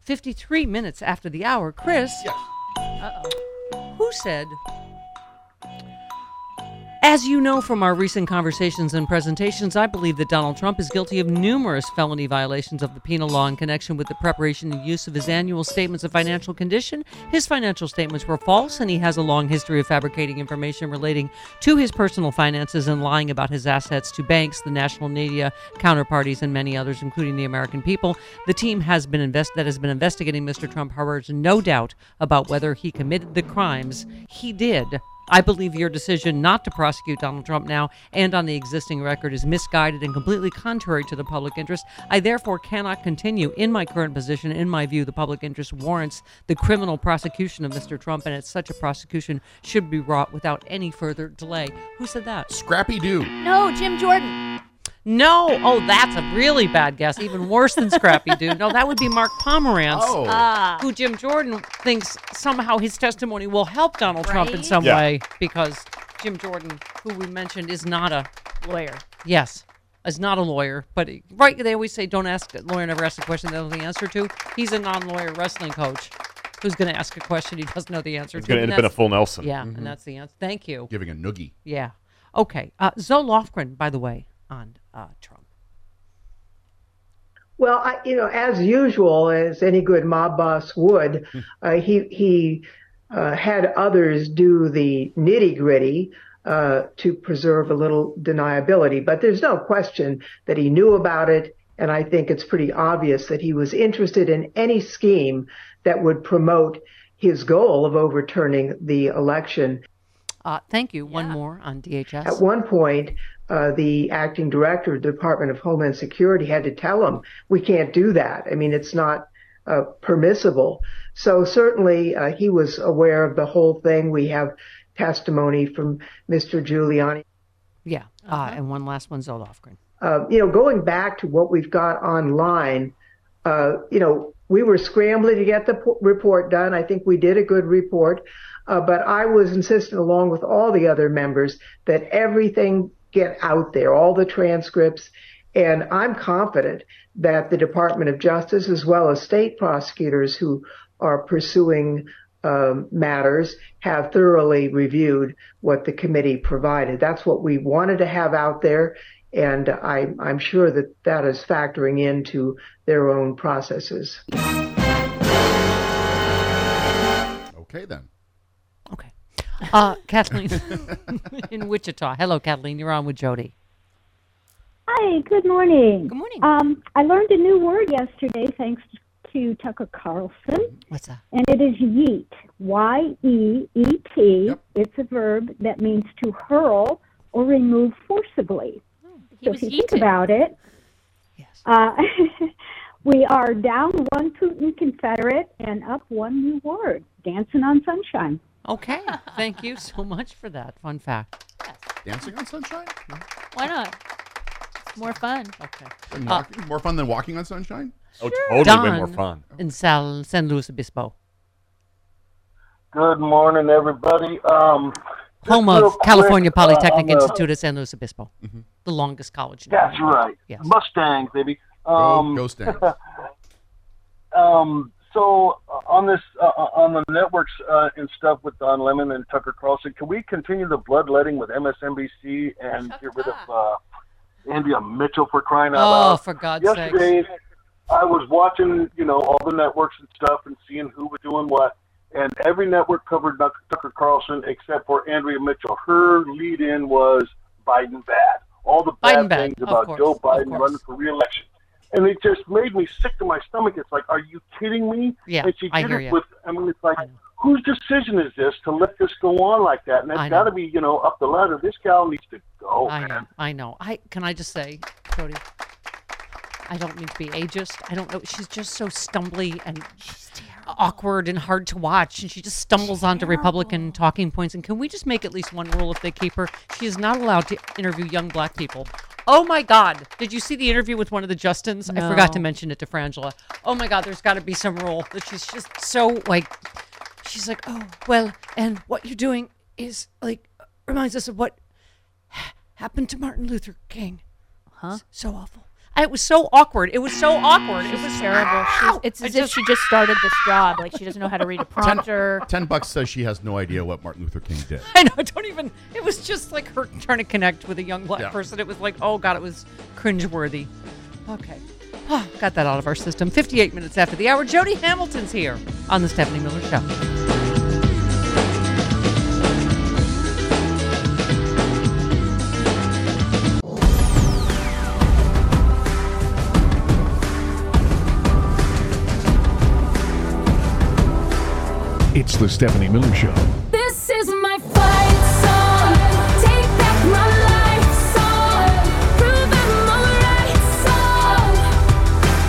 Speaker 4: Fifty-three minutes after the hour, Chris.
Speaker 7: Uh oh.
Speaker 4: Who said? As you know from our recent conversations and presentations, I believe that Donald Trump is guilty of numerous felony violations of the penal law in connection with the preparation and use of his annual statements of financial condition. His financial statements were false, and he has a long history of fabricating information relating to his personal finances and lying about his assets to banks, the national media, counterparties, and many others, including the American people. The team has been invest- that has been investigating Mr. Trump harbors no doubt about whether he committed the crimes he did I believe your decision not to prosecute Donald Trump now and on the existing record is misguided and completely contrary to the public interest. I therefore cannot continue in my current position. In my view, the public interest warrants the criminal prosecution of Mr. Trump, and as such a prosecution should be wrought without any further delay. Who said that?
Speaker 8: Scrappy Doo.
Speaker 7: No, Jim Jordan.
Speaker 4: No. Oh, that's a really bad guess. Even worse than Scrappy Doo. No, that would be Mark Pomerantz,
Speaker 8: Oh. Ah.
Speaker 4: who Jim Jordan thinks somehow his testimony will help Donald Trump in
Speaker 7: Right?
Speaker 4: some
Speaker 14: Yeah.
Speaker 4: way because Jim Jordan, who we mentioned, is not a
Speaker 7: Lawyer.
Speaker 4: yes. is not a lawyer, but he- right, they always say don't ask a lawyer never ask a question they don't know the answer to. He's a non-lawyer wrestling coach who's going to ask a question he doesn't know the answer
Speaker 31: He's
Speaker 4: to.
Speaker 31: gonna
Speaker 4: and
Speaker 31: end up in
Speaker 4: that's-
Speaker 31: a full Nelson.
Speaker 4: Yeah,
Speaker 31: Mhm.
Speaker 4: and that's the answer. Thank you.
Speaker 8: Mm-hmm. Giving a noogie.
Speaker 4: Yeah. Okay. Uh, Zoe Lofgren, by the way, on uh, Trump.
Speaker 14: Well, I, you know, as usual, as any good mob boss would, uh, he he uh, had others do the nitty gritty uh, to preserve a little deniability. But there's no question that he knew about it, and I think it's pretty obvious that he was interested in any scheme that would promote his goal of overturning the election.
Speaker 4: Uh, thank you. One more on DHS.
Speaker 14: At one point, uh, the acting director of the Department of Homeland Security had to tell him, we can't do that. I mean, it's not uh, permissible. So certainly uh, he was aware of the whole thing. We have testimony from Mr. Giuliani.
Speaker 4: Yeah. uh and one last one, Zoe Lofgren.
Speaker 14: Uh, you know, going back to what we've got online, uh, you know, we were scrambling to get the po- report done. I think we did a good report, uh, but I was insistent, along with all the other members, that everything get out there, all the transcripts. And I'm confident that the Department of Justice, as well as state prosecutors who are pursuing um, matters, have thoroughly reviewed what the committee provided. That's what we wanted to have out there, and I, I'm sure that that is factoring into their own processes.
Speaker 8: Okay, then.
Speaker 4: Uh, Kathleen in Wichita. Hello, Kathleen. You're on with Jody.
Speaker 32: Hi, good morning. Good
Speaker 4: morning.
Speaker 32: Um, I learned a new word yesterday thanks to Tucker Carlson.
Speaker 4: What's that?
Speaker 32: And it is yeet. Y E E T. It's a verb that means to hurl or remove forcibly. Oh, he so was if you think yeeted. about it, uh, we are down one Putin Confederate and up one new word, dancing on sunshine.
Speaker 4: Okay. Thank you so much for that fun fact.
Speaker 8: Dancing on sunshine?
Speaker 7: Why not? It's more fun.
Speaker 4: Okay.
Speaker 8: Than walking- more fun than walking on sunshine?
Speaker 31: Oh,
Speaker 4: Don In Sal, San Luis Obispo,
Speaker 33: Good morning, everybody. Um, just
Speaker 4: home
Speaker 33: real
Speaker 4: of
Speaker 33: quick,
Speaker 4: California
Speaker 33: uh,
Speaker 4: Polytechnic
Speaker 33: on the-
Speaker 4: Institute of San Luis Obispo,
Speaker 8: Mm-hmm.
Speaker 4: the longest college. in the
Speaker 33: That's
Speaker 4: world.
Speaker 33: right.
Speaker 4: Yes.
Speaker 33: Mustangs, baby.
Speaker 4: Go-
Speaker 33: Um,
Speaker 4: go Stangs.
Speaker 33: um, so uh, on this, uh, uh, on the networks uh, and stuff with Don Lemon and Tucker Carlson, can we continue the bloodletting with MSNBC and get rid of uh, Andrea Mitchell for crying out
Speaker 4: Oh,
Speaker 33: loud?
Speaker 4: for God's sakes.
Speaker 33: Yesterday, I was watching, you know, all the networks and stuff and seeing who was doing what. And every network covered Duck- Tucker Carlson except for Andrea Mitchell. Her lead in was Biden bad. All the bad
Speaker 34: Biden bad,
Speaker 33: things
Speaker 34: of
Speaker 33: about
Speaker 34: course,
Speaker 33: Joe
Speaker 34: of
Speaker 33: Biden
Speaker 34: course.
Speaker 33: running for reelection. And it just made me sick to my stomach. It's like, are you kidding me?
Speaker 34: Yeah,
Speaker 33: and she
Speaker 34: I
Speaker 33: did
Speaker 34: hear
Speaker 33: it
Speaker 34: ya.
Speaker 33: with, I mean, it's like, whose decision is this to let this go on like that? And
Speaker 4: I
Speaker 33: it's
Speaker 4: know.
Speaker 33: got to be, you know, up the ladder. This gal needs to go.
Speaker 4: I know.
Speaker 33: man.
Speaker 4: I know. I can I just say, Jody. I don't mean to be ageist. I don't know. She's just so stumbly and awkward and hard to watch, and she just stumbles onto Republican talking points. And can we just make at least one rule if they keep her? She is not allowed to interview young black people. Oh my God! Did you see the interview with one of the Justins? I forgot to
Speaker 7: No.
Speaker 4: mention it to Frangela. Oh my God! There's got to be some rule that she's just so like. She's like, oh well, and what you're doing is like reminds us of what happened to Martin Luther King. Huh? So awful. I, it was so awkward. It was so awkward. It was
Speaker 7: terrible. She's, it's
Speaker 4: I
Speaker 7: as if she just started this job. Like she doesn't know how to read a prompter.
Speaker 8: Ten bucks says she has no idea what Martin Luther King did.
Speaker 4: I know. I don't even. It was just like her trying to connect with a young black
Speaker 8: Yeah.
Speaker 4: person. It was like, oh god, it was cringeworthy. Okay. Ah, got that out of our system. 58 minutes after the hour, Jody Hamilton's here on the Stephanie Miller Show.
Speaker 1: It's the Stephanie Miller Show.
Speaker 2: This is my fight song. Take back my life song. Prove I'm alright song.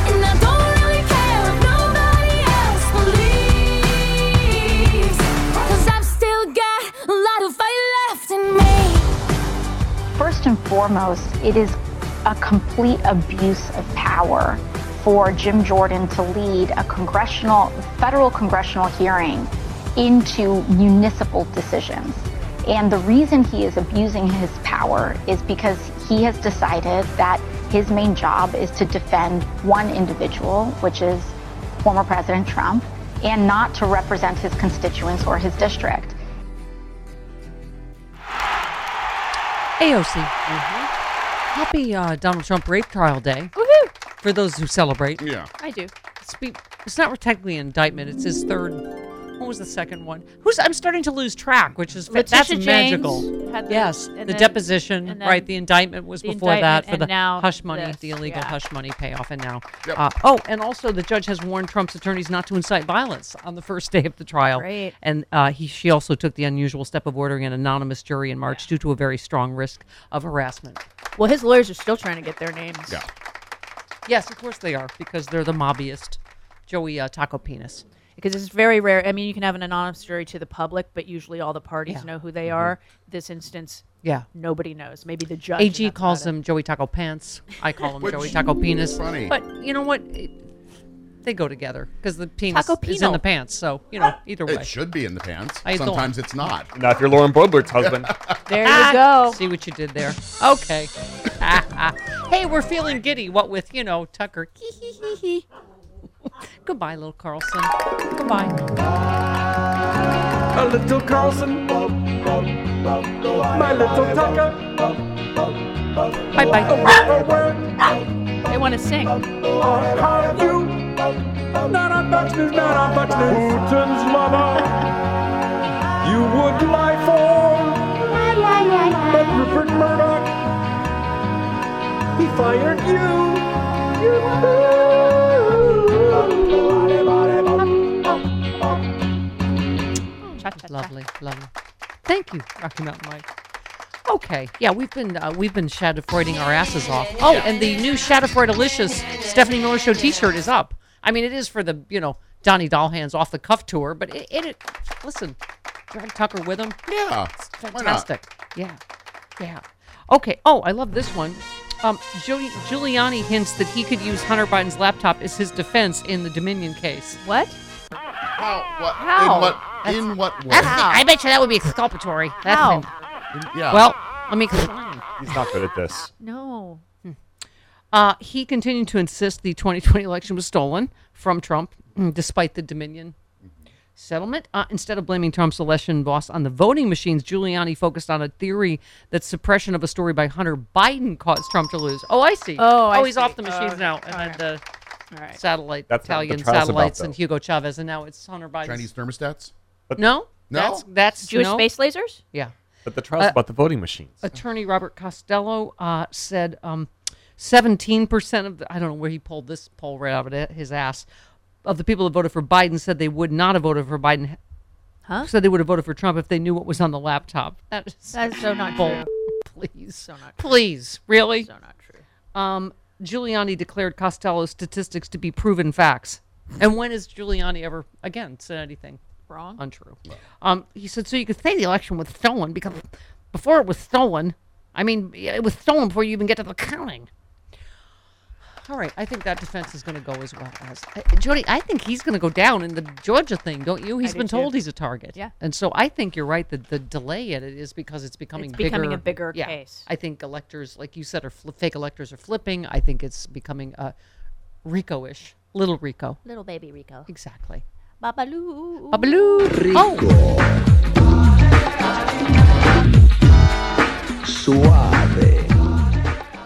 Speaker 2: And I don't really care if nobody else believes. Cause I've still got a lot of fight left in me.
Speaker 34: First and foremost, it is a complete abuse of power for Jim Jordan to lead a congressional, federal congressional hearing into municipal decisions. And the reason he is abusing his power is because he has decided that his main job is to defend one individual, which is former President Trump, and not to represent his constituents or his district.
Speaker 4: AOC.
Speaker 7: Mm-hmm.
Speaker 4: Happy uh, Donald Trump rape trial day. For those who celebrate.
Speaker 8: Yeah.
Speaker 7: I do.
Speaker 4: It's, be- it's not technically an indictment. It's his third. What was the second one? Who's? I'm starting to lose track, which is
Speaker 7: Letitia
Speaker 4: that's
Speaker 7: James
Speaker 4: magical.
Speaker 7: had the-
Speaker 4: yes, the
Speaker 7: and then-
Speaker 4: deposition,
Speaker 7: and then
Speaker 4: right? The indictment was
Speaker 7: the
Speaker 4: before
Speaker 7: indictment
Speaker 4: that for
Speaker 7: and
Speaker 4: the
Speaker 7: now
Speaker 4: hush money,
Speaker 7: this,
Speaker 4: the illegal
Speaker 7: yeah.
Speaker 4: hush money payoff, and now.
Speaker 7: Yep.
Speaker 4: Uh, oh, and also the judge has warned Trump's attorneys not to incite violence on the first day of the trial.
Speaker 7: Great.
Speaker 4: And uh, he, she also took the unusual step of ordering an anonymous jury in March due to a very strong risk of harassment.
Speaker 7: Well, his lawyers are still trying to get their names.
Speaker 4: Yeah. Yes, of course they are because they're the mobbyist. Joey uh, Taco Penis.
Speaker 7: Because it's very rare. I mean, you can have an anonymous jury to the public, but usually all the parties
Speaker 4: Yeah. Mm-hmm.
Speaker 7: know who they are. This instance,
Speaker 4: Yeah.
Speaker 7: nobody knows. Maybe the judge.
Speaker 4: AG calls him Joey Taco Pants. I call him
Speaker 7: Which
Speaker 4: Joey Taco Penis.
Speaker 7: funny.
Speaker 4: But you know what? It- they go together because the penis
Speaker 7: Taco
Speaker 4: is in the
Speaker 7: penal.
Speaker 4: pants. So you know, either way.
Speaker 8: It should be in the pants.
Speaker 4: I don't-
Speaker 8: Sometimes it's not.
Speaker 9: Not if you're Lauren Boeblert's husband.
Speaker 7: There you go.
Speaker 4: See what you did there. Okay. hey, we're feeling giddy. What with you know Tucker. Goodbye, little Carlson. Goodbye.
Speaker 21: A little Carlson. My little Tucker.
Speaker 4: Bye
Speaker 21: bye.
Speaker 7: They want to sing.
Speaker 21: How do you? Not on Fox News, not on Fox News. Putin's mother. you would lie for. But Rupert Murdoch. He fired you. You.
Speaker 4: Lovely, lovely. Thank you, Rocky Mountain Mike. Okay, yeah, we've been uh, we've been Shadowfreuding our asses off. Oh, and the new Shadowfreudalicious Stephanie Miller Show T-shirt is up. I mean, it is for the you know Donnie Dahlhands off the cuff tour, but it, it, it listen, drag Tucker with him.
Speaker 8: Yeah,
Speaker 4: it's
Speaker 8: why not?
Speaker 4: fantastic. Yeah, yeah. Okay. Oh, I love this one. Um, Giul- Giuliani hints that he could use Hunter Biden's laptop as his defense in the Dominion case.
Speaker 7: What?
Speaker 8: How? What?
Speaker 4: How?
Speaker 8: In what? In what way?
Speaker 4: That's the- I bet you that would be exculpatory. That's
Speaker 8: How?
Speaker 4: the-
Speaker 8: Yeah.
Speaker 4: Well, let me explain.
Speaker 9: He's not good at this.
Speaker 7: No.
Speaker 4: Uh, he continued to insist the 2020 election was stolen from Trump, mm, despite the Dominion settlement. Uh, instead of blaming Trump's election loss on the voting machines, Giuliani focused on a theory that suppression of a story by Hunter Biden caused Trump to lose. Oh, I see.
Speaker 7: Oh, I
Speaker 4: oh, he's
Speaker 7: see.
Speaker 4: off the machines
Speaker 7: Oh,
Speaker 4: now, and then the satellite
Speaker 9: That's not what the
Speaker 4: Italian
Speaker 9: trial's about,
Speaker 4: satellites
Speaker 9: though.
Speaker 4: and Hugo Chavez, and now it's Hunter Biden.
Speaker 8: Chinese thermostats?
Speaker 4: no,
Speaker 8: No?
Speaker 4: that's, that's
Speaker 7: Jewish
Speaker 4: no.
Speaker 7: space lasers.
Speaker 4: Yeah.
Speaker 9: But the trial's
Speaker 4: Uh,
Speaker 9: about the voting machines.
Speaker 4: Attorney Robert Costello uh, said um, 17% of the, I don't know where he pulled this poll right out of it- his ass, of the people that voted for Biden said they would not have voted for Biden.
Speaker 7: Huh?
Speaker 4: Said they would have voted for Trump if they knew what was on the laptop. That is
Speaker 7: That's so not true.
Speaker 4: bull- Please.
Speaker 7: So not true.
Speaker 4: Please. Really?
Speaker 7: So not true.
Speaker 4: Um, Giuliani declared Costello's statistics to be proven facts. And when has Giuliani ever, again, said anything?
Speaker 7: Wrong.
Speaker 4: Untrue. Um, he said, so you could say the election was stolen because before it was stolen, I mean, it was stolen before you even get to the counting. All right, I think that defense is going to go as well as uh, Jody. I think he's going to go down in the Georgia thing, don't you? He's
Speaker 7: do
Speaker 4: been
Speaker 7: too.
Speaker 4: told he's a target,
Speaker 7: Yeah.
Speaker 4: And so I think you're right that the delay in it is because it's becoming
Speaker 7: It's
Speaker 4: bigger,
Speaker 7: becoming a bigger
Speaker 4: yeah.
Speaker 7: case.
Speaker 4: I think electors, like you said, are fl- fake electors are flipping. I think it's becoming uh, Rico-ish, little Rico.
Speaker 7: Little baby Rico.
Speaker 4: Exactly.
Speaker 7: Babaloo.
Speaker 4: Babaloo. Oh,
Speaker 21: Suave.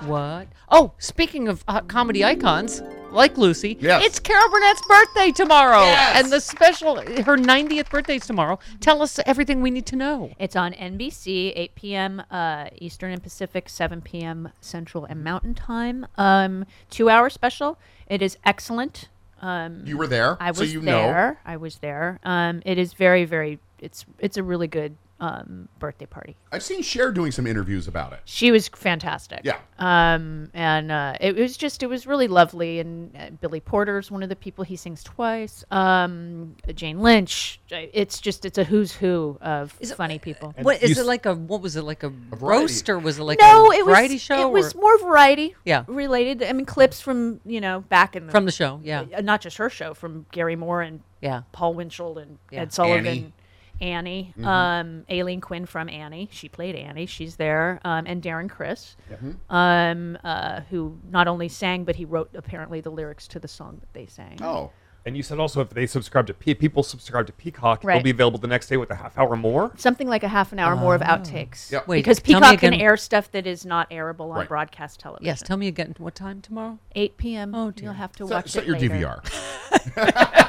Speaker 4: What? Oh, speaking of uh, comedy icons like Lucy,
Speaker 21: Yes.
Speaker 4: it's Carol Burnett's birthday tomorrow, and the special her 90th birthday is tomorrow. Tell us everything we need to know.
Speaker 7: It's on NBC, 8 p.m. Uh, Eastern and Pacific, 7 p.m. Central and Mountain Time. Um, two-hour special. It is excellent. Um,
Speaker 8: You were there,
Speaker 7: I was
Speaker 8: so you know.
Speaker 7: there. I was there. Um, it is very, very. It's it's a really good um, birthday party.
Speaker 8: I've seen Cher doing some interviews about it.
Speaker 7: She was fantastic.
Speaker 8: Yeah.
Speaker 7: Um, and uh, it was just, it was really lovely. And uh, Billy Porter's one of the people he sings twice. Um, Jane Lynch. It's just, it's a who's who of funny people.
Speaker 4: What is it like a what was it like a, roast or was it like
Speaker 7: no,
Speaker 4: a
Speaker 7: it was,
Speaker 4: variety show?
Speaker 7: It was
Speaker 4: or-
Speaker 7: more variety.
Speaker 4: Yeah.
Speaker 7: Related. I mean, clips from you know back in the,
Speaker 4: From the show, yeah.
Speaker 7: uh, not just her show, from Gary Moore and
Speaker 4: Yeah.
Speaker 7: Paul Winchell and
Speaker 4: Yeah.
Speaker 7: Ed Sullivan.
Speaker 4: Annie.
Speaker 7: Annie,
Speaker 6: Mhm.
Speaker 7: um, Aileen Quinn from Annie. She played Annie. She's there, um, and Darren Chris,
Speaker 4: Mm-hmm.
Speaker 6: Mhm.
Speaker 7: um, uh, who not only sang but he wrote apparently the lyrics to the song that they sang.
Speaker 9: And you said also if they subscribe to Pe- people subscribe to Peacock,
Speaker 7: Right.
Speaker 9: it'll be available the next day with a half hour more.
Speaker 7: something like a half an hour more
Speaker 4: Oh.
Speaker 7: of outtakes.
Speaker 9: Yeah. Wait,
Speaker 7: because
Speaker 9: tell me
Speaker 7: Peacock can
Speaker 9: again-
Speaker 7: air stuff that is not airable on
Speaker 9: Right.
Speaker 7: broadcast television.
Speaker 4: Yes, tell me again what time tomorrow?
Speaker 7: 8 p.m. Oh, You'll have to
Speaker 4: Set-
Speaker 7: watch
Speaker 4: set
Speaker 7: it
Speaker 4: your
Speaker 7: later.
Speaker 4: DVR.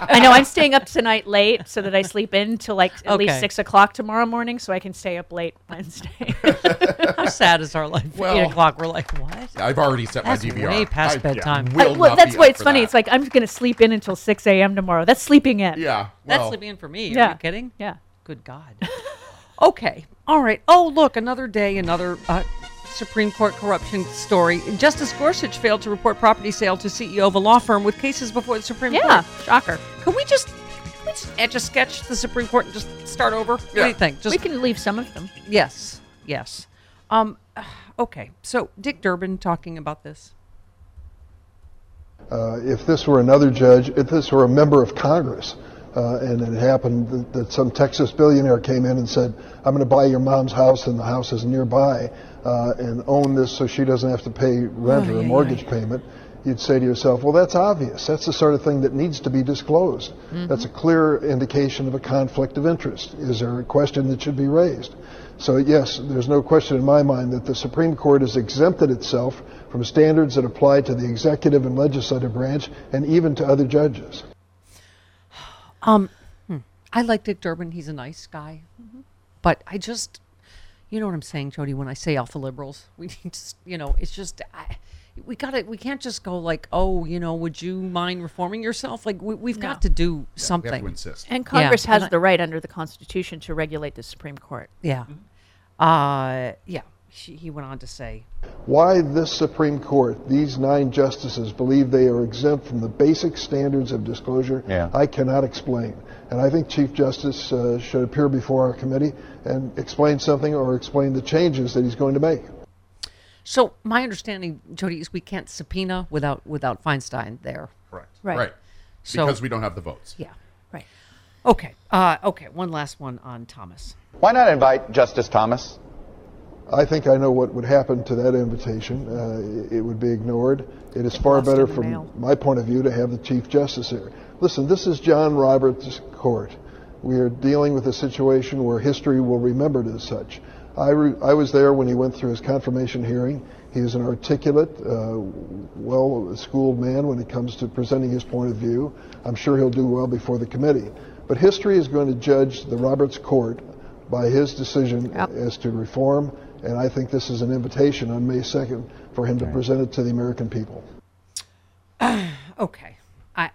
Speaker 7: I know I'm staying up tonight late so that I sleep in till like at least
Speaker 4: Okay.
Speaker 7: six o'clock tomorrow morning, so I can stay up late Wednesday.
Speaker 4: How sad is our life?
Speaker 7: Well-
Speaker 4: Eight o'clock. We're like, what?
Speaker 8: I've already set my
Speaker 4: That's
Speaker 8: DVR.
Speaker 4: Way past
Speaker 8: I
Speaker 4: bedtime.
Speaker 8: will
Speaker 7: Uh, well,
Speaker 8: not
Speaker 7: that's
Speaker 8: be
Speaker 7: why
Speaker 8: up
Speaker 7: it's
Speaker 8: for
Speaker 7: funny.
Speaker 8: that.
Speaker 7: It's like I'm going to sleep in until 6 a.m. tomorrow. That's sleeping in.
Speaker 8: Yeah,
Speaker 4: That's sleeping in for me. Are
Speaker 7: Yeah.
Speaker 4: you kidding?
Speaker 7: Yeah.
Speaker 4: Good God. okay. All right. Oh, look, another day, another uh, Supreme Court corruption story. Justice Gorsuch failed to report property sale to CEO of a law firm with cases before the Supreme
Speaker 7: Yeah,
Speaker 4: Court.
Speaker 7: shocker.
Speaker 4: Can we just can we just etch a sketch the Supreme Court and just start over? What
Speaker 7: Yeah.
Speaker 4: do you think? Just
Speaker 7: We can leave some of them.
Speaker 4: Yes. Yes. Um. Okay. So Dick Durbin talking about this.
Speaker 35: uh, if this were another judge, if this were a member of Congress, uh, and it happened that, that some Texas billionaire came in and said, I'm going to buy your mom's house and the house is nearby uh, and own this so she doesn't have to pay rent
Speaker 27: Ay,
Speaker 35: or
Speaker 27: ay,
Speaker 35: a mortgage payment, you'd say to yourself, well, that's obvious. That's the sort of thing that needs to be disclosed.
Speaker 27: Mm-hmm.
Speaker 35: That's a clear indication of a conflict of interest. Is there a question that should be raised? So, yes, there's no question in my mind that the Supreme Court has exempted itself from standards that apply to the executive and legislative branch and even to other judges.
Speaker 4: Um, hmm. I like Dick Durbin. He's a nice guy,
Speaker 7: Mm-hmm.
Speaker 4: but I just, you know what I'm saying, Jody. When I say alpha liberals, we need to, s- you know, it's just I, we got to We can't just go like, oh, you know, would you mind reforming yourself? Like we, we've got to do something.
Speaker 8: insist.
Speaker 7: And Congress
Speaker 4: Yeah.
Speaker 7: has
Speaker 4: And I-
Speaker 7: the right under the Constitution to regulate the Supreme Court.
Speaker 4: Yeah.
Speaker 8: Mm-hmm.
Speaker 4: Uh, yeah. She, he went on to say,
Speaker 35: why this Supreme Court, these nine justices, believe they are exempt from the basic standards of disclosure,
Speaker 36: Yeah.
Speaker 35: I cannot explain. And I think Chief Justice uh, should appear before our committee and explain something or explain the changes that he's going to make.
Speaker 4: So my understanding, Jody, is we can't subpoena without without Feinstein there.
Speaker 8: Correct.
Speaker 7: Right. Right.
Speaker 8: Because we don't have the votes.
Speaker 4: Yeah. Right. Okay. Uh, okay. One last one on Thomas.
Speaker 35: Why not invite Justice Thomas? I think I know what would happen to that invitation. Uh, it would be ignored. It is far better,
Speaker 27: in the
Speaker 35: from
Speaker 27: mail.
Speaker 35: my point of view, to have the Chief Justice here. Listen, this is John Roberts' court. We are dealing with a situation where history will remember it as such. I, re- I was there when he went through his confirmation hearing. He is an articulate, uh, well schooled man when it comes to presenting his point of view. I'm sure he'll do well before the committee. But history is going to judge the Roberts Court by his decision as to reform, and I think this is an invitation on May 2nd for him to present it to the American people.
Speaker 4: Okay. I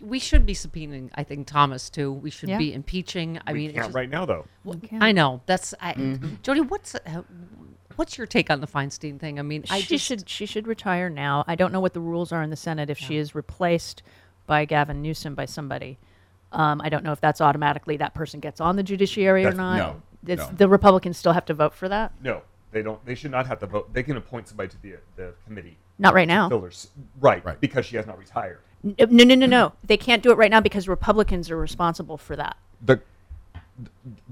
Speaker 4: we should be subpoenaing. I think Thomas too. We should
Speaker 9: Yeah.
Speaker 4: be impeaching. I
Speaker 9: We
Speaker 4: mean, it's
Speaker 9: can't
Speaker 4: just-
Speaker 9: right now, though.
Speaker 4: Well,
Speaker 9: We can't.
Speaker 4: I know. That's I, Jody. What's uh, what's your take on the Feinstein thing? I mean, I
Speaker 7: she
Speaker 4: just,
Speaker 7: should she should retire now. I don't know what the rules are in the Senate if she is replaced by Gavin Newsom by somebody. Um, I don't know if that's automatically that person gets on the judiciary
Speaker 9: That's-
Speaker 7: or not.
Speaker 9: no,
Speaker 7: It's-
Speaker 9: no.
Speaker 7: The Republicans still have to vote for that.
Speaker 9: No, they don't. They should not have to vote. They can appoint somebody to the the committee.
Speaker 7: Not right
Speaker 9: to
Speaker 7: now.
Speaker 9: fill their s- Right, right. Because she has not retired.
Speaker 7: N- uh, No, no, no, no. They can't do it right now because Republicans are responsible for that.
Speaker 9: the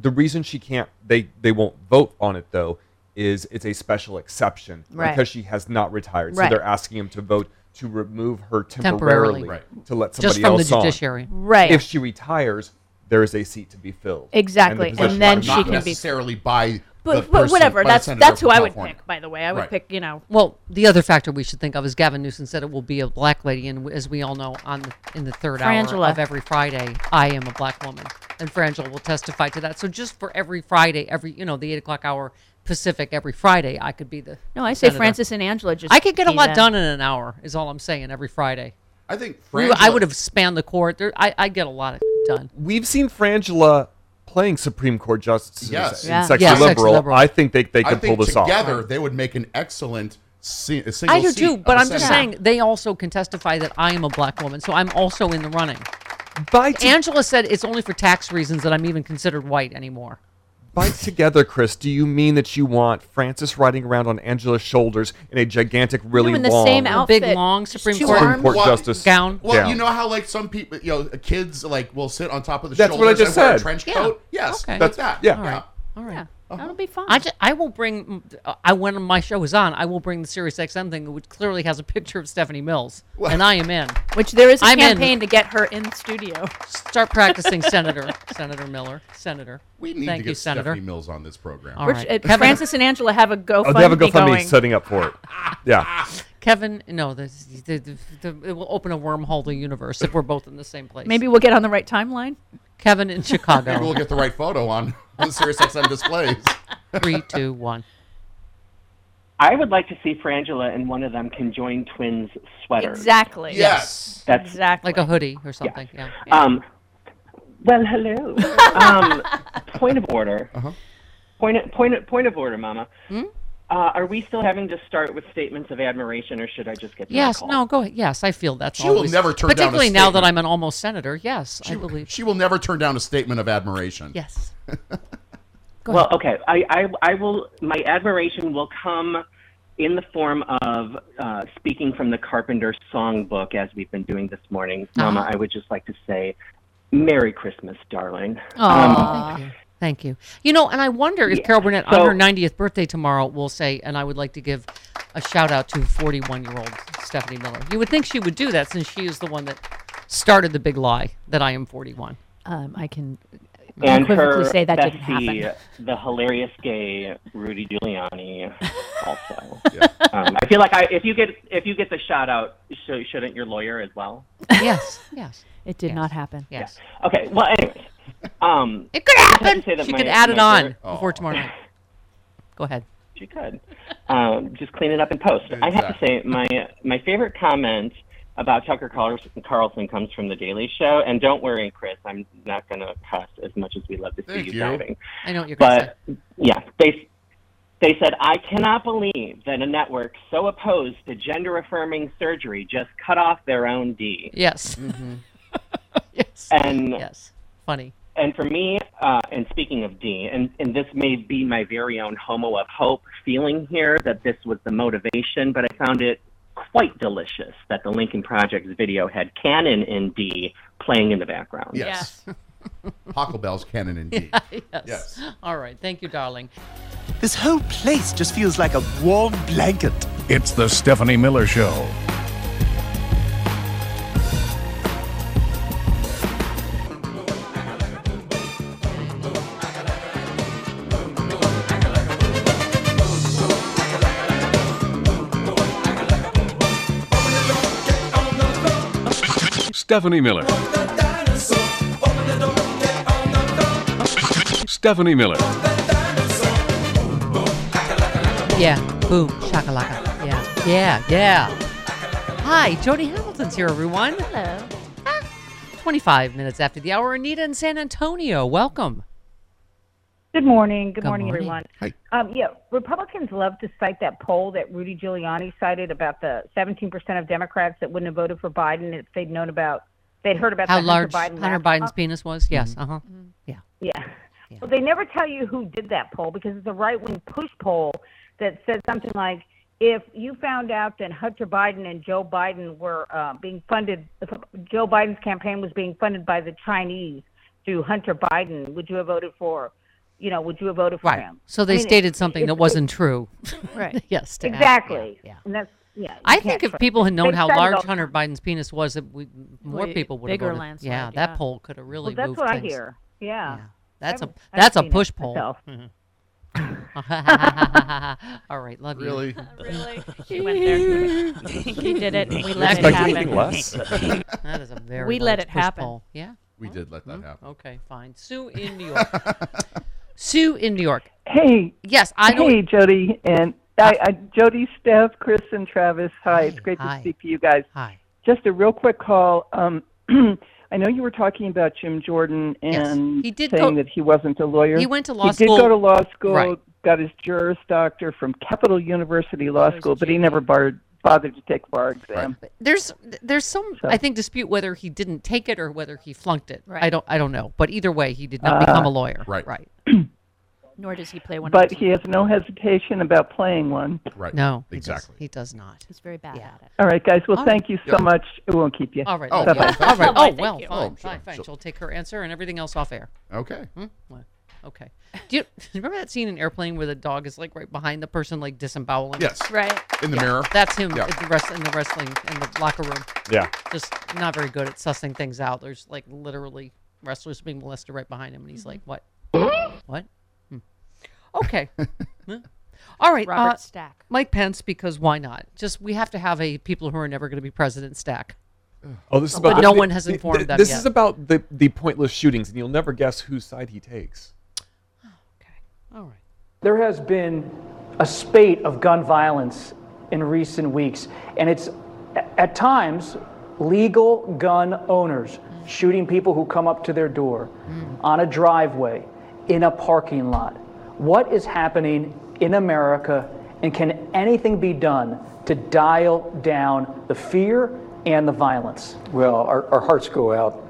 Speaker 9: the reason she can't they they won't vote on it though is it's a special exception
Speaker 7: Right.
Speaker 9: because she has not retired so
Speaker 7: Right.
Speaker 9: they're asking him to vote to remove her
Speaker 4: Temporarily.
Speaker 9: temporarily,
Speaker 4: Right.
Speaker 9: to let
Speaker 4: Just
Speaker 9: somebody
Speaker 4: from the
Speaker 9: else on.
Speaker 4: judiciary.
Speaker 7: Right.
Speaker 9: if she retires there is a seat to be filled And the
Speaker 7: Exactly, and
Speaker 9: position-
Speaker 7: then Not she can be-
Speaker 8: necessarily by
Speaker 7: But, but whatever. That's that's who I would pick. By the way, I would
Speaker 4: Right.
Speaker 7: pick. You know,
Speaker 4: Well, the other factor we should think of is Gavin Newsom said it will be a black lady, and as we all know, on the, in the third
Speaker 7: Frangela.
Speaker 4: hour of every Friday, I am a black woman, and Frangela will testify to that. So just for every Friday, every you know the eight o'clock hour Pacific every Friday, I could be the
Speaker 7: No, I say
Speaker 4: senator.
Speaker 7: Francis and Angela just
Speaker 4: I could get a
Speaker 7: be
Speaker 4: lot
Speaker 7: the-
Speaker 4: done in an hour. Is all I'm saying every Friday.
Speaker 8: I think
Speaker 4: We would- I
Speaker 9: Frangela-
Speaker 4: would have spanned the court. There, I I get a lot of done.
Speaker 9: we've seen frangela playing supreme court justice
Speaker 8: Yes.
Speaker 9: in
Speaker 4: Yeah.
Speaker 9: sexy,
Speaker 4: Yeah.
Speaker 9: liberal.
Speaker 4: Sexy liberal.
Speaker 9: i think they, they
Speaker 8: I
Speaker 9: could
Speaker 8: think
Speaker 9: pull this off
Speaker 8: together they would make an excellent si- a single
Speaker 4: I do
Speaker 8: seat
Speaker 4: too,
Speaker 8: of
Speaker 4: but
Speaker 8: a
Speaker 4: I'm just
Speaker 8: senator.
Speaker 4: saying they also can testify that I am a black woman, so I'm also in the running. By Angela said it's only for tax reasons that I'm even considered white anymore.
Speaker 9: Bite together, Chris. Do you mean that you want Francis riding around on Angela's shoulders in a gigantic, really
Speaker 7: in the
Speaker 9: long,
Speaker 7: same
Speaker 9: out?
Speaker 7: outfit,
Speaker 4: big long Supreme
Speaker 7: two
Speaker 4: Court.
Speaker 7: arms.
Speaker 9: Court Justice
Speaker 4: gown.
Speaker 8: Well,
Speaker 9: down.
Speaker 8: you know how like some people, you know, kids like will sit on top of the
Speaker 9: That's what I
Speaker 8: shoulders
Speaker 9: just
Speaker 8: and wear a
Speaker 9: said.
Speaker 8: trench
Speaker 4: Yeah.
Speaker 8: coat. Yes,
Speaker 4: Okay.
Speaker 8: like
Speaker 4: That's- Uh-huh.
Speaker 8: that.
Speaker 9: yeah.
Speaker 4: All right. All right.
Speaker 7: That'll be fine.
Speaker 4: I, just, I will bring. I when my show is on, I will bring the Sirius XM thing, which clearly has a picture of Stephanie Mills, and I am in.
Speaker 7: Which there is a
Speaker 4: I'm in.
Speaker 7: campaign to get her in studio.
Speaker 4: Start practicing, Senator. Senator Miller. Senator.
Speaker 8: We need
Speaker 4: Thank
Speaker 8: to get
Speaker 4: you, Senator.
Speaker 8: Stephanie Mills on this program.
Speaker 4: All
Speaker 7: We're-
Speaker 4: right.
Speaker 7: uh,
Speaker 4: Kevin-
Speaker 7: Francis and Angela have a GoFundMe.
Speaker 9: Oh, they have a GoFundMe
Speaker 7: going.
Speaker 9: setting up for it. Yeah.
Speaker 4: Kevin, no, the, the, the, the, it will open a wormhole to the universe if we're both in the same place.
Speaker 7: Maybe we'll get on the right timeline.
Speaker 4: Kevin in Chicago.
Speaker 8: Maybe we'll get the right photo on the SiriusXM displays.
Speaker 4: Three, two, one.
Speaker 37: I would like to see Frangela in one of them conjoined twins sweaters.
Speaker 7: Exactly.
Speaker 8: Yes.
Speaker 37: That's
Speaker 7: exactly. Uh,
Speaker 4: Like a hoodie or something. Yeah.
Speaker 37: Um, well, hello. um, point of order.
Speaker 8: Uh-huh.
Speaker 37: Point, of- point, of- point of order, Mama.
Speaker 7: Hmm?
Speaker 37: Uh, are we still having to start with statements of admiration, or should I just get to my
Speaker 4: Yes.
Speaker 37: call?
Speaker 4: No. Go ahead. Yes, I feel that's
Speaker 8: She will
Speaker 4: always-
Speaker 8: never turn down a
Speaker 4: Particularly now that
Speaker 8: statement.
Speaker 4: I'm an almost senator. Yes, I believe.
Speaker 8: She will never turn down a statement of admiration.
Speaker 4: Yes.
Speaker 37: well, okay. I, I, I will. My admiration will come in the form of uh, speaking from the Carpenter songbook, as we've been doing this morning. Mama, I would just like to say, Merry Christmas, darling. Um,
Speaker 4: Aw. Thank you. You know, and I wonder if
Speaker 37: Yeah.
Speaker 4: Carol Burnett
Speaker 37: So-
Speaker 4: on her 90th birthday tomorrow will say, and I would like to give a shout out to 41 year old Stephanie Miller. You would think she would do that since she is the one that started the big lie that I am 41.
Speaker 7: Um, I can
Speaker 37: and
Speaker 7: unequivocally
Speaker 37: her
Speaker 7: say that didn't
Speaker 37: bestie,
Speaker 7: happen.
Speaker 37: the hilarious gay Rudy Giuliani. Also, um, I feel like I, if you get if you get the shout out, sh- shouldn't your lawyer as well?
Speaker 4: Yes. Yes.
Speaker 7: It did not happen.
Speaker 4: Yes.
Speaker 37: Okay. Well, anyways, um,
Speaker 4: it could happen.
Speaker 37: Say that
Speaker 4: She
Speaker 37: my-
Speaker 4: could add it
Speaker 37: my
Speaker 4: on
Speaker 37: favorite-
Speaker 4: before tomorrow night. Go ahead.
Speaker 37: She could. Um, just clean it up and post. I have to say, my my favorite comment about Tucker Carlson, Carlson comes from The Daily Show, and don't worry, Chris, I'm not going to cuss as much as we love to see
Speaker 4: Thank
Speaker 37: you,
Speaker 4: you.
Speaker 37: diving.
Speaker 4: I know what you're gonna
Speaker 37: But yeah, they they said I cannot believe that a network so opposed to gender affirming surgery just cut off their own D.
Speaker 4: Yes.
Speaker 8: Mm-hmm.
Speaker 4: yes.
Speaker 37: And
Speaker 4: yes. Funny.
Speaker 37: and for me, uh, and speaking of D, and, and this may be my very own homo of hope feeling here that this was the motivation, but I found it quite delicious that the Lincoln Project's video had Canon in D playing in the background.
Speaker 8: Yes. Pockle Bell's canon indeed.
Speaker 4: yes. All right. Thank you, darling.
Speaker 1: This whole place just feels like a warm blanket.
Speaker 38: It's the Stephanie Miller Show.
Speaker 6: Stephanie Miller. Stephanie Miller.
Speaker 4: Yeah. Boom. Shakalaka. Yeah. Yeah. Yeah. Hi, Jody Hamilton's here, everyone. Hello. 25 minutes after the hour, Anita in San Antonio. Welcome.
Speaker 39: Good morning. Good,
Speaker 4: Good
Speaker 39: morning,
Speaker 4: morning.
Speaker 39: everyone. Um, yeah, Republicans love to cite that poll that Rudy Giuliani cited about the 17% of Democrats that wouldn't have voted for Biden if they'd known about, they'd heard about
Speaker 4: How
Speaker 39: the
Speaker 4: large
Speaker 39: Hunter Oh. Biden
Speaker 4: Hunter
Speaker 39: laptop.
Speaker 4: Biden's penis was? Yes.
Speaker 8: Mm-hmm.
Speaker 4: Uh huh.
Speaker 39: Mm-hmm. Yeah. Well, they never tell you who did that poll because it's a right wing push poll that said something like, if you found out that Hunter Biden and Joe Biden were uh, being funded, if Joe Biden's campaign was being funded by the Chinese through Hunter Biden, would you have voted for, you know, would you have voted for him?
Speaker 4: So they
Speaker 39: I mean,
Speaker 4: stated
Speaker 39: it's-
Speaker 4: something that
Speaker 39: it's-
Speaker 4: wasn't true.
Speaker 39: Right.
Speaker 4: yes. to add-
Speaker 39: Exactly. And that's yeah. you
Speaker 4: I
Speaker 39: can't
Speaker 4: think if
Speaker 39: trust-
Speaker 4: people had known
Speaker 39: They
Speaker 4: how
Speaker 39: said it
Speaker 4: large
Speaker 39: all-
Speaker 4: Hunter Biden's penis was, it would, more
Speaker 39: Way
Speaker 4: people would have
Speaker 39: bigger
Speaker 4: voted.
Speaker 39: landslide,
Speaker 4: yeah, that
Speaker 39: yeah.
Speaker 4: poll could have
Speaker 39: Well,
Speaker 4: really
Speaker 39: that's
Speaker 4: moved
Speaker 39: what I
Speaker 4: things.
Speaker 39: hear. Yeah.
Speaker 4: That's a
Speaker 39: haven't- I
Speaker 4: that's a
Speaker 39: haven't seen it
Speaker 4: push Mm-hmm. poll.
Speaker 39: myself.
Speaker 4: All right, love
Speaker 8: Really?
Speaker 4: you.
Speaker 7: Really? She went there. He did it. We let it
Speaker 4: Expect
Speaker 7: happen.
Speaker 4: anything less? That is a very
Speaker 7: We let
Speaker 4: large
Speaker 7: it
Speaker 4: push
Speaker 7: happen.
Speaker 4: poll. Yeah.
Speaker 8: We did let
Speaker 4: Mm-hmm.
Speaker 8: that happen.
Speaker 4: Okay, fine. Sue in New York. Sue in New York.
Speaker 24: Hey.
Speaker 4: Yes, I know.
Speaker 24: Hey, Jody and I, I, Jody, Steph, Chris, and Travis. Hi, it's great
Speaker 4: Hi.
Speaker 24: to speak to you guys.
Speaker 4: Hi.
Speaker 24: Just a real quick call. Um, I know you were talking about Jim Jordan and
Speaker 4: He did
Speaker 24: saying
Speaker 4: go-
Speaker 24: that he wasn't a lawyer.
Speaker 4: He went to law
Speaker 24: He did
Speaker 4: school.
Speaker 24: go to law school.
Speaker 4: Right.
Speaker 24: Got his Juris Doctor from Capital University Law School, but he never bar- bothered to take bar exam.
Speaker 4: There's there's some I think dispute whether he didn't take
Speaker 39: Uh,
Speaker 4: it or whether he flunked it. I don't I don't know, but either way, he did not
Speaker 24: Ah.
Speaker 4: become a lawyer. Right. Right.
Speaker 7: Nor does he play one.
Speaker 24: but he has no hesitation about playing one.
Speaker 8: Right.
Speaker 4: No, exactly. He does not.
Speaker 7: He's very bad at it.
Speaker 24: All right, guys. Well,
Speaker 4: All
Speaker 24: thank
Speaker 4: right.
Speaker 24: you so
Speaker 4: Yeah.
Speaker 24: much. It won't keep you.
Speaker 4: All right.
Speaker 24: Bye
Speaker 4: okay.
Speaker 24: bye.
Speaker 4: All right. Oh,
Speaker 7: thank
Speaker 4: well,
Speaker 7: you.
Speaker 4: fine,
Speaker 7: Oh,
Speaker 4: fine, fine. She'll take her answer and everything else off air.
Speaker 8: Okay.
Speaker 4: Hmm? What? Okay. Do you, do you remember that scene in Airplane where the dog is like right behind the person, like disemboweling?
Speaker 8: Yes.
Speaker 7: Right.
Speaker 8: In the
Speaker 4: Yeah,
Speaker 8: mirror.
Speaker 4: That's him
Speaker 8: Yeah.
Speaker 4: at the rest, in the wrestling in the locker room.
Speaker 8: Yeah.
Speaker 4: Just not very good at sussing things out. There's like literally wrestlers being molested right behind him, and he's like, "What?
Speaker 7: Mm-hmm.
Speaker 4: what? Hmm. Okay. Huh? All right.
Speaker 7: Robert
Speaker 4: uh,
Speaker 7: Stack.
Speaker 4: Mike Pence, because why not? Just we have to have a people who are never going to be president stack.
Speaker 9: Oh, this is
Speaker 4: But
Speaker 9: about
Speaker 4: no
Speaker 9: th-
Speaker 4: one has
Speaker 9: th-
Speaker 4: informed
Speaker 9: th-
Speaker 4: them
Speaker 9: This
Speaker 4: yet.
Speaker 9: is about the the pointless shootings, and you'll never guess whose side he takes.
Speaker 4: All right.
Speaker 40: There has been a spate of gun violence in recent weeks, and it's a- at times legal gun owners shooting people who come up to their door on a driveway, in a parking lot. What is happening in America, and can anything be done to dial down the fear and the violence?
Speaker 15: Well, our, our hearts go out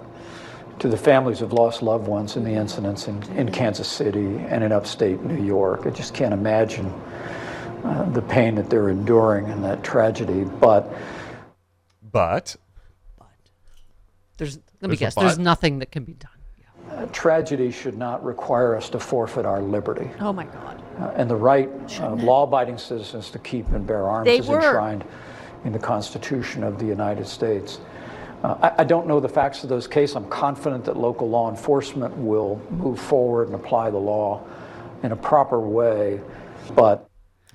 Speaker 15: to the families of lost loved ones in the incidents in, in Kansas City and in upstate New York. I just can't imagine uh, the pain that they're enduring and that tragedy. But
Speaker 9: But
Speaker 4: There's let me
Speaker 15: There's a
Speaker 4: guess. There's
Speaker 15: but.
Speaker 4: nothing that can be done.
Speaker 15: uh, tragedy should not require us to forfeit our liberty.
Speaker 7: Oh my God.
Speaker 15: Uh, and the right of law abiding citizens to keep and bear arms
Speaker 7: They
Speaker 15: is
Speaker 7: were.
Speaker 15: enshrined in the Constitution of the United States. Uh, I, I don't know the facts of those cases. I'm confident that local law enforcement will move forward and apply the law in a proper way, but.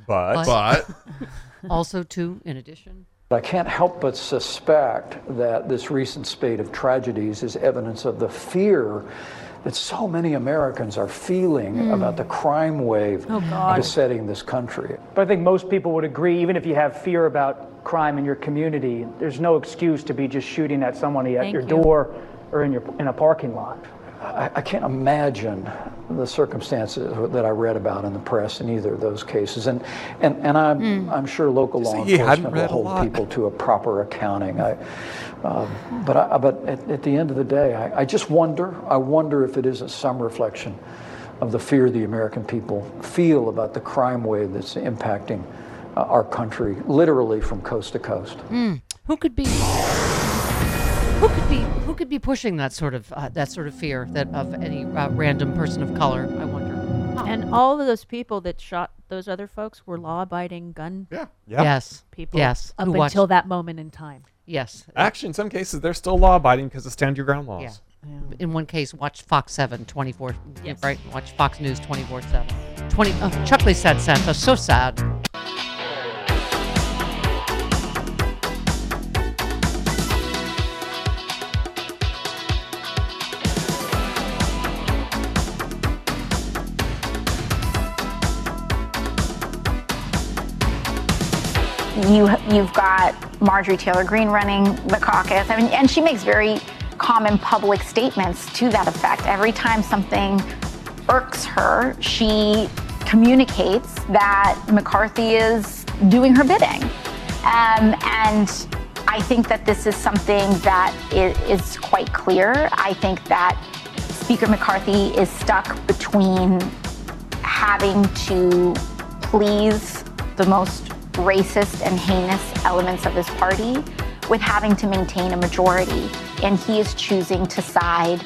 Speaker 9: But.
Speaker 4: But. also, too, in addition,
Speaker 15: I can't help but suspect that this recent spate of tragedies is evidence of the fear that so many Americans are feeling
Speaker 40: Mm.
Speaker 15: about the crime wave
Speaker 40: Oh, God.
Speaker 15: besetting this country.
Speaker 40: But I think most people would agree, even if you have fear about crime in your community, there's no excuse to be just shooting at somebody at
Speaker 15: Thank
Speaker 40: your
Speaker 15: you.
Speaker 40: door or in your in a parking lot.
Speaker 15: I, I can't imagine the circumstances that I read about in the press in either of those cases. And, and, and I'm, I'm sure local
Speaker 9: Just
Speaker 15: law
Speaker 9: that you hadn't
Speaker 15: enforcement
Speaker 9: read
Speaker 15: will
Speaker 9: a
Speaker 15: hold
Speaker 9: lot.
Speaker 15: people to a proper accounting. I, um, but I, but at, at the end of the day, I, I just wonder, I wonder if it isn't some reflection of the fear the American people feel about the crime wave that's impacting uh, our country, literally from coast to coast.
Speaker 4: Mm, who could be? Who could be? Who could be pushing that sort of uh, that sort of fear that of any uh, random person of color? I wonder.
Speaker 7: And all of those people that shot those other folks were law-abiding gun. Yeah.
Speaker 9: Yeah.
Speaker 4: Yes.
Speaker 7: People.
Speaker 4: Yes.
Speaker 7: Up
Speaker 4: Who watched-
Speaker 7: until that moment in time.
Speaker 4: Yes.
Speaker 9: Actually, in some cases, they're still law abiding because of stand your ground laws.
Speaker 4: Yeah. In one case, watch Fox 7 24, right? Watch Fox News 24 7. 20, oh, Chuckley said Santa, so sad.
Speaker 34: you you've got Marjorie Taylor Greene running the caucus. I mean, and she makes very common public statements to that effect. Every time something irks her, she communicates that McCarthy is doing her bidding. Um, and I think that this is something that is, is quite clear. I think that Speaker McCarthy is stuck between having to please the most racist and heinous elements of his party with having to maintain a majority. And he is choosing to side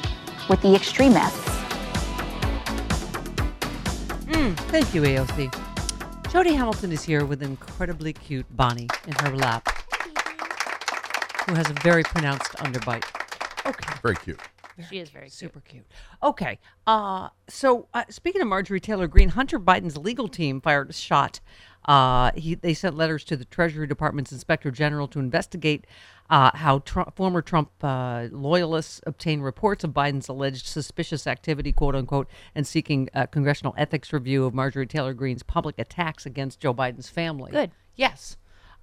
Speaker 34: with the extremists.
Speaker 4: Mm, thank you, AOC. Jody Hamilton is here with incredibly cute Bonnie in her lap, who has a very pronounced underbite. Okay.
Speaker 8: Very cute.
Speaker 7: She is very
Speaker 4: super cute. Okay. Uh, so uh, speaking of Marjorie Taylor Greene, Hunter Biden's legal team fired a shot. Uh, he, they sent letters to the Treasury Department's Inspector General to investigate uh, how Trump, former Trump uh, loyalists obtain reports of Biden's alleged suspicious activity, quote unquote, and seeking uh, a congressional ethics review of Marjorie Taylor Greene's public attacks against Joe Biden's family.
Speaker 7: Good.
Speaker 4: Yes.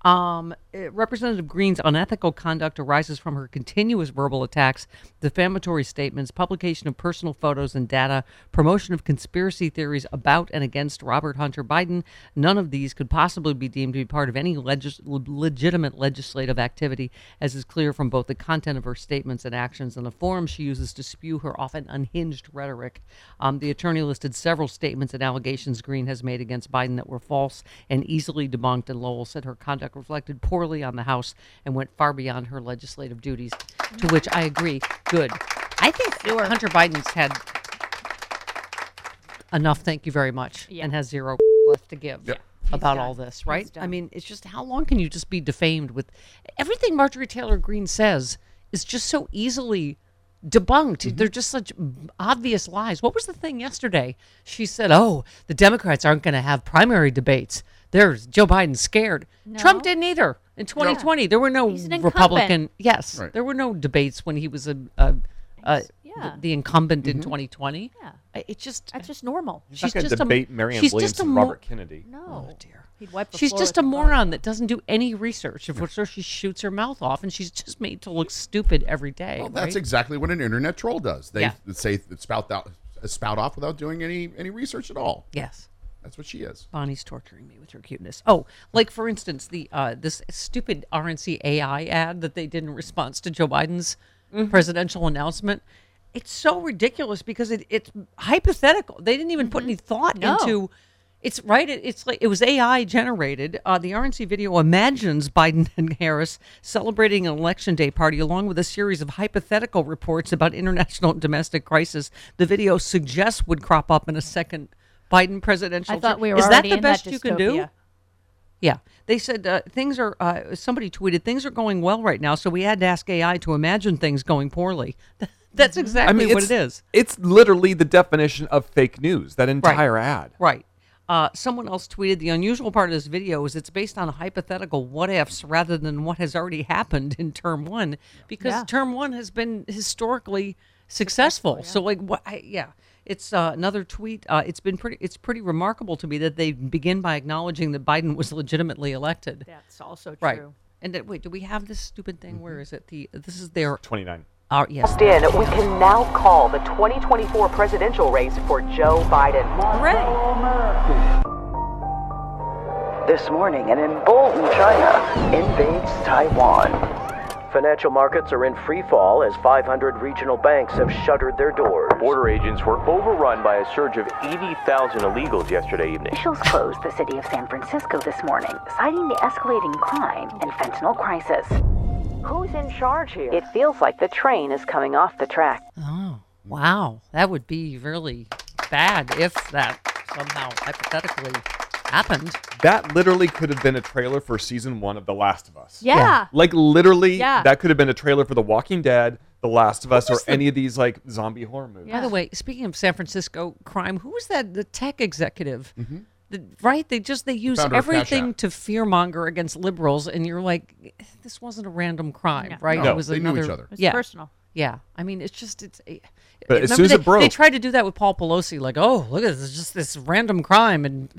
Speaker 4: Um, eh, Representative Green's unethical conduct arises from her continuous verbal attacks, defamatory statements, publication of personal photos and data, promotion of conspiracy theories about and against Robert Hunter Biden. None of these could possibly be deemed to be part of any legis- le- legitimate legislative activity, as is clear from both the content of her statements and actions and the forum she uses to spew her often unhinged rhetoric. Um, the attorney listed several statements and allegations Green has made against Biden that were false and easily debunked, and Lowell said her conduct reflected poorly on the House and went far beyond her legislative duties, to which I agree. Good. I think Hunter Biden's had enough, thank you very much, and has zero left to give. About all this, right? I mean, it's just how long can you just be defamed with everything Marjorie Taylor Greene says is just so easily debunked.
Speaker 7: Mm-hmm.
Speaker 4: They're just such obvious lies. What was the thing yesterday? She said, "Oh, the Democrats aren't going to have primary debates. There's Joe Biden's scared. Trump didn't either in 2020. There were no
Speaker 7: an
Speaker 4: Republican.
Speaker 7: incumbent.
Speaker 4: Yes,
Speaker 7: Right.
Speaker 4: there were no debates when he was a, a, a the, the incumbent
Speaker 7: Mm-hmm.
Speaker 4: in 2020. Yeah, it's just
Speaker 7: that's just normal.
Speaker 9: She's not gonna
Speaker 4: just a-
Speaker 9: debate Marianne
Speaker 4: she's just
Speaker 9: Williamson,
Speaker 4: a mo-
Speaker 9: Robert Kennedy.
Speaker 7: No. He'd wipe the
Speaker 4: Oh, She's
Speaker 7: floor
Speaker 4: just
Speaker 7: with
Speaker 4: a
Speaker 7: her phone.
Speaker 4: moron that doesn't do any research. Of course, she shoots her mouth off, and she's just made to look stupid every day.
Speaker 8: Well, that's
Speaker 4: right?
Speaker 8: exactly what an internet troll does. They
Speaker 4: Yeah.
Speaker 8: say spout out, uh, spout off without doing any any research at all.
Speaker 4: Yes.
Speaker 8: That's what she is.
Speaker 4: Bonnie's torturing me with her cuteness. Oh, like for instance, the uh, this stupid RNC AI ad that they did in response to Joe Biden's presidential announcement. It's so ridiculous because it, it's hypothetical. They didn't even put any thought
Speaker 7: Mm-hmm. No.
Speaker 4: into. It's right. It, it's like it was AI generated. Uh, the RNC video imagines Biden and Harris celebrating an election day party along with a series of hypothetical reports about international and domestic crisis. The video suggests would crop up in a second Biden presidential.
Speaker 7: I thought we were
Speaker 4: Is that
Speaker 7: already
Speaker 4: the
Speaker 7: in
Speaker 4: best
Speaker 7: that
Speaker 4: you can do?
Speaker 7: dystopia.
Speaker 4: Yeah. They said uh, things are, uh, somebody tweeted, things are going well right now, so we had to ask AI to imagine things going poorly. That's
Speaker 7: Mm-hmm.
Speaker 4: exactly what it
Speaker 9: it's-
Speaker 4: is.
Speaker 9: It's literally the definition of fake news. That entire ad.
Speaker 4: Right. Uh, someone else tweeted, the unusual part of this video is it's based on hypothetical what ifs rather than what has already happened in term one, because
Speaker 7: Yeah.
Speaker 4: term one has been historically successful. So, like, what? I, yeah. It's uh, another tweet. Uh, it's been pretty. It's pretty remarkable to me that they begin by acknowledging that Biden was legitimately elected.
Speaker 7: That's also true.
Speaker 4: Right. And that, wait, do we have this stupid thing? Where is it? The this is their
Speaker 9: twenty nine.
Speaker 4: Our yes.
Speaker 16: In, we can now call the 2024 presidential race for Joe Biden. This morning, an emboldened China invades Taiwan.
Speaker 17: Financial markets are in free fall as 500 regional banks have shuttered their doors. Border agents were overrun by a surge of 80,000 illegals yesterday evening.
Speaker 27: Officials closed the city of San Francisco this morning, citing the escalating crime and fentanyl crisis.
Speaker 16: Who's in charge here? It feels like the train is coming off the track.
Speaker 4: Oh, wow. That would be really bad if that somehow hypothetically happened.
Speaker 9: That literally could have been a trailer for season one of The Last of Us.
Speaker 4: Yeah. Yeah.
Speaker 9: Like literally,
Speaker 4: Yeah.
Speaker 9: that could have been a trailer for The Walking Dead, The Last of Us, or
Speaker 4: was the-
Speaker 9: any of these like zombie horror movies.
Speaker 4: By the way, speaking of San Francisco crime, who was that? The tech executive, Mm-hmm. The- right? They just they use
Speaker 9: founder of Cash
Speaker 4: everything to fearmonger against liberals, and you're like, "Eh, this wasn't a random crime, right?
Speaker 9: No,
Speaker 4: it was
Speaker 9: they knew
Speaker 4: another.
Speaker 9: each other. It
Speaker 7: was
Speaker 4: yeah.
Speaker 7: personal.
Speaker 4: Yeah, I mean, it's just it's. But
Speaker 9: But as soon as
Speaker 4: they,
Speaker 9: it broke-
Speaker 4: they tried to do that with Paul Pelosi, like, oh, look at this, it's just this random crime, and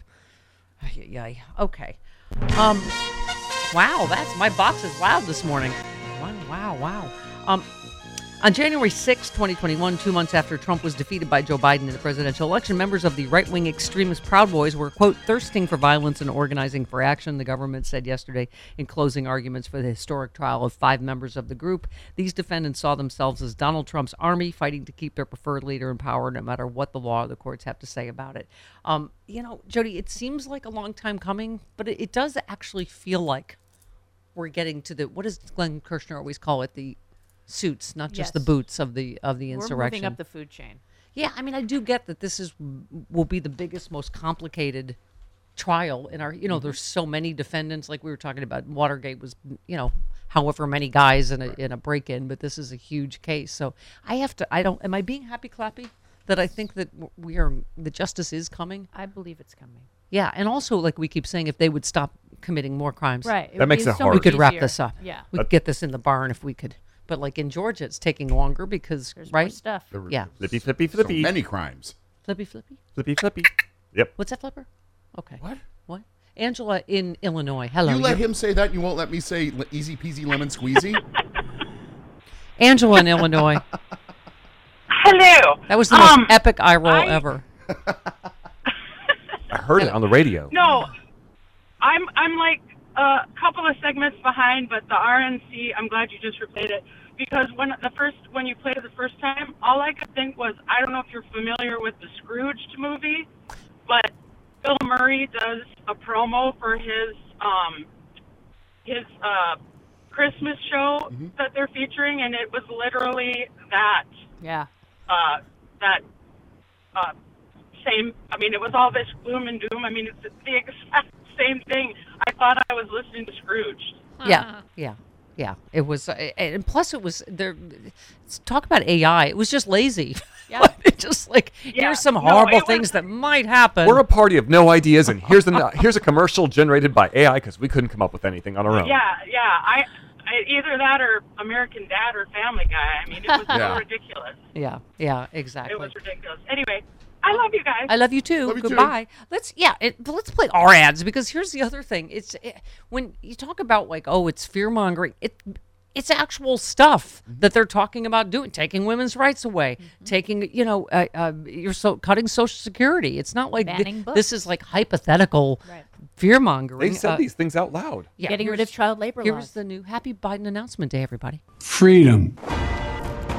Speaker 4: yeah, okay, um, wow, that's my box is loud this morning. Wow, wow, wow. Um, on January 6, 2021, two months after Trump was defeated by Joe Biden in the presidential election, members of the right wing extremist Proud Boys were, quote, thirsting for violence and organizing for action, the government said yesterday in closing arguments for the historic trial of five members of the group. These defendants saw themselves as Donald Trump's army fighting to keep their preferred leader in power no matter what the law or the courts have to say about it. Um, you know, Jody, it seems like a long time coming, but it, it does actually feel like we're getting to the what does Glenn Kirshner always call it the suits, not just the
Speaker 7: Yes.
Speaker 4: boots of the of the
Speaker 7: We're
Speaker 4: insurrection.
Speaker 7: moving up the food chain.
Speaker 4: yeah, I mean, I do get that this is will be the biggest, most complicated trial in our. You know, there's so many defendants. Like we were talking about, Watergate was you know however many guys in a in a break in, but this is a huge case. So I have to. I don't. Am I being happy clappy? That I think that w- we are the justice is coming.
Speaker 7: I believe it's coming.
Speaker 4: Yeah, and also like we keep saying, if they would stop committing more crimes,
Speaker 7: Right, it That would makes be it so hard.
Speaker 4: We could wrap
Speaker 7: easier.
Speaker 4: this up.
Speaker 7: Yeah.
Speaker 4: we could get this in the barn if we could. But like in Georgia, it's taking longer because
Speaker 7: There's more
Speaker 4: right
Speaker 7: stuff. There
Speaker 4: Yeah,
Speaker 9: Flippy, flippy,
Speaker 8: So
Speaker 9: flippy.
Speaker 8: many crimes.
Speaker 4: flippy, flippy.
Speaker 9: Flippy, flippy. Yep.
Speaker 4: What's that flipper? Okay. What? What? Angela in Illinois. Hello.
Speaker 8: you let
Speaker 4: you're-
Speaker 8: him say that, and you won't let me say le- easy peasy lemon squeezy.
Speaker 4: Angela in Illinois.
Speaker 41: Hello.
Speaker 4: That was the most
Speaker 41: Um,
Speaker 4: epic eye roll
Speaker 41: I-
Speaker 4: ever.
Speaker 9: I heard it on the radio.
Speaker 41: No, I'm I'm like a couple of segments behind, but the RNC. I'm glad you just replayed it because when the first when you played it the first time, all I could think was I don't know if you're familiar with the Scrooge movie, but Bill Murray does a promo for his um his uh Christmas show that they're featuring, and it was literally that
Speaker 7: Yeah.
Speaker 41: uh, that uh, same. I mean, it was all this gloom and doom. I mean, it's the exact same thing. I thought I was listening to Scrooge.
Speaker 4: Yeah, yeah, yeah. It was, uh, and plus it was there. it's- Talk about AI. It was just lazy. Yeah. just like here's some
Speaker 9: No,
Speaker 4: horrible
Speaker 9: it was-
Speaker 4: things that might happen.
Speaker 9: We're a party of no ideas, and here's a here's a commercial generated by AI because we couldn't come up with anything on
Speaker 4: Oh.
Speaker 9: our own.
Speaker 41: Yeah, yeah. I, I either that or American Dad or Family Guy. I mean, it was
Speaker 9: Yeah.
Speaker 41: so ridiculous.
Speaker 4: yeah, yeah, exactly.
Speaker 41: It was ridiculous. Anyway, I love you guys.
Speaker 4: I love you too. Goodbye. Let's yeah. It, but let's play our ads because here's the other thing. It's it, when you talk about like oh, it's fear mongering. It it's actual stuff
Speaker 7: Mm-hmm.
Speaker 4: that they're talking about doing, taking women's rights away, taking you know, uh, uh, you're so cutting social security. It's not like thi-
Speaker 7: Banning
Speaker 4: this
Speaker 7: books.
Speaker 4: is like hypothetical fear mongering.
Speaker 9: They said these things out loud.
Speaker 7: Getting rid of child labor
Speaker 4: Here's
Speaker 7: laws.
Speaker 4: the new Happy Biden announcement day, everybody.
Speaker 11: Freedom,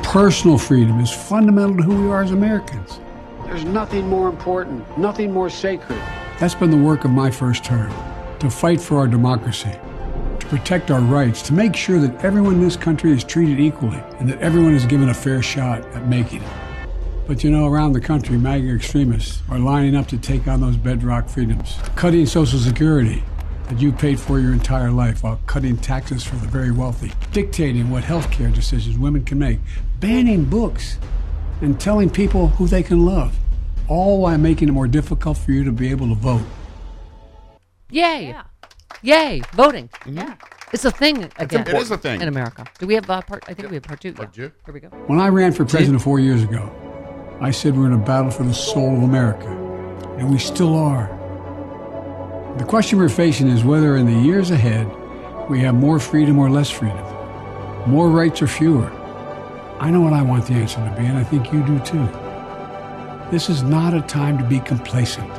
Speaker 11: personal freedom, is fundamental to who we are as Americans.
Speaker 42: There's nothing more important, nothing more sacred.
Speaker 11: That's been the work of my first term to fight for our democracy, to protect our rights, to make sure that everyone in this country is treated equally and that everyone is given a fair shot at making it. But you know, around the country, MAGA extremists are lining up to take on those bedrock freedoms, cutting Social Security that you paid for your entire life while cutting taxes for the very wealthy, dictating what health care decisions women can make, banning books, and telling people who they can love, all while making it more difficult for you to be able to vote.
Speaker 4: Yay! Yay! Voting. Yeah. It's a thing again.
Speaker 11: important. It is a thing.
Speaker 4: in America. Do we have uh, part? I think we have part two. Part
Speaker 8: two.
Speaker 4: Here we go.
Speaker 11: When I ran for president four years ago, I said we're in a battle for the soul of America, and we still are. The question we're facing is whether in the years ahead we have more freedom or less freedom, more rights or fewer. I know what I want the answer to be, and I think you do too. This is not a time to be complacent.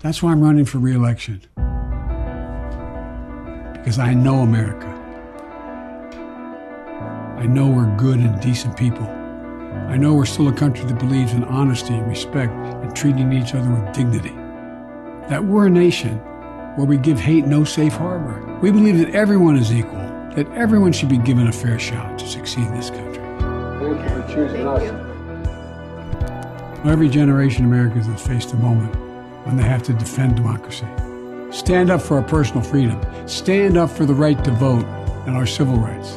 Speaker 11: That's why I'm running for re election, because I know America. I know we're good and decent people. I know we're still a country that believes in honesty and respect and treating each other with dignity. That we're a nation where we give hate no safe harbor. We believe that everyone is equal, that everyone should be given a fair shot to succeed in this country.
Speaker 1: Thank you for choosing us.
Speaker 11: Every generation of Americans has faced a moment when they have to defend democracy. Stand up for our personal freedom. Stand up for the right to vote and our civil rights.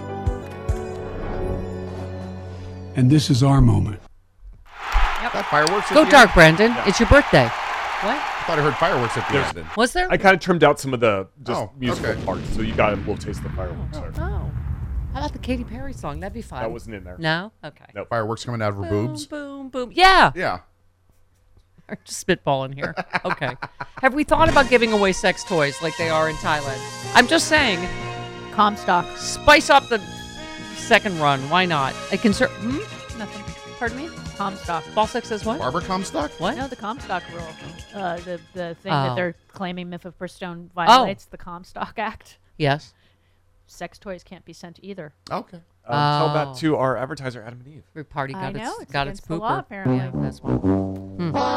Speaker 11: And this is our moment.
Speaker 8: That fireworks. at
Speaker 4: Go
Speaker 8: the
Speaker 4: dark,
Speaker 8: end.
Speaker 4: Brendan.
Speaker 8: Yeah.
Speaker 4: It's your birthday. What?
Speaker 8: I thought I heard fireworks at the
Speaker 9: There's-
Speaker 8: end. then.
Speaker 4: Was there?
Speaker 9: I kind of trimmed out some of the just
Speaker 8: Oh,
Speaker 9: musical
Speaker 8: okay.
Speaker 9: parts, so you got a little taste of the fireworks there.
Speaker 4: Oh. How about the Katy Perry song? That'd be fun.
Speaker 9: That wasn't in there.
Speaker 4: No? Okay.
Speaker 8: No fireworks coming out of her boobs.
Speaker 4: Boom, boom. Yeah.
Speaker 8: Yeah.
Speaker 4: I'm just spitballing here. Okay. Have we thought about giving away sex toys like they are in Thailand? I'm just saying.
Speaker 7: Comstock.
Speaker 4: Spice up the second run. Why not? I can ser- hmm?
Speaker 7: Nothing.
Speaker 4: Pardon me?
Speaker 7: Comstock.
Speaker 4: Ball sex says what?
Speaker 8: Barbara Comstock?
Speaker 4: What?
Speaker 7: No, the Comstock rule. Uh, the the thing
Speaker 4: Oh.
Speaker 7: that they're claiming Myth of Bristone violates the Comstock Act.
Speaker 4: Yes.
Speaker 7: Sex toys can't be sent either.
Speaker 8: Okay.
Speaker 9: Um, Tell
Speaker 4: Oh.
Speaker 9: that to our advertiser, Adam and Eve.
Speaker 4: Every party
Speaker 7: I
Speaker 4: got its,
Speaker 7: know, it's
Speaker 4: got its
Speaker 7: against the
Speaker 4: pooper.
Speaker 7: law, apparently.
Speaker 4: Yeah, that's why.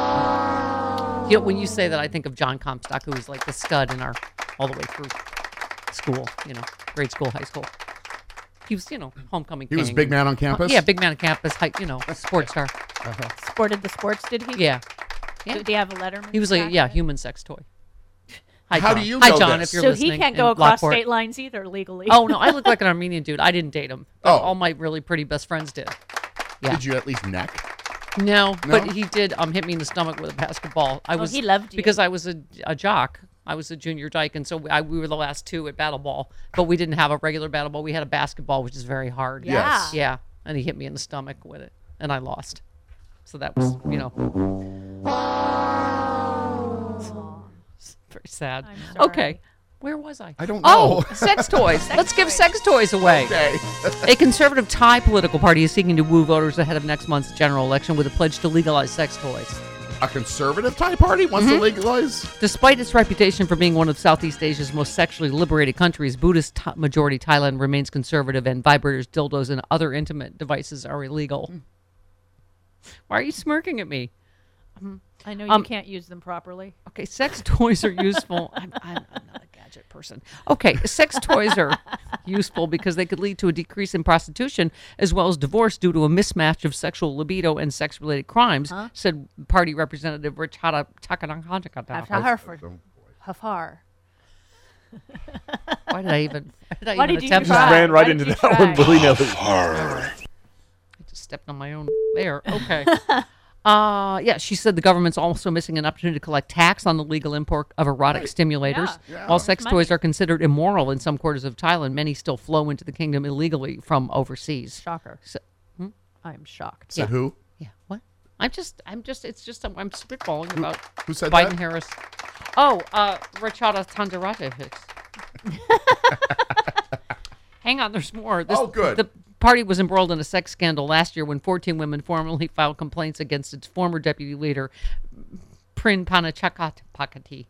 Speaker 4: Hmm. You know, when you say that, I think of John Comstock, who was like the stud in our all the way through school, you know, grade school, high school. He was, you know, homecoming.
Speaker 8: He was
Speaker 4: king.
Speaker 8: big man on
Speaker 4: Uh,
Speaker 8: campus? Uh-huh.
Speaker 4: yeah, big man on campus. High, you know, sports star.
Speaker 7: Sported the sports, did he?
Speaker 4: Yeah. Yeah.
Speaker 7: Did he have a letterman?
Speaker 4: He was like, yeah, human sex toy. Hi,
Speaker 7: How do
Speaker 4: John.
Speaker 7: you
Speaker 4: Hi,
Speaker 7: know
Speaker 4: John,
Speaker 7: this?
Speaker 4: if you're
Speaker 7: So he
Speaker 4: listening.
Speaker 7: can't go
Speaker 4: in
Speaker 7: across
Speaker 4: Lockport.
Speaker 7: state lines either legally.
Speaker 4: Oh no, I look like an Armenian dude. I didn't date him.
Speaker 8: Oh.
Speaker 4: But all my really pretty best friends did. Yeah.
Speaker 8: Did you at least neck?
Speaker 4: No, but
Speaker 8: No?
Speaker 4: he did um hit me in the stomach with a basketball. I
Speaker 7: Oh,
Speaker 4: was
Speaker 7: he loved you.
Speaker 4: because I was a, a jock. I was a junior dyke, and so I, we were the last two at battle ball, but we didn't have a regular battle ball. We had a basketball, which is very hard.
Speaker 8: Yes.
Speaker 4: Yeah, and he hit me in the stomach with it, and I lost. So that was you know Very sad. Okay. Where was I?
Speaker 8: I don't know.
Speaker 4: Oh, sex toys. Let's give sex toys away.
Speaker 8: Okay.
Speaker 4: a conservative Thai political party is seeking to woo voters ahead of next month's general election with a pledge to legalize sex toys.
Speaker 8: A conservative Thai party wants to
Speaker 4: Mhm.
Speaker 8: legalize.
Speaker 4: Despite its reputation for being one of Southeast Asia's most sexually liberated countries, Buddhist Tha- majority Thailand remains conservative, and vibrators, dildos, and other intimate devices are illegal. Why are you smirking at me?
Speaker 7: I know you
Speaker 4: Um,
Speaker 7: can't use them properly.
Speaker 4: Okay, sex toys are useful. I'm, I'm, I'm not a gadget person. Okay, sex toys are useful because they could lead to a decrease in prostitution as well as divorce due to a mismatch of sexual libido and sex related crimes, said party representative Richata Takananghanjakata.
Speaker 7: Hafar. Hafar.
Speaker 4: Why did I even, why did I
Speaker 7: Why
Speaker 4: even
Speaker 7: did you
Speaker 4: attempt
Speaker 7: try?
Speaker 4: that?
Speaker 7: Just ran right Why did into you that try? one willy-nilly.
Speaker 4: I just stepped on my own there. Okay. Uh, yeah, she said the government's also missing an opportunity to collect tax on the legal import of erotic
Speaker 7: Right.
Speaker 4: stimulators.
Speaker 7: Yeah. Yeah.
Speaker 4: While sex
Speaker 7: Money.
Speaker 4: toys are considered immoral in some quarters of Thailand, many still flow into the kingdom illegally from overseas.
Speaker 7: Shocker.
Speaker 4: So, hmm?
Speaker 7: I'm shocked.
Speaker 4: Yeah.
Speaker 8: who?
Speaker 4: Yeah. What? I'm just. I'm just. It's just. I'm, I'm spitballing about.
Speaker 8: Who said
Speaker 4: Biden
Speaker 8: that?
Speaker 4: Harris? Oh, uh, Rachada Tandarajevic. Hang on, there's more. This,
Speaker 8: Oh, good.
Speaker 4: The party was embroiled in a sex scandal last year when 14 women formally filed complaints against its former deputy leader, Prin Panachakatpakati.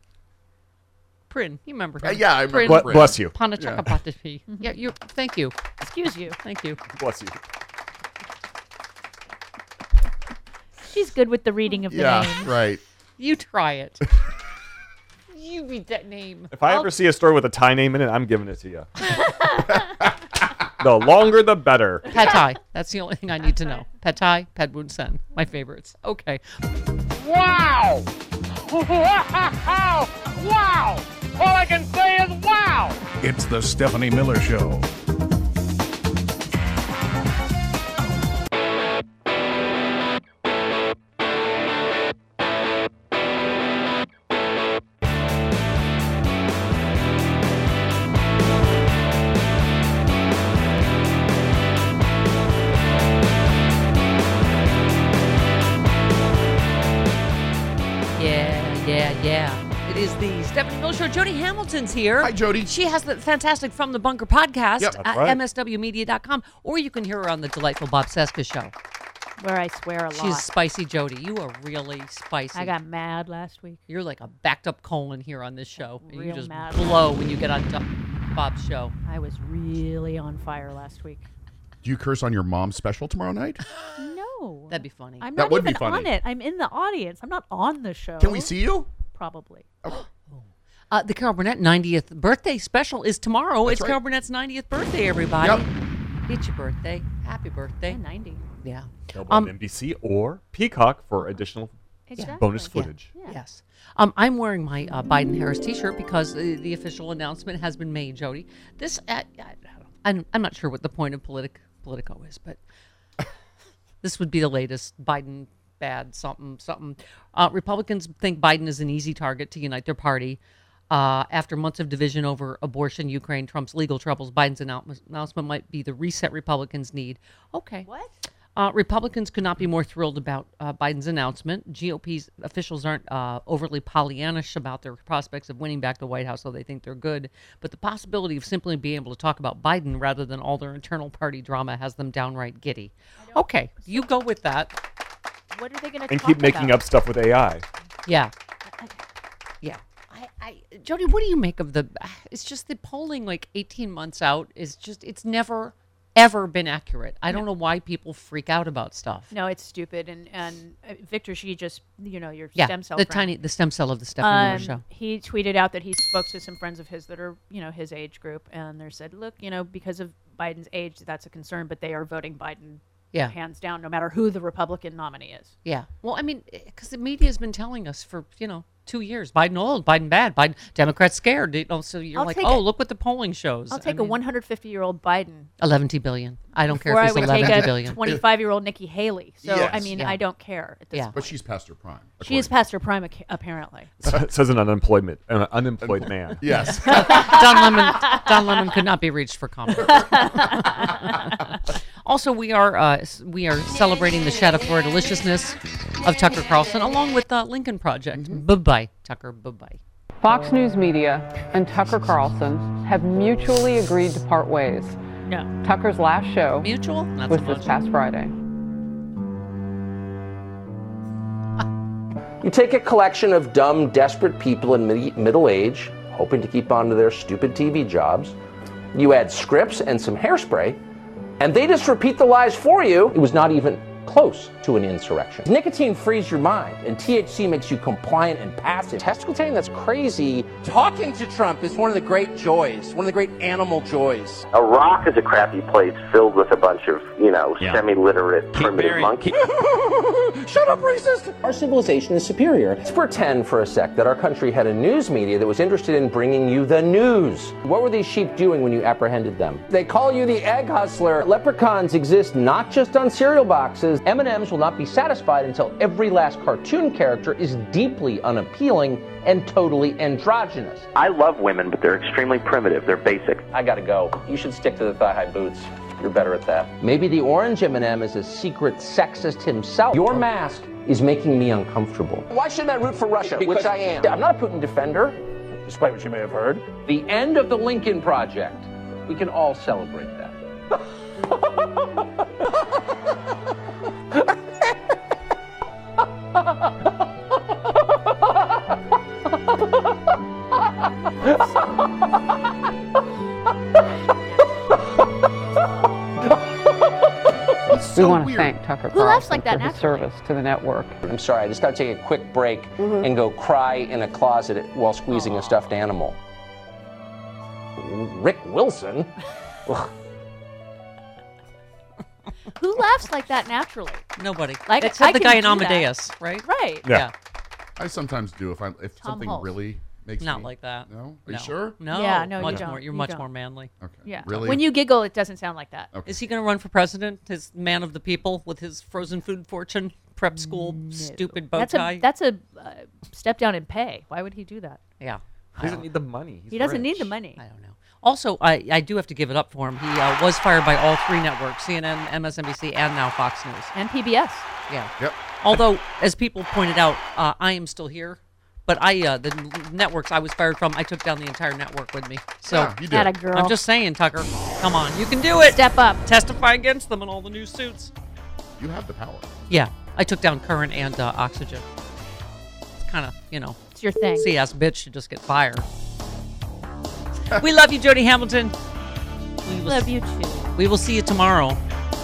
Speaker 4: Prin, you remember him?
Speaker 8: Uh, yeah, I remember
Speaker 4: Prin
Speaker 8: Bl- Prin. bless you.
Speaker 4: Panachakatpakati. Yeah, you. Thank you.
Speaker 7: Excuse you.
Speaker 4: Thank you.
Speaker 9: Bless you.
Speaker 7: She's good with the reading of the name.
Speaker 8: right.
Speaker 4: You try it. you read that name.
Speaker 9: If I ever see a store with a Thai name in it, I'm giving it to you. the longer, the better.
Speaker 4: Pad Thai. That's the only thing I need to know. Pad Thai, Pad Woon Sen. My favorites. Okay.
Speaker 2: Wow! Wow! Wow! All I can say is wow!
Speaker 18: It's the Stephanie Miller Show.
Speaker 4: Yeah, yeah, yeah. It is the Stephanie Mill Show. Jody Hamilton's here. Hi,
Speaker 8: Jody.
Speaker 4: She has the fantastic From the Bunker podcast
Speaker 7: Yep, that's
Speaker 4: at
Speaker 7: right.
Speaker 4: mswmedia.com, or you can hear her on the delightful Bob Seska show.
Speaker 7: Where I swear a lot.
Speaker 4: She's spicy, Jody. You are really spicy.
Speaker 7: I got mad last week.
Speaker 4: You're like a backed up colon here on this show. and you
Speaker 7: Real
Speaker 4: just
Speaker 7: mad.
Speaker 4: blow when you get on top Bob's show.
Speaker 7: I was really on fire last week.
Speaker 8: Do you curse on your mom's special tomorrow night?
Speaker 7: No.
Speaker 4: That'd be funny.
Speaker 7: I'm
Speaker 8: That
Speaker 7: not
Speaker 8: would be
Speaker 7: even on
Speaker 8: funny.
Speaker 7: it. I'm in the audience. I'm not on the show.
Speaker 8: Can we see you? Oh.
Speaker 7: Probably.
Speaker 4: Uh, the Carol Burnett 90th birthday special is tomorrow.
Speaker 7: That's
Speaker 4: it's
Speaker 7: right.
Speaker 4: Carol Burnett's 90th birthday, everybody.
Speaker 7: Yep.
Speaker 4: It's your birthday. Happy birthday.
Speaker 7: 90.
Speaker 4: Yeah.
Speaker 9: Available on NBC or Peacock for additional bonus footage.
Speaker 4: Yes. Um, I'm wearing my uh, Biden Harris T-shirt because uh, the official announcement has been made, Jody. This, uh, I, I don't know. I'm, I'm not sure what the point of politic, Politico is, but this would be the latest Biden bad something something. Uh, Republicans think Biden is an easy target to unite their party. Uh, after months of division over abortion, Ukraine, Trump's legal troubles, Biden's annou- announcement might be the reset Republicans need. Okay. What? Uh, Republicans could not be more thrilled about uh, Biden's announcement. GOP's officials aren't uh, overly Pollyannish about their prospects of winning back the White House, so they think they're good. But the possibility of simply being able to talk about Biden rather than all their internal party drama has them downright giddy. Okay, you go with that.
Speaker 7: What are they going to
Speaker 9: And keep making up stuff with AI.
Speaker 4: Yeah. Yeah. I, I, Jody, what do you make of the? It's just the polling, like 18 months out, is just, it's never, ever been accurate. I don't know why people freak out about stuff.
Speaker 7: No, it's stupid. And and uh, Victor, she just you know your
Speaker 4: Yeah,
Speaker 7: stem cell.
Speaker 4: the
Speaker 7: friend. Um,
Speaker 4: tiny- the stem cell of the Stephanie Miller Show.
Speaker 7: He tweeted out that he spoke to some friends of his that are you know his age group, and they said, look, you know, because of Biden's age, that's a concern, but they are voting Biden.
Speaker 4: Yeah.
Speaker 7: hands down, no matter who the Republican nominee is.
Speaker 4: Yeah. Well, I mean, because the media has been telling us for you know two years, Biden old, Biden bad, Biden Democrats scared. You know, so you're
Speaker 7: I'll
Speaker 4: like,
Speaker 7: take a-
Speaker 4: oh, look what the polling shows.
Speaker 7: I'll
Speaker 4: I
Speaker 7: take a
Speaker 4: mean,
Speaker 7: 150 year old Biden
Speaker 4: 11 billion. I don't care
Speaker 7: Or
Speaker 4: if
Speaker 7: I
Speaker 4: it's
Speaker 7: would
Speaker 4: 11
Speaker 7: take a
Speaker 4: billion.
Speaker 7: 25 year old Nikki Haley. So, I
Speaker 4: Yes.
Speaker 7: mean,
Speaker 4: Yeah.
Speaker 7: I don't care at this
Speaker 4: Yeah.
Speaker 8: But she's past her prime.
Speaker 7: She is past her prime, ac- apparently.
Speaker 9: Says an unemployment, an unemployed man.
Speaker 8: Yes.
Speaker 4: Don Lemon. Don Lemon could not be reached for comment. Also, we are uh, s- we are celebrating the Shadow Florida deliciousness of Tucker Carlson along with the Lincoln Project.
Speaker 7: Mm-hmm.
Speaker 4: Bye bye, Tucker. Bye bye.
Speaker 11: Fox News Media and Tucker Carlson have mutually agreed to part ways.
Speaker 4: No.
Speaker 11: Tucker's last show
Speaker 4: Mutual? Not
Speaker 11: was
Speaker 4: so
Speaker 11: this
Speaker 4: much.
Speaker 11: past Friday.
Speaker 5: You take a collection of dumb, desperate people in mid- middle age, hoping to keep on to their stupid TV jobs. You add scripts and some hairspray, and they just repeat the lies for you. It was not even close to an insurrection. Nicotine frees your mind, and THC makes you compliant and passive. Testicle tanning, that's crazy. Talking to Trump is one of the great joys, one of the great animal joys.
Speaker 21: Iraq is a crappy place filled with a bunch of, you know,
Speaker 5: Yeah.
Speaker 21: semi-literate primitive monkeys.
Speaker 5: Shut up, racist! Our civilization is superior. Let's pretend for a sec that our country had a news media that was interested in bringing you the news. What were these sheep doing when you apprehended them? They call you the egg hustler. Leprechauns exist not just on cereal boxes. M&Ms will not be satisfied until every last cartoon character is deeply unappealing and totally androgynous.
Speaker 21: I love women, but they're extremely primitive. They're basic.
Speaker 5: I gotta go. You should stick to the thigh-high boots. You're better at that. Maybe the orange M&M is a secret sexist himself. Your mask is making me uncomfortable. Why shouldn't I root for Russia, Because- which I am? I'm not a Putin defender, despite what you may have heard. The end of the Lincoln Project. We can all celebrate that. so
Speaker 11: we want to
Speaker 5: weird.
Speaker 11: thank Tucker
Speaker 5: Who laughs
Speaker 11: Carlson
Speaker 5: like that
Speaker 11: for his
Speaker 5: naturally?
Speaker 11: service to the network.
Speaker 5: I'm sorry, I just gotta take a quick break and go cry in a closet while squeezing a stuffed animal. Rick Wilson? Ugh.
Speaker 7: Who laughs like that naturally?
Speaker 4: Nobody.
Speaker 7: Like
Speaker 4: Except
Speaker 7: I
Speaker 4: the
Speaker 7: can
Speaker 4: guy in
Speaker 7: do that.
Speaker 4: Amadeus, right?
Speaker 7: Right.
Speaker 8: I sometimes do if I if
Speaker 7: Tom
Speaker 8: something
Speaker 7: Hulse.
Speaker 8: really makes
Speaker 4: Not
Speaker 8: me
Speaker 4: like that.
Speaker 8: No, are
Speaker 4: No.
Speaker 8: you sure?
Speaker 4: No.
Speaker 7: Yeah, no, you
Speaker 4: much
Speaker 7: don't.
Speaker 4: More, you're
Speaker 7: You
Speaker 4: much
Speaker 7: don't.
Speaker 4: more manly.
Speaker 8: Okay.
Speaker 7: Yeah.
Speaker 8: Really?
Speaker 7: When you giggle, it doesn't sound like that.
Speaker 4: Is he going to run for president? His man of the people with his frozen food fortune, prep school, stupid bow
Speaker 7: That's
Speaker 4: tie.
Speaker 7: a that's a uh, step down in pay. Why would he do that?
Speaker 4: yeah.
Speaker 9: He doesn't need the money. He's
Speaker 7: he doesn't
Speaker 9: rich.
Speaker 7: need the money. I
Speaker 4: don't know. Also, I, I do have to give it up for him. He uh, was fired by all three networks CNN, MSNBC, and now Fox News.
Speaker 7: And PBS.
Speaker 4: Yeah.
Speaker 8: Yep.
Speaker 4: Although, as people pointed out, uh, I am still here. But I, uh, the n- networks I was fired from, I took down the entire network with me. So,
Speaker 7: Yeah, you did. Atta girl.
Speaker 4: I'm just saying, Tucker, come on, you can do it.
Speaker 7: Step up.
Speaker 4: Testify against them in all the new suits.
Speaker 8: You have the power.
Speaker 4: Yeah, I took down Current and uh, Oxygen. It's kind of, you know,
Speaker 7: it's your thing.
Speaker 4: CS bitch should just get fired. we love you, Jody Hamilton. We will-
Speaker 7: Love you too.
Speaker 4: We will see you tomorrow,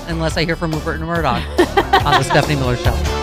Speaker 4: unless I hear from Rupert and Murdoch on the Stephanie Miller Show.